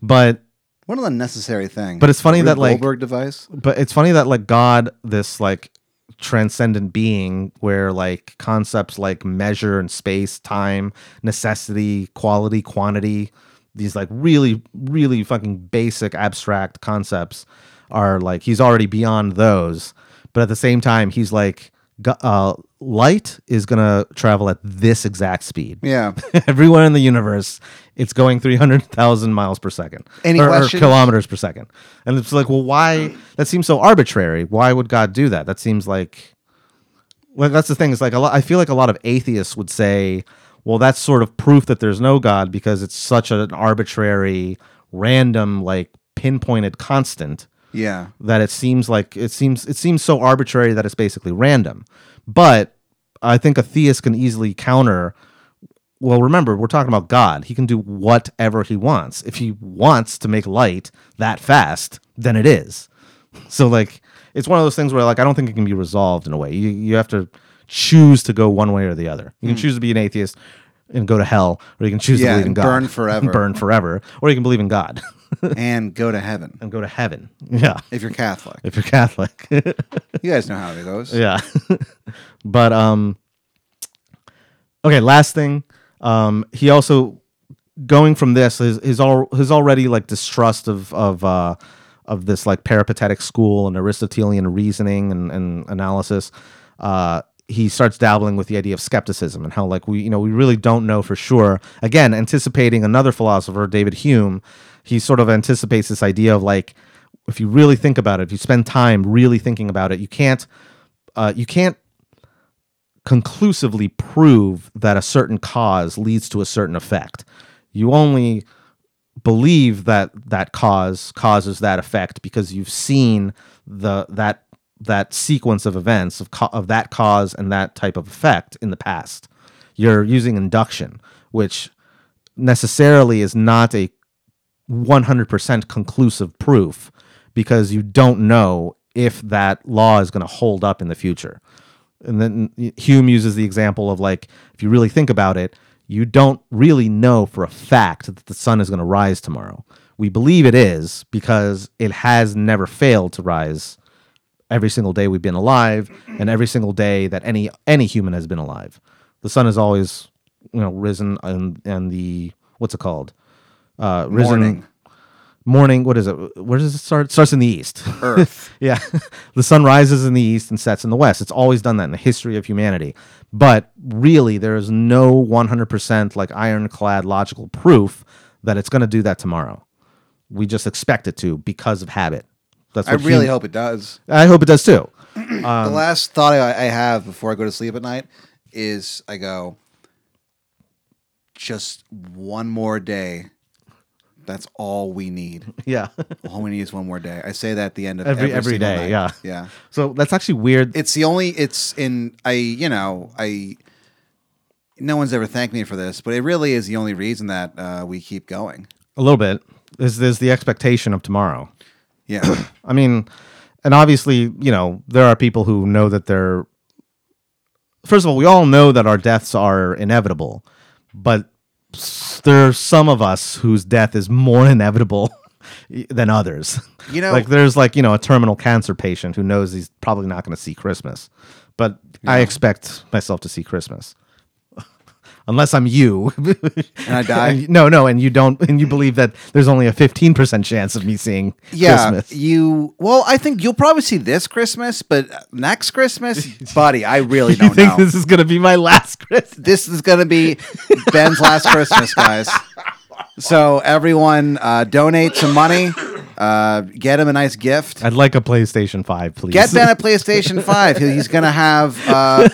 [SPEAKER 2] But
[SPEAKER 3] What an unnecessary thing.
[SPEAKER 2] But it's funny that, like-
[SPEAKER 3] Goldberg device.
[SPEAKER 2] but it's funny that like God, this like transcendent being, where like concepts like measure and space, time, necessity, quality, quantity, these like really, really fucking basic abstract concepts are like he's already beyond those. But at the same time, he's like, go- uh, light is gonna travel at this exact speed.
[SPEAKER 3] Yeah.
[SPEAKER 2] everywhere in the universe, it's going 300,000 miles per second
[SPEAKER 3] Any
[SPEAKER 2] or, or
[SPEAKER 3] questions?
[SPEAKER 2] kilometers per second. And it's like, well, why? That seems so arbitrary. Why would God do that? That seems like, well, that's the thing. It's like, a lot, I feel like a lot of atheists would say, well, that's sort of proof that there's no God because it's such an arbitrary, random, like pinpointed constant
[SPEAKER 3] Yeah.
[SPEAKER 2] that it seems like it seems it seems so arbitrary that it's basically random. But I think a theist can easily counter. Well, remember we're talking about God. He can do whatever he wants. If he wants to make light that fast, then it is. So like it's one of those things where like I don't think it can be resolved in a way. You you have to choose to go one way or the other. You can choose to be an atheist and go to hell, or you can choose to
[SPEAKER 3] Hmm. Yeah.
[SPEAKER 2] believe in
[SPEAKER 3] And
[SPEAKER 2] God,
[SPEAKER 3] burn forever
[SPEAKER 2] burn forever, or you can believe in God
[SPEAKER 3] and go to heaven
[SPEAKER 2] and go to heaven. Yeah,
[SPEAKER 3] if you're Catholic.
[SPEAKER 2] if you're Catholic.
[SPEAKER 3] You guys know how it goes.
[SPEAKER 2] Yeah. but um okay, last thing. Um he also going from this his his, al- his already like distrust of of uh of this like peripatetic school and Aristotelian reasoning and, and analysis. Uh he starts dabbling with the idea of skepticism and how like we you know we really don't know for sure again anticipating another philosopher david hume he sort of anticipates this idea of like if you really think about it if you spend time really thinking about it you can't uh, you can't conclusively prove that a certain cause leads to a certain effect. You only believe that that cause causes that effect because you've seen the that that sequence of events of ca- of that cause and that type of effect in the past. You're using induction, which necessarily is not a 100% conclusive proof because you don't know if that law is going to hold up in the future. And then Hume uses the example of like, if you really think about it, you don't really know for a fact that the sun is going to rise tomorrow. We believe it is because it has never failed to rise every single day we've been alive and every single day that any any human has been alive. The sun has always, you know, risen and and the what's it called? Uh, risen
[SPEAKER 3] Morning.
[SPEAKER 2] morning. What is it? Where does it start? It starts in the east.
[SPEAKER 3] Earth.
[SPEAKER 2] Yeah. the sun rises in the east and sets in the west. It's always done that in the history of humanity. But really, there is no 100% like ironclad logical proof that it's going to do that tomorrow. We just expect it to because of habit. That's
[SPEAKER 3] I
[SPEAKER 2] what
[SPEAKER 3] really
[SPEAKER 2] hum-
[SPEAKER 3] hope it does.
[SPEAKER 2] I hope it does too. Um,
[SPEAKER 3] the last thought I, I have before I go to sleep at night is I go, just one more day. That's all we need.
[SPEAKER 2] Yeah.
[SPEAKER 3] All we need is one more day. I say that at the end of
[SPEAKER 2] Every-
[SPEAKER 3] every,
[SPEAKER 2] every
[SPEAKER 3] single
[SPEAKER 2] day,
[SPEAKER 3] night.
[SPEAKER 2] yeah.
[SPEAKER 3] Yeah.
[SPEAKER 2] so that's actually weird.
[SPEAKER 3] It's the only, it's in, I, you know, I, no one's ever thanked me for this, but it really is the only reason that uh, we keep going.
[SPEAKER 2] a little bit. Is there's the expectation of tomorrow.
[SPEAKER 3] Yeah.
[SPEAKER 2] I mean, and obviously, you know, there are people who know that they're first of all, we all know that our deaths are inevitable, but s- there are some of us whose death is more inevitable than others.
[SPEAKER 3] You know-
[SPEAKER 2] like there's like you know a terminal cancer patient who knows he's probably not going to see Christmas, but I expect myself to see Christmas. Unless I'm you,
[SPEAKER 3] And I die.
[SPEAKER 2] no, no, and you don't, and you believe that there's only a fifteen percent chance of me seeing
[SPEAKER 3] Yeah,
[SPEAKER 2] Christmas.
[SPEAKER 3] you. Well, I think you'll probably see this Christmas, but next Christmas, buddy, I really
[SPEAKER 2] You
[SPEAKER 3] don't
[SPEAKER 2] think
[SPEAKER 3] know.
[SPEAKER 2] this is gonna be my last Christmas?
[SPEAKER 3] this is going to be Ben's last Christmas, guys. So everyone, uh, donate some money. Uh, get him a nice gift.
[SPEAKER 2] I'd like a PlayStation Five, please.
[SPEAKER 3] Get Ben a PlayStation Five. He- He's going to have uh,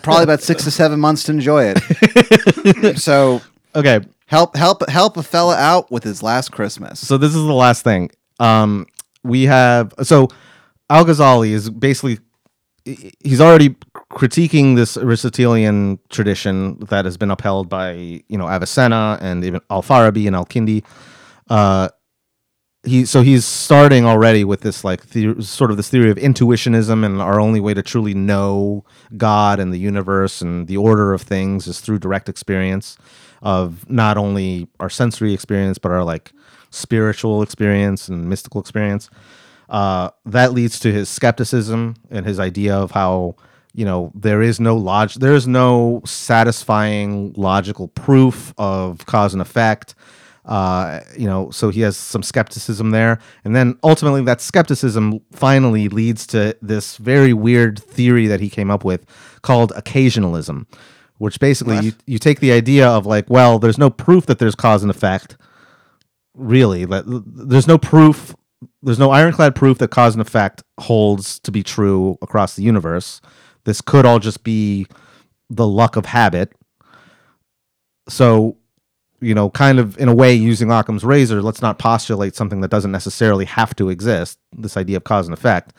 [SPEAKER 3] probably about six to seven months to enjoy it. So
[SPEAKER 2] okay,
[SPEAKER 3] help, help, help a fella out with his last Christmas.
[SPEAKER 2] so this is the last thing. Um, we have so Al Ghazali is basically he's already critiquing this Aristotelian tradition that has been upheld by you know Avicenna and even Al Farabi and Al Kindi. Uh, he so he's starting already with this like the, sort of this theory of intuitionism and our only way to truly know God and the universe and the order of things is through direct experience of not only our sensory experience but our like spiritual experience and mystical experience. Uh, that leads to his skepticism and his idea of how you know there is no log- there is no satisfying logical proof of cause and effect uh, you know, so he has some skepticism there. And then ultimately, that skepticism finally leads to this very weird theory that he came up with called occasionalism, which basically you, you take the idea of like, well, there's no proof that there's cause and effect, really. That- There's no proof, there's no ironclad proof that cause and effect holds to be true across the universe. This could all just be the luck of habit. So you know, kind of in a way using Occam's razor, let's not postulate something that doesn't necessarily have to exist, this idea of cause and effect.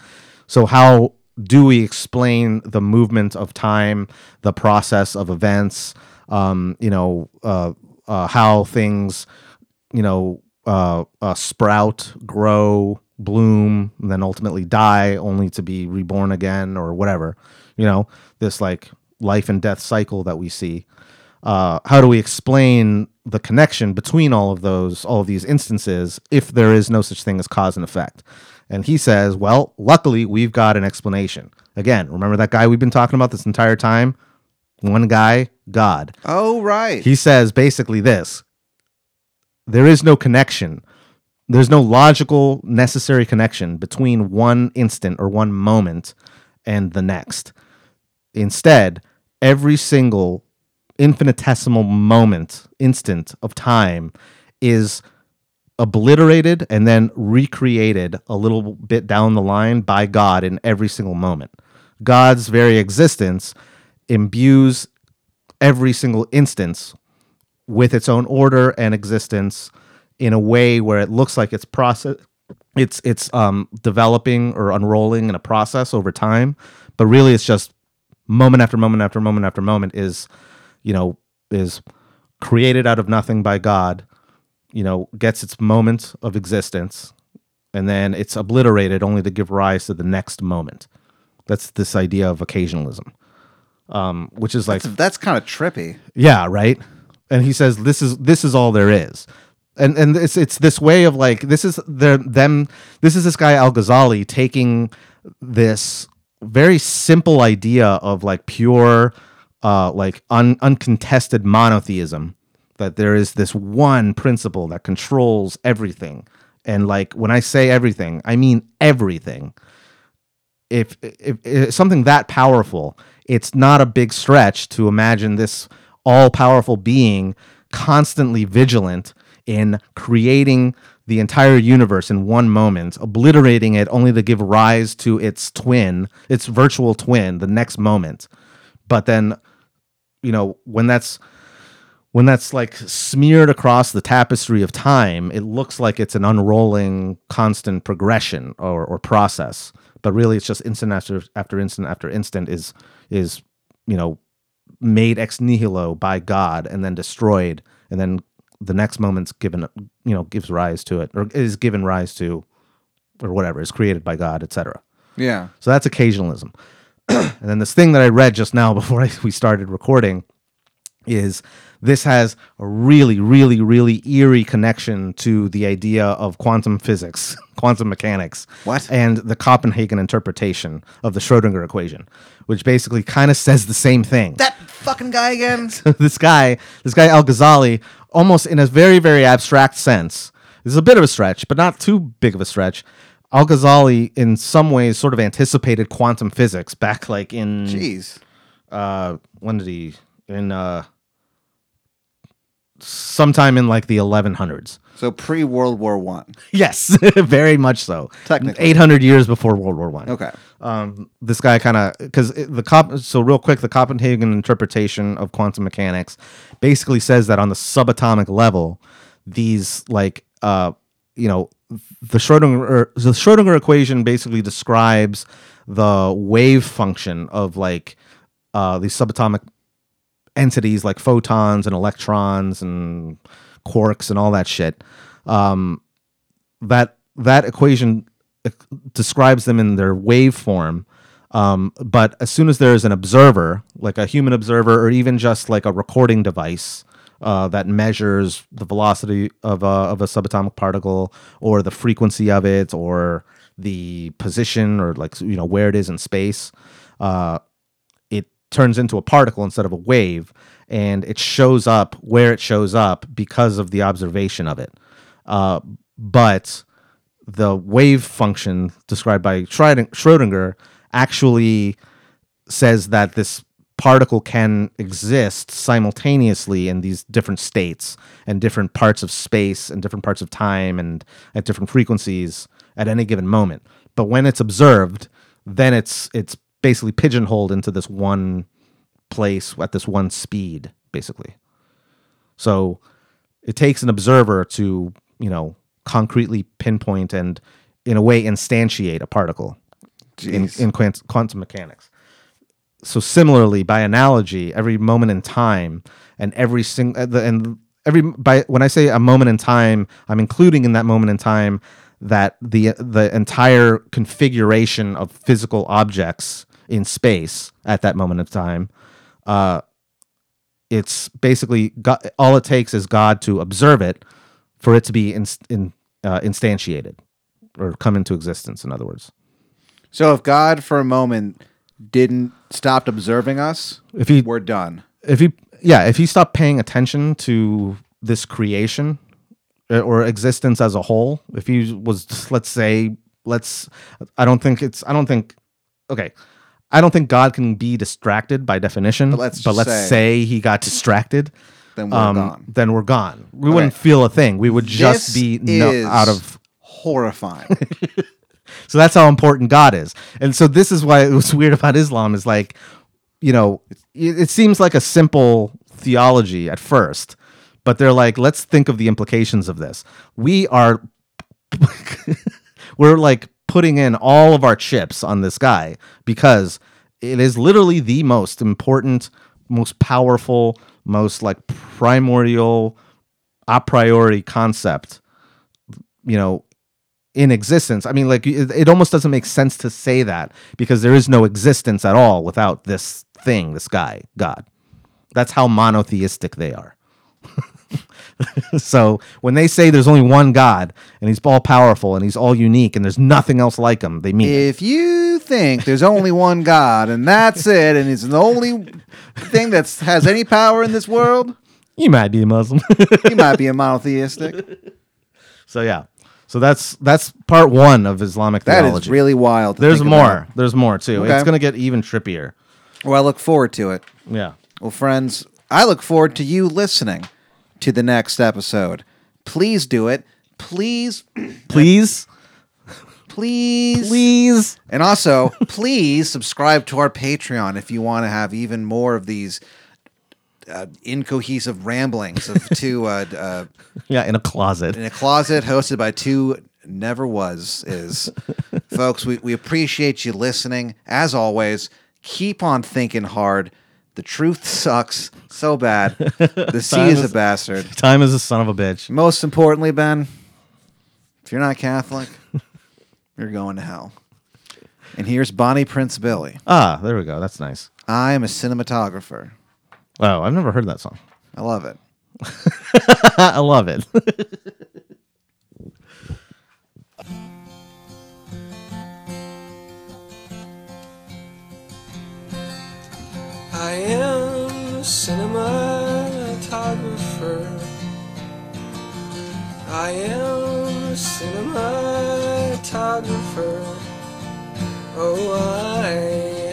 [SPEAKER 2] So, how do we explain the movement of time, the process of events, um, you know, uh, uh, how things, you know, uh, uh, sprout, grow, bloom, and then ultimately die, only to be reborn again or whatever, you know, this like life and death cycle that we see uh, how do we explain the connection between all of those all of these instances if there is no such thing as cause and effect and he says well luckily we've got an explanation again remember that guy we've been talking about this entire time one guy god
[SPEAKER 3] Oh right.
[SPEAKER 2] he says basically this there is no connection there's no logical necessary connection between one instant or one moment and the next instead every single infinitesimal moment instant of time is obliterated and then recreated a little bit down the line by god in every single moment god's very existence imbues every single instance with its own order and existence in a way where it looks like it's process it's it's um developing or unrolling in a process over time but really it's just moment after moment after moment after moment is you know is created out of nothing by god you know gets its moment of existence and then it's obliterated only to give rise to the next moment that's this idea of occasionalism um which is like
[SPEAKER 3] That's, that's kind of trippy.
[SPEAKER 2] yeah, right. And he says this is this is all there is. And and it's it's this way of like this is their them this is this guy Al Ghazali taking this very simple idea of like pure uh like un, uncontested monotheism that there is this one principle that controls everything. And like when I say everything, I mean everything if, if, if something that powerful, it's not a big stretch to imagine this all powerful being constantly vigilant in creating the entire universe in one moment, obliterating it only to give rise to its twin, its virtual twin, the next moment. But then, you know, when that's when that's like smeared across the tapestry of time, it looks like it's an unrolling constant progression or, or process. But really, it's just instant after, after instant after instant is is you know made ex nihilo by God and then destroyed, and then the next moment's given you know gives rise to it or is given rise to or whatever is created by God, etc.
[SPEAKER 3] Yeah.
[SPEAKER 2] So that's occasionalism. and then this thing that I read just now before I, we started recording is this has a really, really, really eerie connection to the idea of quantum physics, quantum mechanics,
[SPEAKER 3] What?
[SPEAKER 2] and the Copenhagen interpretation of the Schrodinger equation, which basically kind of says the same thing.
[SPEAKER 3] That fucking guy again.
[SPEAKER 2] this guy, this guy Al Ghazali, almost in a very, very abstract sense. This is a bit of a stretch, but not too big of a stretch. Al Ghazali, in some ways, sort of anticipated quantum physics back, like in
[SPEAKER 3] Jeez.
[SPEAKER 2] uh when did he in uh sometime in like the 1100s
[SPEAKER 3] So pre World War One.
[SPEAKER 2] yes very much so
[SPEAKER 3] Technically.
[SPEAKER 2] 800 years before world war one
[SPEAKER 3] Okay.
[SPEAKER 2] um this guy kind of because the cop so real quick the copenhagen interpretation of quantum mechanics basically says that on the subatomic level these like uh you know the schrodinger the schrodinger equation basically describes the wave function of like uh these subatomic entities like photons and electrons and quarks and all that shit. Um, that that equation uh, describes them in their wave form. Um, but as soon as there is an observer, like a human observer, or even just like a recording device uh, that measures the velocity of a, of a subatomic particle, or the frequency of it, or the position, or like you know where it is in space, uh, it turns into a particle instead of a wave and it shows up where it shows up because of the observation of it uh, but the wave function described by Schroding- schrodinger actually says that this particle can exist simultaneously in these different states and different parts of space and different parts of time and at different frequencies at any given moment but when it's observed then it's it's basically pigeonholed into this one place at this one speed basically so it takes an observer to you know concretely pinpoint and in a way instantiate a particle in,
[SPEAKER 3] Jeez.
[SPEAKER 2] in quant- quantum mechanics. So similarly, by analogy, every moment in time and every single and every by when I say a moment in time, I'm including in that moment in time that the the entire configuration of physical objects in space at that moment of time. Uh, it's basically God, all it takes is God to observe it for it to be in, in, uh, instantiated or come into existence. In other words.
[SPEAKER 3] so if God for a moment didn't stopped observing us,
[SPEAKER 2] If he
[SPEAKER 3] we're done.
[SPEAKER 2] if he yeah if he stopped paying attention to this creation uh, or existence as a whole if he was let's say let's i don't think it's i don't think okay i don't think god can be distracted by definition
[SPEAKER 3] But let's just
[SPEAKER 2] let's say he got distracted
[SPEAKER 3] Then we're
[SPEAKER 2] um,
[SPEAKER 3] gone.
[SPEAKER 2] then we're gone we
[SPEAKER 3] Okay.
[SPEAKER 2] wouldn't feel a thing we would just
[SPEAKER 3] This
[SPEAKER 2] be no,
[SPEAKER 3] is
[SPEAKER 2] out of
[SPEAKER 3] horrifying.
[SPEAKER 2] so that's how important God is. And so this is why it was weird about Islam is like, you know, it, it seems like a simple theology at first, but they're like, let's think of the implications of this. We are, we're like putting in all of our chips on this guy because it is literally the most important, most powerful, most like primordial, a priori concept, you know, in existence. I mean, like it, it almost doesn't make sense to say that because there is no existence at all without this thing, this guy, God. That's how monotheistic they are. so when they say there's only one God and he's all powerful and he's all unique and there's nothing else like him, they mean it.
[SPEAKER 3] if you think there's only one God and that's it, and it's the only thing that has any power in this world,
[SPEAKER 2] You might be a Muslim.
[SPEAKER 3] you might be a monotheistic.
[SPEAKER 2] so yeah. So that's that's part one of Islamic
[SPEAKER 3] That
[SPEAKER 2] theology.
[SPEAKER 3] is really wild. to
[SPEAKER 2] there's
[SPEAKER 3] think
[SPEAKER 2] more.
[SPEAKER 3] about.
[SPEAKER 2] There's more too.
[SPEAKER 3] Okay.
[SPEAKER 2] It's gonna get even trippier.
[SPEAKER 3] Well, I look forward to it.
[SPEAKER 2] Yeah.
[SPEAKER 3] Well, friends, I look forward to you listening to the next episode. Please do it. Please,
[SPEAKER 2] Please,
[SPEAKER 3] please,
[SPEAKER 2] please.
[SPEAKER 3] And also, please subscribe to our Patreon if you want to have even more of these uh, incohesive ramblings of two uh, d- uh,
[SPEAKER 2] Yeah, in a closet.
[SPEAKER 3] in a closet hosted by two never was is. Folks, we, we appreciate you listening. As always, keep on thinking hard. The truth sucks so bad. The sea is a bastard.
[SPEAKER 2] Time is a son of a bitch.
[SPEAKER 3] Most importantly, Ben, if you're not Catholic, you're going to hell. And here's Bonnie Prince Billy.
[SPEAKER 2] Ah, there we go. That's nice.
[SPEAKER 3] I am a cinematographer.
[SPEAKER 2] Oh, I've never heard that song.
[SPEAKER 3] I love it.
[SPEAKER 2] I love it.
[SPEAKER 1] I am a cinematographer. I am a cinematographer. Oh, I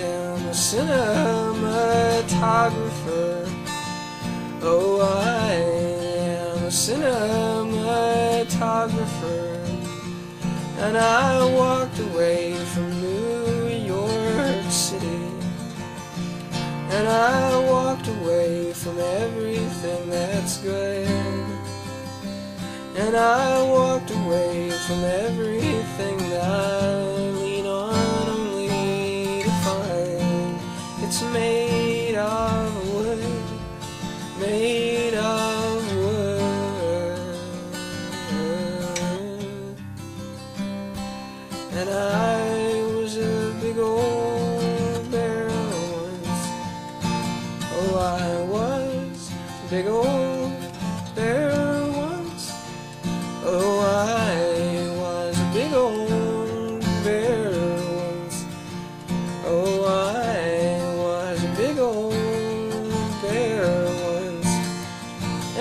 [SPEAKER 1] am a cinematographer. Oh, I am a cinematographer. And I walked away from New York City. And I walked away from everything that's good. And I walked away from everything that I lean on only to find. It's made of wood, made of wood. And I was a big old barrel once. Oh, I was a big old bear once. Oh, I was a big old bear once. Oh, I was a big old bear once.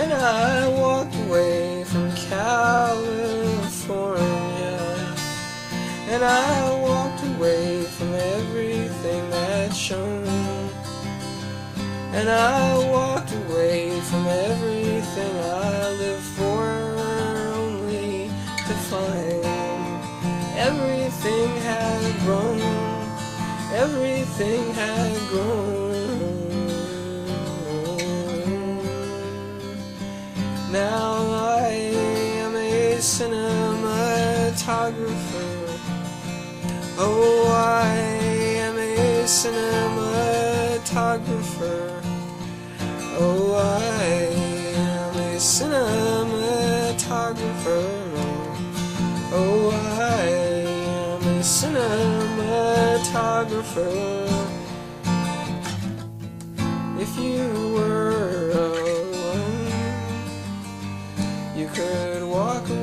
[SPEAKER 1] And I walked away from California. And I walked away from everything that shone. And I walked away from everything I live for, only to find everything had grown, everything had grown. Now I am a cinematographer. Oh, I am a cinematographer. Oh, I am a cinematographer. Oh, I am a cinematographer. If you were alone, you could walk